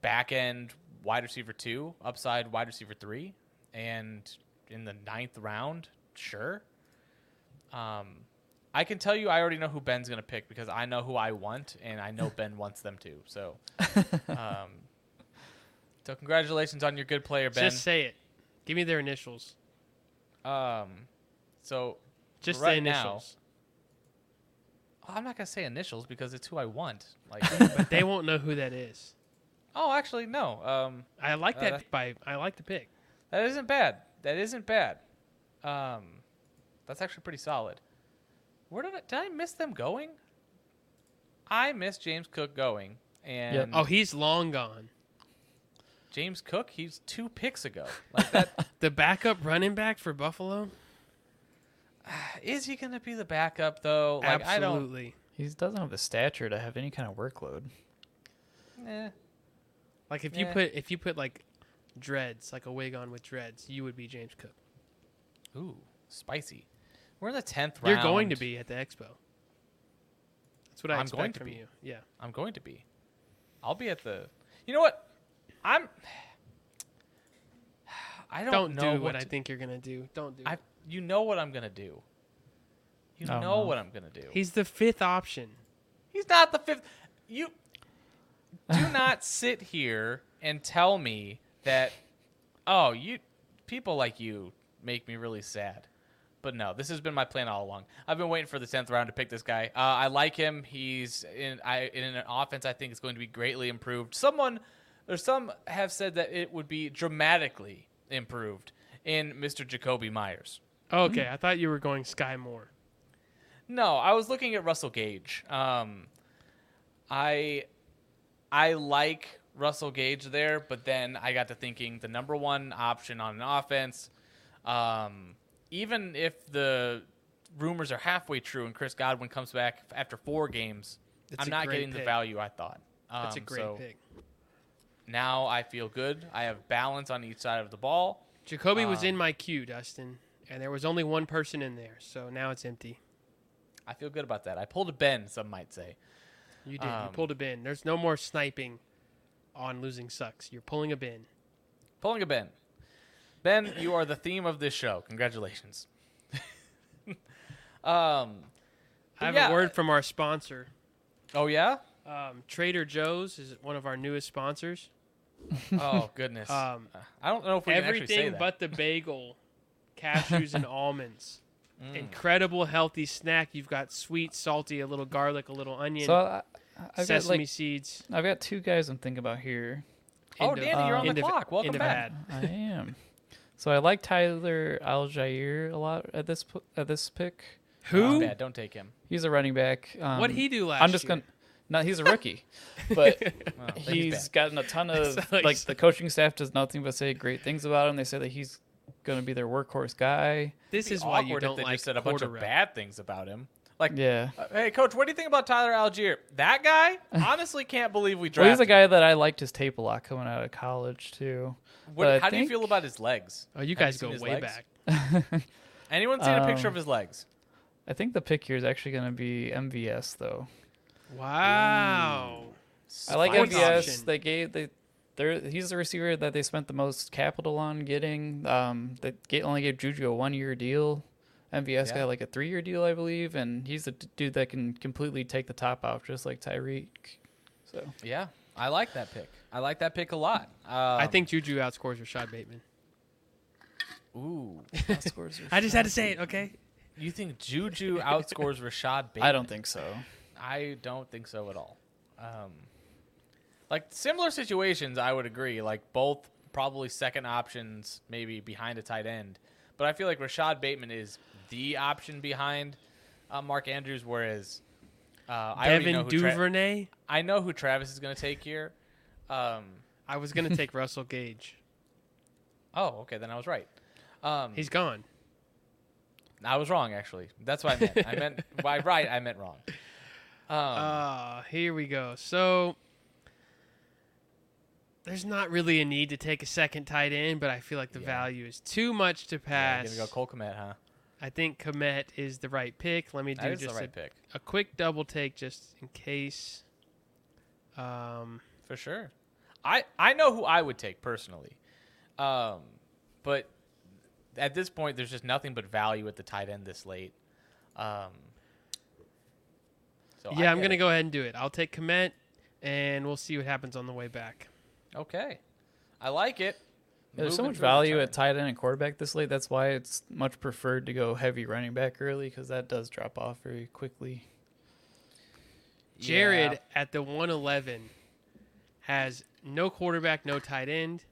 [SPEAKER 2] back end wide receiver two, upside wide receiver three, and in the ninth round, sure. Um, I can tell you, I already know who Ben's gonna pick because I know who I want, and I know Ben wants them too. So, um, so congratulations on your good player, Ben.
[SPEAKER 3] Just say it. Give me their initials.
[SPEAKER 2] Um, so
[SPEAKER 3] Just
[SPEAKER 2] Right
[SPEAKER 3] the
[SPEAKER 2] now,
[SPEAKER 3] initials.
[SPEAKER 2] I'm not gonna say initials because it's who I want. Like,
[SPEAKER 3] but they won't know who that is.
[SPEAKER 2] oh, actually, no. Um,
[SPEAKER 3] I like
[SPEAKER 2] Uh,
[SPEAKER 3] that
[SPEAKER 2] that-
[SPEAKER 3] pick by I like the pick.
[SPEAKER 2] that isn't bad. That isn't bad. Um, that's actually pretty solid. Where did I, did I miss them going? I missed James Cook going, and
[SPEAKER 3] Oh, he's long gone.
[SPEAKER 2] James Cook, he's two picks ago. Like that,
[SPEAKER 3] The backup running back for Buffalo?
[SPEAKER 2] is he gonna be the backup though? Like,
[SPEAKER 3] Absolutely.
[SPEAKER 4] He doesn't have the stature to have any kind of workload.
[SPEAKER 2] I don't. Eh,
[SPEAKER 3] Like if you
[SPEAKER 2] Yeah.
[SPEAKER 3] put if you put like dreads, like a wig on with dreads, you would be James Cook.
[SPEAKER 2] eh. ooh, spicy. We're in the tenth round.
[SPEAKER 3] You're going to be at the expo. That's what I
[SPEAKER 2] I'm
[SPEAKER 3] expect
[SPEAKER 2] going to
[SPEAKER 3] from
[SPEAKER 2] be.
[SPEAKER 3] you. Yeah.
[SPEAKER 2] I'm going to be. I'll be at the. You know what? I'm. I don't,
[SPEAKER 3] Don't,
[SPEAKER 2] know
[SPEAKER 3] do what
[SPEAKER 2] to-
[SPEAKER 3] I think you're gonna do. Don't do.
[SPEAKER 2] I.
[SPEAKER 3] it.
[SPEAKER 2] You know what I'm gonna do. You know
[SPEAKER 4] Oh, no.
[SPEAKER 2] what I'm gonna do.
[SPEAKER 3] He's the fifth option.
[SPEAKER 2] He's not the fifth. You do not sit here and tell me that. Oh, you people like you make me really sad. But no, this has been my plan all along. I've been waiting for the tenth round to pick this guy. Uh, I like him. He's in. I in an offense I think is going to be greatly improved. Someone or some have said that it would be dramatically improved in Mr. Jacoby Myers.
[SPEAKER 3] Oh, Okay,
[SPEAKER 2] Mm-hmm.
[SPEAKER 3] I thought you were going Sky Moore.
[SPEAKER 2] No, I was looking at Russell Gage. Um, I I like Russell Gage there, but then I got to thinking the number one option on an offense, um, even if the rumors are halfway true and Chris Godwin comes back after four games,
[SPEAKER 3] It's
[SPEAKER 2] I'm
[SPEAKER 3] a
[SPEAKER 2] not
[SPEAKER 3] great
[SPEAKER 2] getting the
[SPEAKER 3] pick.
[SPEAKER 2] value I thought.
[SPEAKER 3] That's a
[SPEAKER 2] Um,
[SPEAKER 3] great
[SPEAKER 2] so
[SPEAKER 3] pick.
[SPEAKER 2] Now I feel good. I have balance on each side of the ball.
[SPEAKER 3] Jacoby was in
[SPEAKER 2] um,
[SPEAKER 3] my queue, Dustin, and there was only one person in there, so now it's empty.
[SPEAKER 2] I feel good about that. I pulled a Ben, some might say.
[SPEAKER 3] You did. you
[SPEAKER 2] um,
[SPEAKER 3] pulled a bin. There's no more sniping on losing sucks. You're pulling a bin.
[SPEAKER 2] Pulling a Ben. Ben, you are the theme of this show. Congratulations. um,
[SPEAKER 3] I have
[SPEAKER 2] yeah.
[SPEAKER 3] a word from our sponsor.
[SPEAKER 2] oh, yeah?
[SPEAKER 3] Um, Trader Joe's is one of our newest sponsors.
[SPEAKER 2] Oh, goodness.
[SPEAKER 3] Um,
[SPEAKER 2] I don't know if we can actually say
[SPEAKER 3] everything
[SPEAKER 2] that.
[SPEAKER 3] but the bagel, cashews and almonds.
[SPEAKER 2] Mm.
[SPEAKER 3] Incredible healthy snack. You've got sweet, salty, a little garlic, a little onion,
[SPEAKER 4] So I, I- I've got
[SPEAKER 3] sesame
[SPEAKER 4] like
[SPEAKER 3] seeds. Uh,
[SPEAKER 4] I've got two guys I'm thinking about here.
[SPEAKER 2] Oh,
[SPEAKER 3] End of-
[SPEAKER 2] Danny, you're on the
[SPEAKER 3] end of-
[SPEAKER 2] clock. Welcome
[SPEAKER 3] end of
[SPEAKER 2] back.
[SPEAKER 3] ad.
[SPEAKER 4] I am. So I like Tyler Algier a lot at this pl- at this pick.
[SPEAKER 2] It's
[SPEAKER 3] Who?
[SPEAKER 2] bad. Don't take him.
[SPEAKER 4] He's a running back. Um,
[SPEAKER 3] What'd he do last
[SPEAKER 4] I'm just
[SPEAKER 3] year?
[SPEAKER 4] gonna. No, he's a rookie, but
[SPEAKER 2] Oh, he's
[SPEAKER 4] he's
[SPEAKER 2] bad.
[SPEAKER 4] gotten a ton of
[SPEAKER 3] Sounds like
[SPEAKER 4] like, the coaching staff does nothing but say great things about him. They say that he's going to be their workhorse guy.
[SPEAKER 3] This
[SPEAKER 2] It'd be
[SPEAKER 3] is why you
[SPEAKER 2] awkward if
[SPEAKER 3] don't
[SPEAKER 2] they
[SPEAKER 3] like
[SPEAKER 2] just said a bunch of
[SPEAKER 3] quarterback.
[SPEAKER 2] bad things about him. Like,
[SPEAKER 4] Yeah.
[SPEAKER 2] uh, hey, coach, what do you think about Tyler Algier? That guy, honestly, can't believe we drafted.
[SPEAKER 4] Well, he's a guy that I liked his tape a lot coming out of college too.
[SPEAKER 2] him.
[SPEAKER 4] but I
[SPEAKER 2] What, how do you
[SPEAKER 4] think-
[SPEAKER 2] feel about his legs?
[SPEAKER 3] Oh, you
[SPEAKER 2] Have
[SPEAKER 3] guys
[SPEAKER 2] seen
[SPEAKER 3] go
[SPEAKER 2] his
[SPEAKER 3] way
[SPEAKER 2] legs?
[SPEAKER 3] back.
[SPEAKER 2] Anyone seen a picture
[SPEAKER 4] Um,
[SPEAKER 2] of his legs?
[SPEAKER 4] I think the pick here is actually going to be MVS though.
[SPEAKER 3] Wow.
[SPEAKER 4] I like
[SPEAKER 2] Spy
[SPEAKER 3] Fourth
[SPEAKER 4] MVS.
[SPEAKER 3] option.
[SPEAKER 4] They gave they they're, he's the receiver that they spent the most capital on getting. Um, they ga- only gave Juju a one year deal. MVS
[SPEAKER 2] Yeah.
[SPEAKER 4] got like a three year deal, I believe, and he's a d- dude that can completely take the top off, just like Tyreek. So
[SPEAKER 2] Yeah, I like that pick. I like that pick a lot. Um, I
[SPEAKER 3] I
[SPEAKER 4] Mm.
[SPEAKER 3] think Juju outscores Rashad Bateman.
[SPEAKER 2] Um, Ooh,
[SPEAKER 3] I just had to say it, okay?
[SPEAKER 2] you think Juju outscores Rashad Bateman?
[SPEAKER 4] I don't think so.
[SPEAKER 2] I don't think so at all. Um, like similar situations, I would agree. Like both probably second options, maybe behind a tight end. But I feel like Rashad Bateman is the option behind uh, Mark Andrews, whereas uh, I already know
[SPEAKER 3] Devin
[SPEAKER 2] who Tra-
[SPEAKER 3] Duvernay.
[SPEAKER 2] I know who Travis is going to take here. Um,
[SPEAKER 3] I was gonna take Russell Gage.
[SPEAKER 2] oh, okay, then I was right. Um,
[SPEAKER 3] He's gone.
[SPEAKER 2] I was wrong actually. That's what I meant. I meant by right. I meant wrong. Um,
[SPEAKER 3] Ah, here we go. So there's not really a need to take a second tight end, but I feel like the
[SPEAKER 2] Yeah.
[SPEAKER 3] value is too much to
[SPEAKER 2] yeah,
[SPEAKER 3] pass.
[SPEAKER 2] you're gonna go Cole Komet, huh?
[SPEAKER 3] I think Komet is the right pick. Let me do
[SPEAKER 2] That is the
[SPEAKER 3] just
[SPEAKER 2] right
[SPEAKER 3] a,
[SPEAKER 2] pick
[SPEAKER 3] a quick double take just in case. Um,
[SPEAKER 2] for sure. I I know who I would take personally, um, but at this point, there's just nothing but value at the tight end this late. Um, so
[SPEAKER 3] yeah,
[SPEAKER 2] I
[SPEAKER 3] I'm
[SPEAKER 2] get
[SPEAKER 3] gonna
[SPEAKER 2] it.
[SPEAKER 3] go ahead and do it. I'll take Komet, and we'll see what happens on the way back.
[SPEAKER 2] Okay, I like it.
[SPEAKER 4] Yeah, there's so
[SPEAKER 2] Moving
[SPEAKER 4] much
[SPEAKER 2] through the
[SPEAKER 4] value
[SPEAKER 2] tight
[SPEAKER 4] at
[SPEAKER 2] end.
[SPEAKER 4] tight end and quarterback this late. That's why it's much preferred to go heavy running back early because that does drop off very quickly.
[SPEAKER 3] Jared
[SPEAKER 2] Yeah.
[SPEAKER 3] at the 111 has no quarterback, no tight end.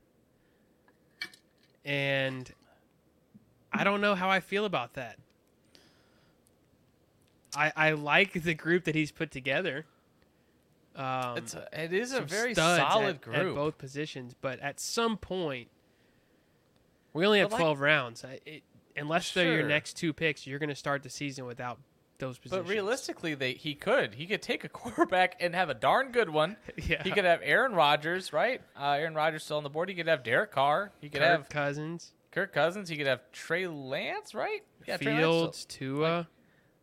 [SPEAKER 3] And I don't know how I feel about that. I I like the group that he's put together. Um,
[SPEAKER 2] It's a, it is a
[SPEAKER 3] some
[SPEAKER 2] very
[SPEAKER 3] studs at-
[SPEAKER 2] solid
[SPEAKER 3] at,
[SPEAKER 2] group.
[SPEAKER 3] both positions, but at some point, we only have
[SPEAKER 2] But, like-
[SPEAKER 3] 12 rounds. I, it, unless they're your
[SPEAKER 2] Sure.
[SPEAKER 3] next two picks, you're going to start the season without those positions.
[SPEAKER 2] But realistically, they he could he could take a quarterback and have a darn good one.
[SPEAKER 3] Yeah.
[SPEAKER 2] He could have Aaron Rodgers, right? Uh, Aaron Rodgers still on the board. He could have Derek Carr. He could
[SPEAKER 3] Kirk
[SPEAKER 2] have
[SPEAKER 3] Cousins.
[SPEAKER 2] Kirk Cousins. He could have Trey Lance, right? Trey Lance still-
[SPEAKER 3] Fields, Tua.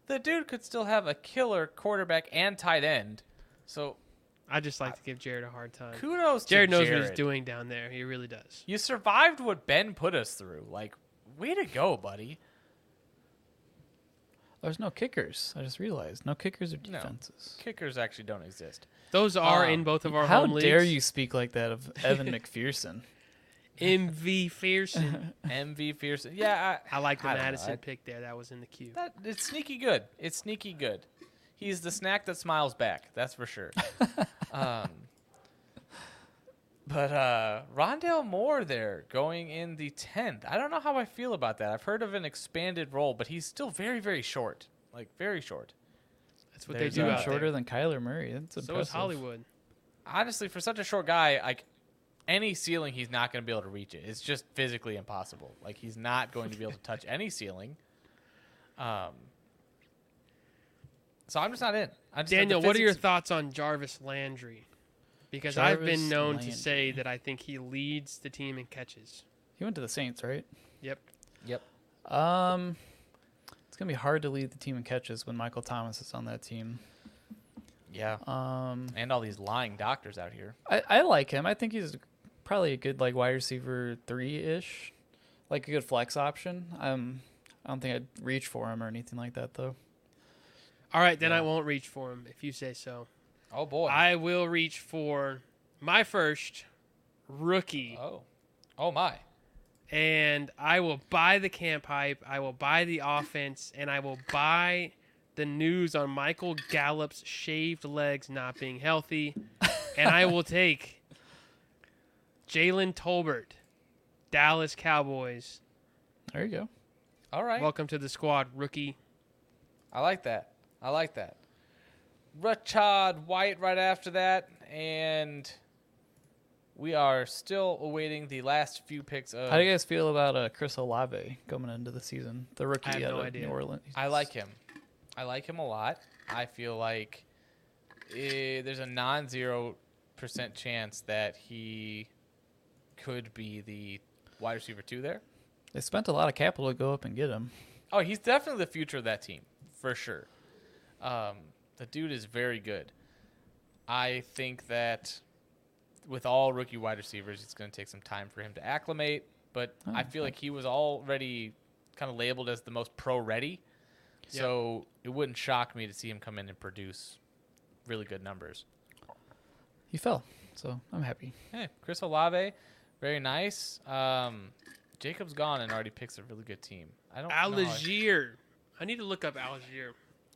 [SPEAKER 2] The dude could still have a killer quarterback and tight end. So
[SPEAKER 3] I just like to give Jared a hard time.
[SPEAKER 2] kudos
[SPEAKER 3] Jared
[SPEAKER 2] to
[SPEAKER 3] knows
[SPEAKER 2] Jared.
[SPEAKER 3] what he's doing down there. He really does.
[SPEAKER 2] You survived what Ben put us through. Like, way to go, buddy.
[SPEAKER 4] There's no kickers. I just realized no kickers or defenses.
[SPEAKER 2] Kickers actually don't exist.
[SPEAKER 3] Those are in
[SPEAKER 2] Um,
[SPEAKER 3] both of our
[SPEAKER 4] How
[SPEAKER 3] home
[SPEAKER 4] dare you
[SPEAKER 3] leagues.
[SPEAKER 4] speak like that of Evan McPherson?
[SPEAKER 3] MV Fearson.
[SPEAKER 2] MV Pearson. Yeah, I,
[SPEAKER 3] I like the
[SPEAKER 2] I don't know.
[SPEAKER 3] Madison
[SPEAKER 2] I-
[SPEAKER 3] pick there. That was in the queue.
[SPEAKER 2] That it's sneaky good. It's sneaky good. He's the snack that smiles back. That's for sure. um, but uh, Rondell Moore there going in the tenth. I don't know how I feel about that. I've heard of an expanded role, but he's still very very short. Like very short.
[SPEAKER 3] That's what they
[SPEAKER 2] There's
[SPEAKER 3] do
[SPEAKER 4] Even
[SPEAKER 2] a-
[SPEAKER 3] out
[SPEAKER 4] shorter
[SPEAKER 3] there.
[SPEAKER 4] than Kyler Murray. That's
[SPEAKER 3] So
[SPEAKER 4] impressive.
[SPEAKER 3] is Hollywood.
[SPEAKER 2] Honestly, for such a short guy, like any ceiling, he's not going to be able to reach it. It's just physically impossible. Like he's not going to be able to touch any ceiling. Um. So I'm just not in. I'm just like, the
[SPEAKER 3] Daniel, what are your
[SPEAKER 2] physics-
[SPEAKER 3] thoughts on Jarvis Landry? because I've been
[SPEAKER 4] Jarvis
[SPEAKER 3] known to
[SPEAKER 4] Landry.
[SPEAKER 3] say that I think he leads the team in catches.
[SPEAKER 4] He went to the Saints, right?
[SPEAKER 3] Yep.
[SPEAKER 2] Yep.
[SPEAKER 4] Um, it's gonna be hard to lead the team in catches when Michael Thomas is on that team.
[SPEAKER 2] Yeah.
[SPEAKER 4] Um,
[SPEAKER 2] And all these lying doctors out here.
[SPEAKER 4] I, I like him. I think he's probably a good like wide receiver three ish, like a good flex option. Um, I don't think I'd reach for him or anything like that though.
[SPEAKER 3] All right, then I
[SPEAKER 2] Yeah.
[SPEAKER 3] won't reach for him if you say so.
[SPEAKER 2] Oh boy.
[SPEAKER 3] I will reach for my first rookie,
[SPEAKER 2] oh. Oh my.
[SPEAKER 3] and I will buy the camp hype. I will buy the offense, and I will buy the news on Michael Gallup's shaved legs not being healthy, and I will take Jalen Tolbert, Dallas Cowboys.
[SPEAKER 4] There you go.
[SPEAKER 2] All right.
[SPEAKER 3] Welcome to the squad, rookie.
[SPEAKER 2] I like that. I like that. Rashad White right after that, and we are still awaiting the last few picks of.
[SPEAKER 4] How do you guys feel about uh, Chris Olave coming into the season? The rookie
[SPEAKER 3] I have
[SPEAKER 4] out
[SPEAKER 3] no
[SPEAKER 4] of
[SPEAKER 3] idea.
[SPEAKER 4] New Orleans.
[SPEAKER 2] I like him. I like him a lot. I feel like eh, there's a non-zero percent chance that he could be the wide receiver two there.
[SPEAKER 4] They spent a lot of capital to go up and get him.
[SPEAKER 2] Oh, he's definitely the future of that team for sure. Um, the dude is very good. I think that with all rookie wide receivers, it's going to take some time for him to acclimate. But I feel like he was already kind of labeled as the most pro ready, so it wouldn't shock me to see him come in and produce really good numbers.
[SPEAKER 4] He fell, so I'm happy.
[SPEAKER 2] Hey, Chris Olave, very nice. Um, Jacob's gone and already picks a really good team. I don't. know how I-
[SPEAKER 3] Algier. I need to look up Algier.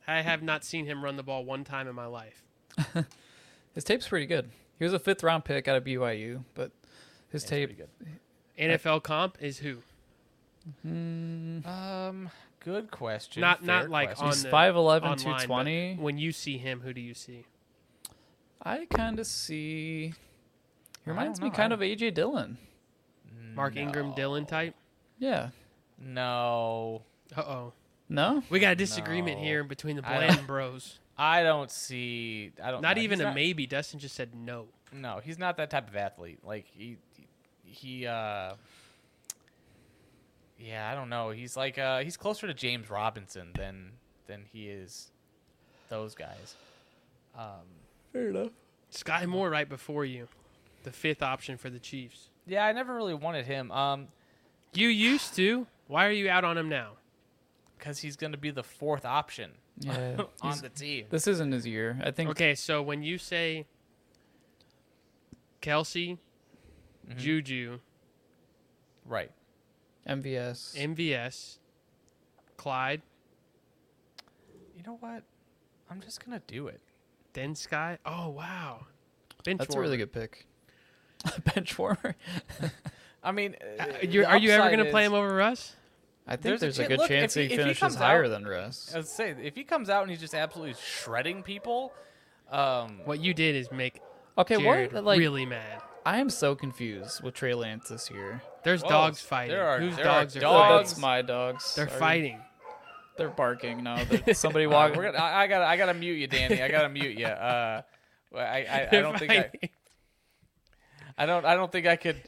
[SPEAKER 3] I have not seen him run the ball one time in my life.
[SPEAKER 4] His tape's pretty good. He was a fifth round pick out of BYU, but his
[SPEAKER 2] It's pretty
[SPEAKER 4] tape.
[SPEAKER 2] good.
[SPEAKER 3] NFL comp is who?
[SPEAKER 2] Um, good question.
[SPEAKER 3] Not- not
[SPEAKER 2] Fair
[SPEAKER 3] like
[SPEAKER 2] question.
[SPEAKER 3] on
[SPEAKER 4] mm, He's
[SPEAKER 3] the
[SPEAKER 4] 5'11",
[SPEAKER 3] Online, but
[SPEAKER 4] 220.
[SPEAKER 3] When you see him, who do you see?
[SPEAKER 4] I kind of see. He
[SPEAKER 2] I
[SPEAKER 4] reminds
[SPEAKER 2] don't
[SPEAKER 4] me
[SPEAKER 2] know.
[SPEAKER 4] kind
[SPEAKER 2] I
[SPEAKER 4] of AJ Dillon.
[SPEAKER 3] Mark Ingram, Dillon type?
[SPEAKER 4] Yeah.
[SPEAKER 2] No,
[SPEAKER 3] Uh oh.
[SPEAKER 4] No.
[SPEAKER 3] We got a disagreement
[SPEAKER 2] No.
[SPEAKER 3] here between the
[SPEAKER 2] I
[SPEAKER 3] Bland bros.
[SPEAKER 2] I don't see. I don't.
[SPEAKER 3] Not
[SPEAKER 2] know.
[SPEAKER 3] even
[SPEAKER 2] He's
[SPEAKER 3] a maybe. Dustin just said no.
[SPEAKER 2] No, he's not that type of athlete. Like he, he. uh Yeah, I don't know. He's like uh he's closer to James Robinson than than he is those guys. Um.
[SPEAKER 4] Fair enough.
[SPEAKER 3] Sky Moore right before you. The fifth option for the Chiefs.
[SPEAKER 2] Yeah, I never really wanted him. Um,
[SPEAKER 3] You used to. Why are you out on him now?
[SPEAKER 2] because he's gonna be the fourth option
[SPEAKER 4] Yeah.
[SPEAKER 2] on
[SPEAKER 4] he's-
[SPEAKER 2] the team.
[SPEAKER 4] this isn't his year. I think.
[SPEAKER 3] Okay, so when you say Kelsey,
[SPEAKER 2] Mm-hmm.
[SPEAKER 3] Juju,
[SPEAKER 2] Right.
[SPEAKER 4] MVS.
[SPEAKER 3] MVS, Clyde,
[SPEAKER 2] You know what? I'm just gonna do it.
[SPEAKER 3] then Sky. Oh wow, bench
[SPEAKER 4] That's a really
[SPEAKER 3] warmer.
[SPEAKER 4] good pick. Bench warmer.
[SPEAKER 2] I mean,
[SPEAKER 3] Uh, you- are you ever going to play him over Russ?
[SPEAKER 4] I
[SPEAKER 2] There's
[SPEAKER 4] think there's,
[SPEAKER 2] a
[SPEAKER 4] a,
[SPEAKER 2] chan-
[SPEAKER 4] good
[SPEAKER 2] look, if
[SPEAKER 4] chance
[SPEAKER 2] he-
[SPEAKER 4] he,
[SPEAKER 2] if he
[SPEAKER 4] finishes
[SPEAKER 2] comes
[SPEAKER 4] higher
[SPEAKER 2] out-
[SPEAKER 4] than Russ.
[SPEAKER 2] I was saying, if he comes out and he's just absolutely shredding people, um,
[SPEAKER 3] What you did is make
[SPEAKER 4] Okay,
[SPEAKER 3] Jared
[SPEAKER 4] what? Like,
[SPEAKER 3] really mad.
[SPEAKER 4] I am so confused with Trey Lance this year.
[SPEAKER 3] There's
[SPEAKER 2] Whoa,
[SPEAKER 3] dogs
[SPEAKER 2] there
[SPEAKER 3] fighting.
[SPEAKER 2] are-
[SPEAKER 3] Whose
[SPEAKER 2] there are
[SPEAKER 3] dogs are,
[SPEAKER 2] dogs.
[SPEAKER 4] That's
[SPEAKER 3] fighting?
[SPEAKER 4] my dogs.
[SPEAKER 3] They're
[SPEAKER 4] Sorry.
[SPEAKER 3] fighting.
[SPEAKER 4] They're barking. No, they're- somebody
[SPEAKER 2] uh,
[SPEAKER 4] walk.
[SPEAKER 2] we're gonna, I, I gotta, I gotta mute you, Danny. I gotta mute you. Uh, I, I, I
[SPEAKER 3] They're
[SPEAKER 2] don't think I,
[SPEAKER 3] fighting.
[SPEAKER 2] I don't, I don't think I could.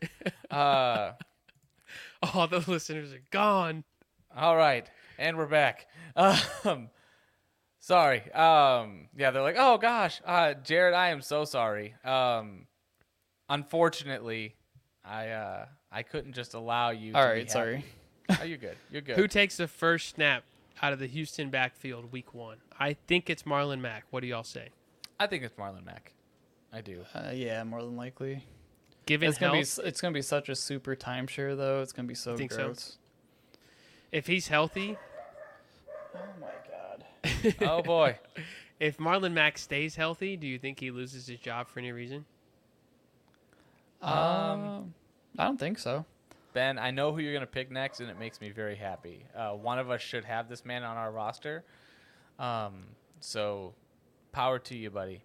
[SPEAKER 2] Uh,
[SPEAKER 3] All the listeners are gone.
[SPEAKER 2] all right, and we're back. Um, sorry. Um, yeah, they're like, oh gosh, uh, Jared, I am so sorry. Um, unfortunately, I, uh, I couldn't just allow you.
[SPEAKER 4] All
[SPEAKER 2] to be
[SPEAKER 4] right,
[SPEAKER 2] happy.
[SPEAKER 4] sorry.
[SPEAKER 2] Oh, you're good. You're good.
[SPEAKER 3] Who takes the first snap out of the Houston backfield week one? I think it's Marlon Mack. What do y'all say?
[SPEAKER 2] I think it's Marlon Mack. I do.
[SPEAKER 4] Uh, yeah, more than likely.
[SPEAKER 3] Given
[SPEAKER 4] It's gonna be.
[SPEAKER 3] health-
[SPEAKER 4] s- It's gonna be such a super timeshare, though. It's gonna be so
[SPEAKER 3] Think so?
[SPEAKER 4] gross.
[SPEAKER 3] if he's healthy,
[SPEAKER 4] Oh my god.
[SPEAKER 2] Oh boy.
[SPEAKER 3] if Marlon Mack stays healthy, do you think he loses his job for any reason?
[SPEAKER 4] Um, I don't think so.
[SPEAKER 2] Ben, I know who you're going to pick next, and it makes me very happy. Uh, one of us should have this man on our roster. Um, so, power to you, buddy.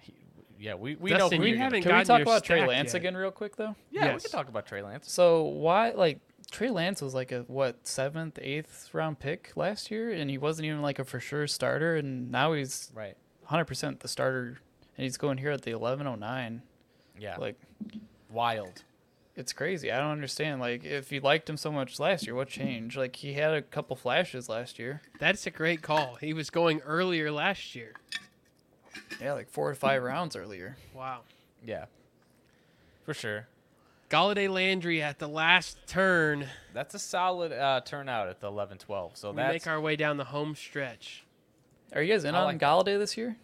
[SPEAKER 2] He, yeah, we, we know
[SPEAKER 3] Dustin,
[SPEAKER 2] who
[SPEAKER 3] you
[SPEAKER 2] you're gonna
[SPEAKER 3] haven't
[SPEAKER 2] pick.
[SPEAKER 4] Can we
[SPEAKER 3] gotten
[SPEAKER 4] talk
[SPEAKER 3] your
[SPEAKER 4] about Trey
[SPEAKER 3] stack
[SPEAKER 4] Lance
[SPEAKER 3] yet.
[SPEAKER 4] again, real quick, though?
[SPEAKER 2] Yeah, we
[SPEAKER 3] Yes.
[SPEAKER 2] can talk about Trey Lance.
[SPEAKER 4] So why, like, Trey Lance was like a what seventh, eighth round pick last year, and he wasn't even like a for sure starter, and now he's
[SPEAKER 2] Right.
[SPEAKER 4] 100 percent the starter and he's going here at the 1109.
[SPEAKER 2] Yeah.
[SPEAKER 4] Like
[SPEAKER 2] wild.
[SPEAKER 4] it's crazy. I don't understand. Like if you liked him so much last year, what changed? Like he had a couple flashes last year.
[SPEAKER 3] That's a great call. He was going earlier last year.
[SPEAKER 4] Yeah, like four or five rounds earlier.
[SPEAKER 3] Wow.
[SPEAKER 2] Yeah. For sure.
[SPEAKER 3] Galladay Landry at the last turn.
[SPEAKER 2] That's a solid uh, turnout at the 11 12. So
[SPEAKER 3] We
[SPEAKER 2] that's.
[SPEAKER 3] make our way down the home stretch.
[SPEAKER 4] Are you guys in
[SPEAKER 2] I
[SPEAKER 4] on
[SPEAKER 2] like that.
[SPEAKER 4] Galladay this year?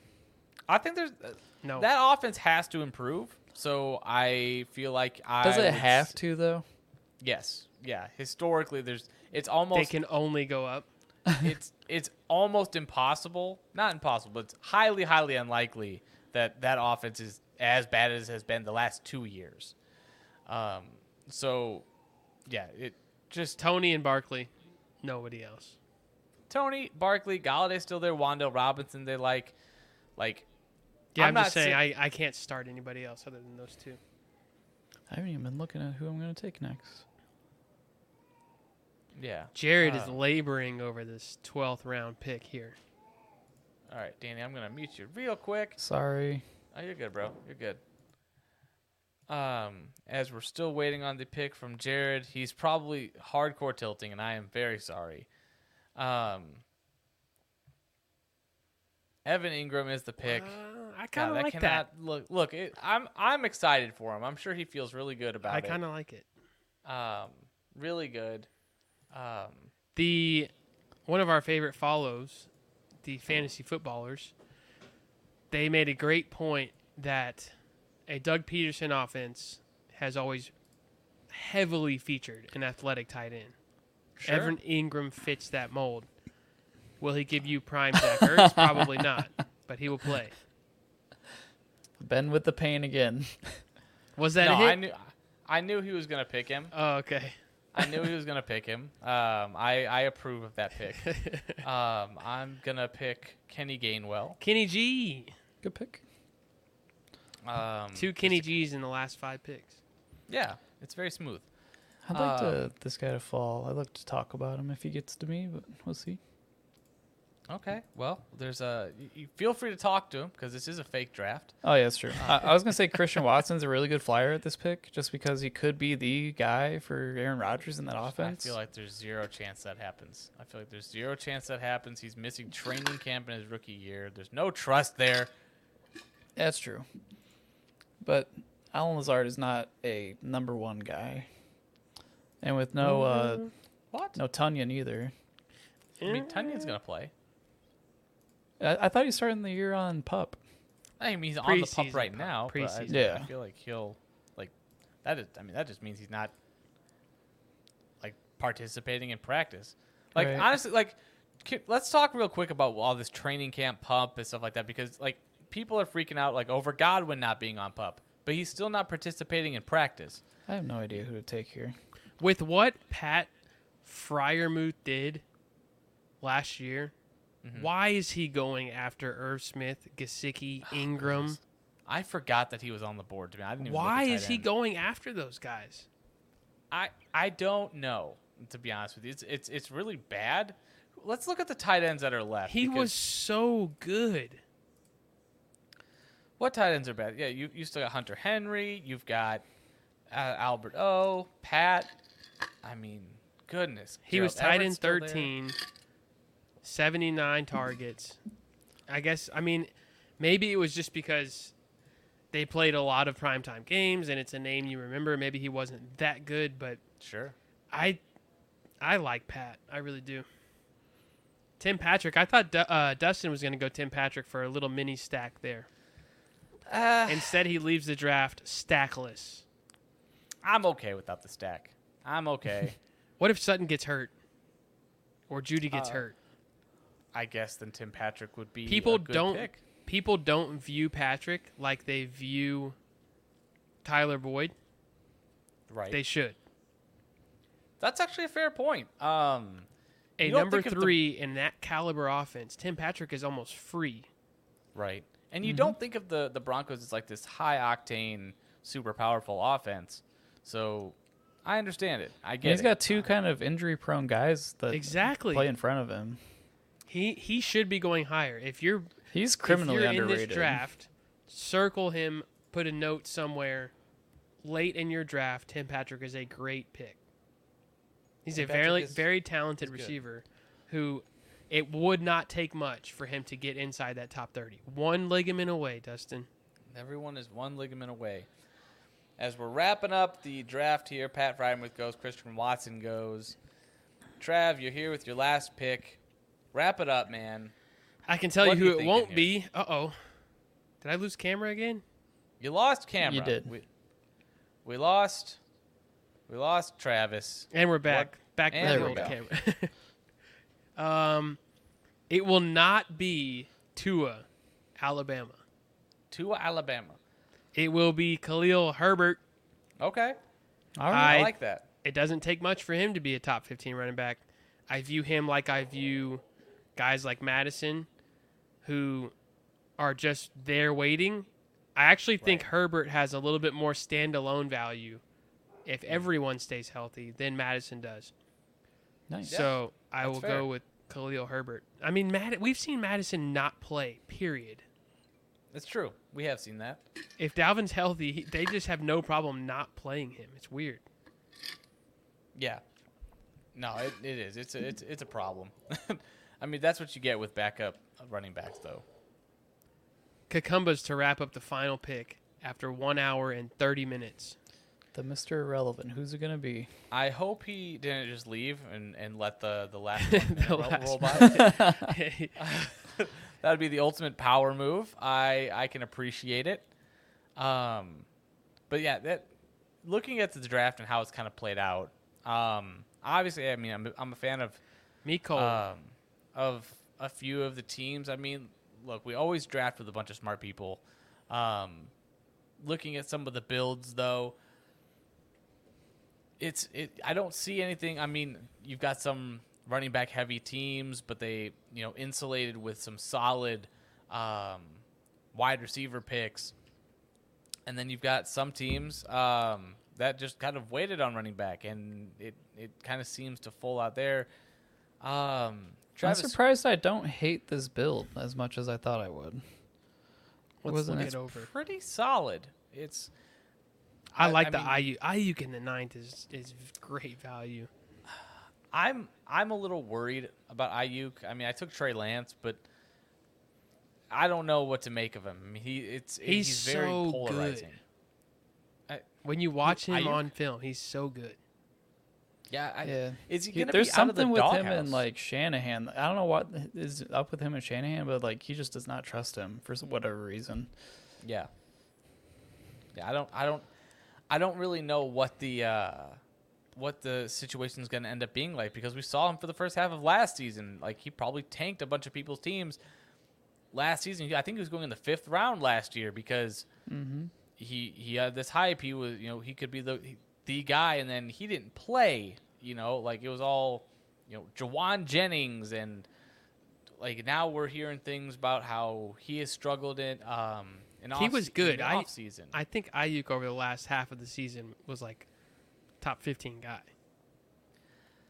[SPEAKER 2] I think there's. uh,
[SPEAKER 3] No.
[SPEAKER 2] That offense has to improve. So I feel like I.
[SPEAKER 4] Does
[SPEAKER 2] would
[SPEAKER 4] it
[SPEAKER 2] s-
[SPEAKER 4] have to though?
[SPEAKER 2] Yes. Yeah. Historically, there's. It's
[SPEAKER 3] they
[SPEAKER 2] almost.
[SPEAKER 3] can only go up.
[SPEAKER 2] it's it's almost impossible. Not impossible, but it's highly, highly unlikely that that offense is as bad as it has been the last two years. Um. So, yeah. It just
[SPEAKER 3] Tony and Barkley. Nobody else.
[SPEAKER 2] Tony Barkley, Galladay still there, Wandell Robinson. They like, like.
[SPEAKER 3] Yeah, I'm,
[SPEAKER 2] I'm
[SPEAKER 3] just
[SPEAKER 2] not
[SPEAKER 3] saying
[SPEAKER 2] saying-
[SPEAKER 3] I, I can't start anybody else other than those two.
[SPEAKER 4] I haven't even been looking at who I'm gonna take next.
[SPEAKER 2] Yeah.
[SPEAKER 3] Jared is
[SPEAKER 2] Uh.
[SPEAKER 3] laboring over this 12th round pick here.
[SPEAKER 2] All right, Danny, I'm gonna mute you real quick.
[SPEAKER 4] Sorry.
[SPEAKER 2] Oh, you're good, bro. You're good. Um, as we're still waiting on the pick from Jared, he's probably hardcore tilting, and I am very sorry. Um, Evan Ingram is the pick.
[SPEAKER 3] Uh, I
[SPEAKER 2] God,
[SPEAKER 3] kind of like that.
[SPEAKER 2] Look, look, it, I'm I'm excited for him. I'm sure he feels really good about
[SPEAKER 3] I
[SPEAKER 2] it.
[SPEAKER 3] kind of like it.
[SPEAKER 2] um, really good. Um,
[SPEAKER 3] the one of our favorite follows, the fantasy footballers, they made a great point that a Doug Peterson offense has always heavily featured an athletic tight end.
[SPEAKER 2] Sure.
[SPEAKER 3] Evan Ingram fits that mold. Will he give you prime Zach Ertz? Probably not, but he will play.
[SPEAKER 4] Ben with the pain again.
[SPEAKER 3] Was that
[SPEAKER 2] no,
[SPEAKER 3] a hit?
[SPEAKER 2] I knew I knew he was gonna pick him.
[SPEAKER 3] oh, okay.
[SPEAKER 2] I knew he was gonna pick him. Um, I I approve of that pick. Um, I'm gonna pick Kenny Gainwell.
[SPEAKER 3] Kenny G.
[SPEAKER 2] Mm,
[SPEAKER 4] Good pick.
[SPEAKER 2] Um,
[SPEAKER 3] Two Kenny G's in the last five picks.
[SPEAKER 2] Yeah, it's very smooth.
[SPEAKER 4] I'd like
[SPEAKER 2] Um,
[SPEAKER 4] to this guy to fall. I'd like to talk about him if he gets to me, but we'll see.
[SPEAKER 2] Okay. Well, there's a. You, you feel free to talk to him because this is a fake draft.
[SPEAKER 4] Oh yeah, that's true.
[SPEAKER 2] Uh,
[SPEAKER 4] I, I was gonna say Christian Watson's a really good flyer at this pick, just because he could be the guy for Aaron Rodgers in that offense.
[SPEAKER 2] I feel like there's zero chance that happens. I feel like there's zero chance that happens. He's missing training camp in his rookie year. There's no trust there.
[SPEAKER 4] that's true. But Alan Lazard is not a number one guy, and with no uh,
[SPEAKER 3] Mm-hmm.
[SPEAKER 2] What?
[SPEAKER 4] no Tunyon either.
[SPEAKER 2] I mean, Tunyon's gonna play.
[SPEAKER 4] I, I thought he started the year on pup.
[SPEAKER 2] I mean, he's on the pup
[SPEAKER 3] Preseason
[SPEAKER 2] right
[SPEAKER 3] pup.
[SPEAKER 2] now. but I,
[SPEAKER 3] Preseason
[SPEAKER 4] Yeah.
[SPEAKER 2] I feel like he'll like that. Is, I mean, that just means he's not like participating in practice. Like
[SPEAKER 4] Right.
[SPEAKER 2] honestly, like ki- let's talk real quick about all this training camp pump and stuff like that because like people are freaking out like over Godwin not being on pup, but he's still not participating in practice.
[SPEAKER 4] I have no idea who to take here.
[SPEAKER 3] with what Pat Fryermuth did last year,
[SPEAKER 2] Mm-hmm.
[SPEAKER 3] why is he going after Irv Smith, Gasicki, Ingram?
[SPEAKER 2] I forgot that he was on the board. To me, I didn't. Even look at
[SPEAKER 3] Why
[SPEAKER 2] tight
[SPEAKER 3] is he
[SPEAKER 2] end.
[SPEAKER 3] going after those guys?
[SPEAKER 2] I I don't know. To be honest with you, it's it's it's really bad. Let's look at the tight ends that are left.
[SPEAKER 3] He
[SPEAKER 2] because-
[SPEAKER 3] was so good.
[SPEAKER 2] What tight ends are bad? Yeah, you you still got Hunter Henry. You've got uh, Albert O. Pat. I mean, goodness.
[SPEAKER 3] He was
[SPEAKER 2] Gerald
[SPEAKER 3] tied in
[SPEAKER 2] Everett's still there.
[SPEAKER 3] 13, 79 targets. I guess, I mean, maybe it was just because they played a lot of primetime games and it's a name you remember. Maybe he wasn't that good, but
[SPEAKER 2] Sure.
[SPEAKER 3] I I like Pat. I really do. Tim Patrick. I thought Du- uh, Dustin was going to go Tim Patrick for a little mini stack there.
[SPEAKER 2] Uh,
[SPEAKER 3] Instead, he leaves the draft stackless.
[SPEAKER 2] I'm okay without the stack. I'm okay.
[SPEAKER 3] What if Sutton gets hurt or Judy gets
[SPEAKER 2] Uh,
[SPEAKER 3] hurt?
[SPEAKER 2] I guess then Tim Patrick would be
[SPEAKER 3] People
[SPEAKER 2] a good
[SPEAKER 3] don't
[SPEAKER 2] pick.
[SPEAKER 3] people don't view Patrick like they view Tyler Boyd.
[SPEAKER 2] right.
[SPEAKER 3] They should.
[SPEAKER 2] That's actually a fair point. Um,
[SPEAKER 3] A
[SPEAKER 2] You don't
[SPEAKER 3] number
[SPEAKER 2] think of the-
[SPEAKER 3] three in that caliber offense, Tim Patrick is almost free.
[SPEAKER 2] Right. And
[SPEAKER 3] Mm-hmm.
[SPEAKER 2] you don't think of the the Broncos as like this high octane, super powerful offense. So I understand it. I
[SPEAKER 4] And
[SPEAKER 2] get
[SPEAKER 4] he's
[SPEAKER 2] it.
[SPEAKER 4] got two kind of injury prone guys that
[SPEAKER 3] Exactly.
[SPEAKER 4] play in front of him.
[SPEAKER 3] He he should be going higher. If you're
[SPEAKER 4] He's criminally
[SPEAKER 3] if you're
[SPEAKER 4] underrated.
[SPEAKER 3] in this draft, circle him, put a note somewhere. Late in your draft, Tim Patrick is a great pick. He's
[SPEAKER 2] Tim
[SPEAKER 3] a very
[SPEAKER 2] Patrick is-
[SPEAKER 3] very talented
[SPEAKER 2] good.
[SPEAKER 3] receiver who it would not take much for him to get inside that top 30. One ligament away, Dustin.
[SPEAKER 2] Everyone is one ligament away. As we're wrapping up the draft here, Pat Frymuth goes, Christian Watson goes. Trav, you're here with your last pick. Wrap it up, man.
[SPEAKER 3] I can tell
[SPEAKER 2] What
[SPEAKER 3] you
[SPEAKER 2] you
[SPEAKER 3] who it
[SPEAKER 2] thinking
[SPEAKER 3] won't
[SPEAKER 2] here?
[SPEAKER 3] be. Uh-oh. Did I lose camera again?
[SPEAKER 2] You lost camera.
[SPEAKER 4] did.
[SPEAKER 2] We, we lost. We lost Travis.
[SPEAKER 3] And we're back. Back to
[SPEAKER 2] And
[SPEAKER 3] the
[SPEAKER 4] we're
[SPEAKER 3] old
[SPEAKER 2] back.
[SPEAKER 3] camera. um, it will not be Tua, Alabama.
[SPEAKER 2] to Alabama.
[SPEAKER 3] It will be Khalil Herbert.
[SPEAKER 2] Okay.
[SPEAKER 4] All
[SPEAKER 3] right.
[SPEAKER 2] I,
[SPEAKER 3] I-
[SPEAKER 2] like that.
[SPEAKER 3] It doesn't take much for him to be a top 15 running back. I view him like I view guys like Madison, who are just there waiting. I actually think Herbert has a little bit more standalone value if
[SPEAKER 2] Hmm.
[SPEAKER 3] everyone stays healthy than Madison does.
[SPEAKER 4] Nice.
[SPEAKER 2] Yeah,
[SPEAKER 3] So I
[SPEAKER 2] that's
[SPEAKER 3] will
[SPEAKER 2] fair.
[SPEAKER 3] go with Khalil Herbert. I mean, Mad- we've seen Madison not play. Period.
[SPEAKER 2] It's true. We have seen that.
[SPEAKER 3] If Dalvin's healthy, he, they just have no problem not playing him. It's weird.
[SPEAKER 2] Yeah. No, it, it is. It's a, it's it's a problem. I mean, that's what you get with backup running backs, though.
[SPEAKER 3] Kakumba's to wrap up the final pick after one hour and thirty minutes.
[SPEAKER 4] The Mr. Irrelevant. Who's it gonna be?
[SPEAKER 2] I hope he didn't just leave and, and let the the last, one minute ro-
[SPEAKER 3] last
[SPEAKER 2] roll
[SPEAKER 3] one.
[SPEAKER 2] by.
[SPEAKER 3] I
[SPEAKER 2] that would be the ultimate power move. I I can appreciate it. Um, but yeah, that looking at the draft and how it's kind of played out. Um, obviously, I mean, I'm I'm a fan of
[SPEAKER 3] Miko,
[SPEAKER 4] Uh,
[SPEAKER 2] um, of a few of the teams. I mean, look, we always draft with a bunch of smart people. Um, looking at some of the builds, though, it's it. I don't see anything. I mean, you've got some running back heavy teams, but they you know insulated with some solid um, wide receiver picks, and then you've got some teams. Um, that just kind of waited on running back, and it, it kind of seems to fall out there. Um, Travis,
[SPEAKER 4] I'm surprised I don't hate this build as much as I thought I would.
[SPEAKER 3] let's
[SPEAKER 4] wasn't
[SPEAKER 3] look
[SPEAKER 4] as-
[SPEAKER 3] it over.
[SPEAKER 2] pretty solid. It's
[SPEAKER 3] I
[SPEAKER 2] I-
[SPEAKER 3] like
[SPEAKER 2] I
[SPEAKER 3] the
[SPEAKER 2] mean-
[SPEAKER 3] IU. IU in the ninth is is great value.
[SPEAKER 2] I'm I'm a little worried about Ayuk. I mean, I took Trey Lance, but I don't know what to make of him. I mean, he it's
[SPEAKER 3] He's
[SPEAKER 2] he's, very
[SPEAKER 3] so good.
[SPEAKER 2] polarizing.
[SPEAKER 3] When you watch him
[SPEAKER 2] Ayuk?
[SPEAKER 3] on film, he's so good.
[SPEAKER 2] Yeah, I,
[SPEAKER 4] Yeah.
[SPEAKER 2] is he
[SPEAKER 4] He-
[SPEAKER 2] gonna
[SPEAKER 4] there's
[SPEAKER 2] be
[SPEAKER 4] something
[SPEAKER 2] out of the
[SPEAKER 4] with him
[SPEAKER 2] doghouse?
[SPEAKER 4] and like Shanahan. I don't know what is up with him and Shanahan, but like he just does not trust him for s- whatever reason.
[SPEAKER 2] Yeah. Yeah, I don't I don't I don't really know what the uh what the situation is going to end up being like because we saw him for the first half of last season. Like he probably tanked a bunch of people's teams last season. I think he was going in the 5th round last year because
[SPEAKER 3] Mm-hmm.
[SPEAKER 2] he he had this hype. He was, you know, he could be the the guy and then he didn't play, you know, like it was all, you know, Jawan Jennings and like now we're hearing things about how he has struggled in um in
[SPEAKER 3] He was good. I-
[SPEAKER 2] off season.
[SPEAKER 3] I think Ayuk over the last half of the season was like top 15 guy.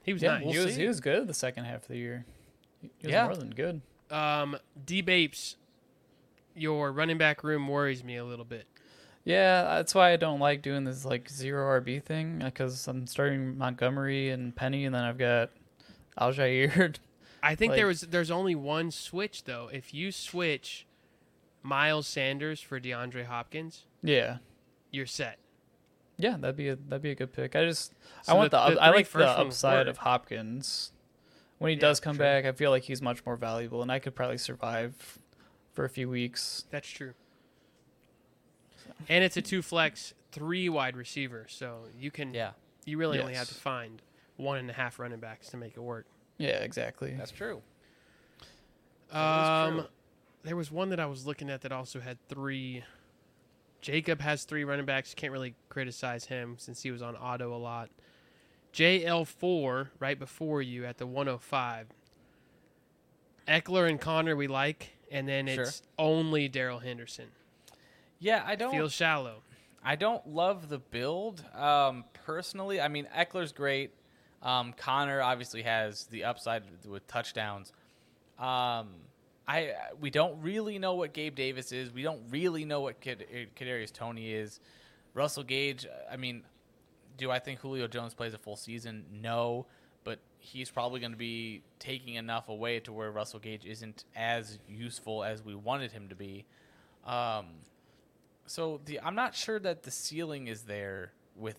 [SPEAKER 3] He was
[SPEAKER 4] Yeah,
[SPEAKER 3] nice.
[SPEAKER 4] he
[SPEAKER 2] we'll
[SPEAKER 4] was
[SPEAKER 2] see.
[SPEAKER 4] he was good the second half of the year. He he was
[SPEAKER 2] Yeah.
[SPEAKER 4] more than good.
[SPEAKER 3] Um, D Bapes, your running back room worries me a little bit.
[SPEAKER 4] Yeah, that's why I don't like doing this like zero RB thing because I'm starting Montgomery and Penny, and then I've got Aljair.
[SPEAKER 3] I think there
[SPEAKER 4] Like-
[SPEAKER 3] was there's only one switch though. If you switch Miles Sanders for DeAndre Hopkins,
[SPEAKER 4] yeah,
[SPEAKER 3] you're set.
[SPEAKER 4] yeah, that'd be a that'd be a good pick. I just
[SPEAKER 3] So
[SPEAKER 4] I want
[SPEAKER 3] the-
[SPEAKER 4] the,
[SPEAKER 3] the
[SPEAKER 4] I
[SPEAKER 3] three
[SPEAKER 4] like the
[SPEAKER 3] first ones
[SPEAKER 4] upside
[SPEAKER 3] were-
[SPEAKER 4] of Hopkins. When he does come
[SPEAKER 3] true.
[SPEAKER 4] back, I feel like he's much more valuable, and I could probably survive for a few weeks.
[SPEAKER 3] That's true. And it's a two flex, three wide receiver, so you can
[SPEAKER 2] yeah,
[SPEAKER 3] you really only have to
[SPEAKER 4] Yes.
[SPEAKER 3] find one and a half running backs to make it work.
[SPEAKER 4] Yeah, exactly.
[SPEAKER 2] that's true. That is
[SPEAKER 3] Um,
[SPEAKER 2] true.
[SPEAKER 3] there was one that I was looking at that also had three. Jacob has three running backs. Can't really criticize him since he was on auto a lot. JL4 right before you at the 105. Eckler and Connor we like, and then
[SPEAKER 2] Sure.
[SPEAKER 3] it's only Daryl Henderson.
[SPEAKER 2] Yeah, I don't
[SPEAKER 3] Feels shallow.
[SPEAKER 2] I don't love the build um, personally. I mean, Eckler's great. Um, Connor obviously has the upside with touchdowns. Um, I we don't really know what Gabe Davis is. We don't really know what Kid- uh, Kadarius Tony is. Russell Gage. uh, I mean, do I think Julio Jones plays a full season? No, but he's probably going to be taking enough away to where Russell Gage isn't as useful as we wanted him to be. Um, so the I'm not sure that the ceiling is there with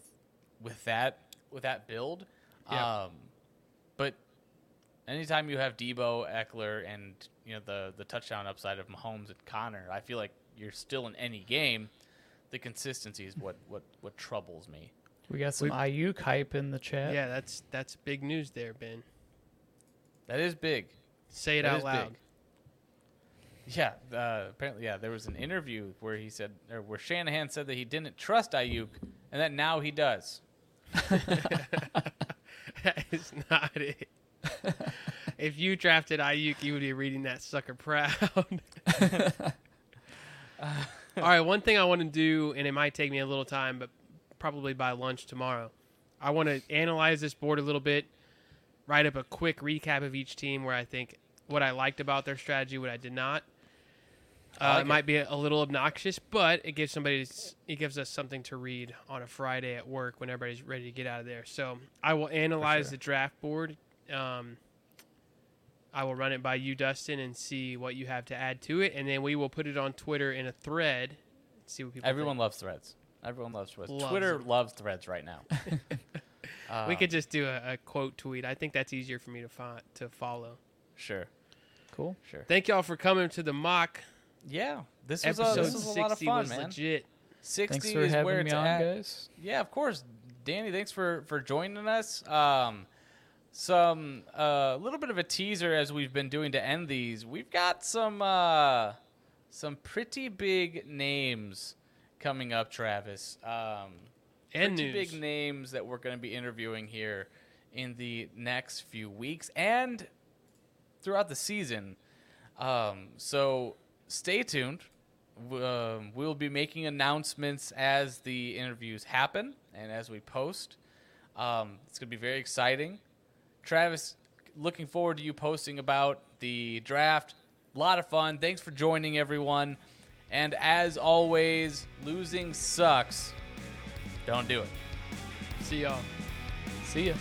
[SPEAKER 2] with that with that build.
[SPEAKER 3] Yeah.
[SPEAKER 2] Um, but anytime you have Debo, Eckler, and you know the the touchdown upside of Mahomes and Connor, I feel like you're still in any game. The consistency is what what what troubles me.
[SPEAKER 4] We got some IU hype in the chat.
[SPEAKER 3] Yeah, that's that's big news there, Ben.
[SPEAKER 2] That is big.
[SPEAKER 3] Say it
[SPEAKER 2] That
[SPEAKER 3] out
[SPEAKER 2] is
[SPEAKER 3] loud.
[SPEAKER 2] big. Yeah, uh, apparently, yeah. There was an interview where he said, or where Shanahan said that he didn't trust Ayuk, and that now he does.
[SPEAKER 3] that is not it. if you drafted Ayuk, you would be reading that sucker proud. All right, one thing I want to do, and it might take me a little time, but probably by lunch tomorrow, I want to analyze this board a little bit, write up a quick recap of each team where I think what I liked about their strategy, what I did not. Uh,
[SPEAKER 2] like
[SPEAKER 3] it might be a little obnoxious, but it gives somebody it gives us something to read on a Friday at work when everybody's ready to get out of there. So I will analyze
[SPEAKER 2] sure.
[SPEAKER 3] the draft board. Um, I will run it by you, Dustin, and see what you have to add to it, and then we will put it on Twitter in a thread. See what people. think.
[SPEAKER 2] Everyone loves threads. Everyone loves threads.
[SPEAKER 3] Loves
[SPEAKER 2] Twitter
[SPEAKER 3] it.
[SPEAKER 2] loves threads right now.
[SPEAKER 3] we
[SPEAKER 2] Um,
[SPEAKER 3] could just do a, a quote tweet. I think that's easier for me to find to follow.
[SPEAKER 2] sure,
[SPEAKER 4] Cool.
[SPEAKER 2] sure.
[SPEAKER 3] Thank y'all for coming to the mock.
[SPEAKER 2] Yeah, this was a,
[SPEAKER 3] Episode
[SPEAKER 2] this was a
[SPEAKER 3] sixty
[SPEAKER 2] lot of fun,
[SPEAKER 3] was
[SPEAKER 2] man.
[SPEAKER 3] legit.
[SPEAKER 2] Sixty
[SPEAKER 4] Thanks for
[SPEAKER 2] is where
[SPEAKER 4] having
[SPEAKER 2] it's
[SPEAKER 4] me on,
[SPEAKER 2] at.
[SPEAKER 4] guys.
[SPEAKER 2] Yeah, of course, Danny. Thanks for for joining us. Um, some a little bit of a teaser as we've been doing to end these. We've got some uh, some pretty big names coming up, Travis. Um,
[SPEAKER 3] And
[SPEAKER 2] pretty
[SPEAKER 3] news.
[SPEAKER 2] big names that we're going to be interviewing here in the next few weeks and throughout the season. Um, so stay tuned. W- Um, we'll be making announcements as the interviews happen and as we post. Um, it's going to be very exciting. Travis, looking forward to you posting about the draft. A lot of fun. Thanks for joining, everyone. And as always, losing sucks. Don't do it.
[SPEAKER 3] See y'all.
[SPEAKER 4] See ya.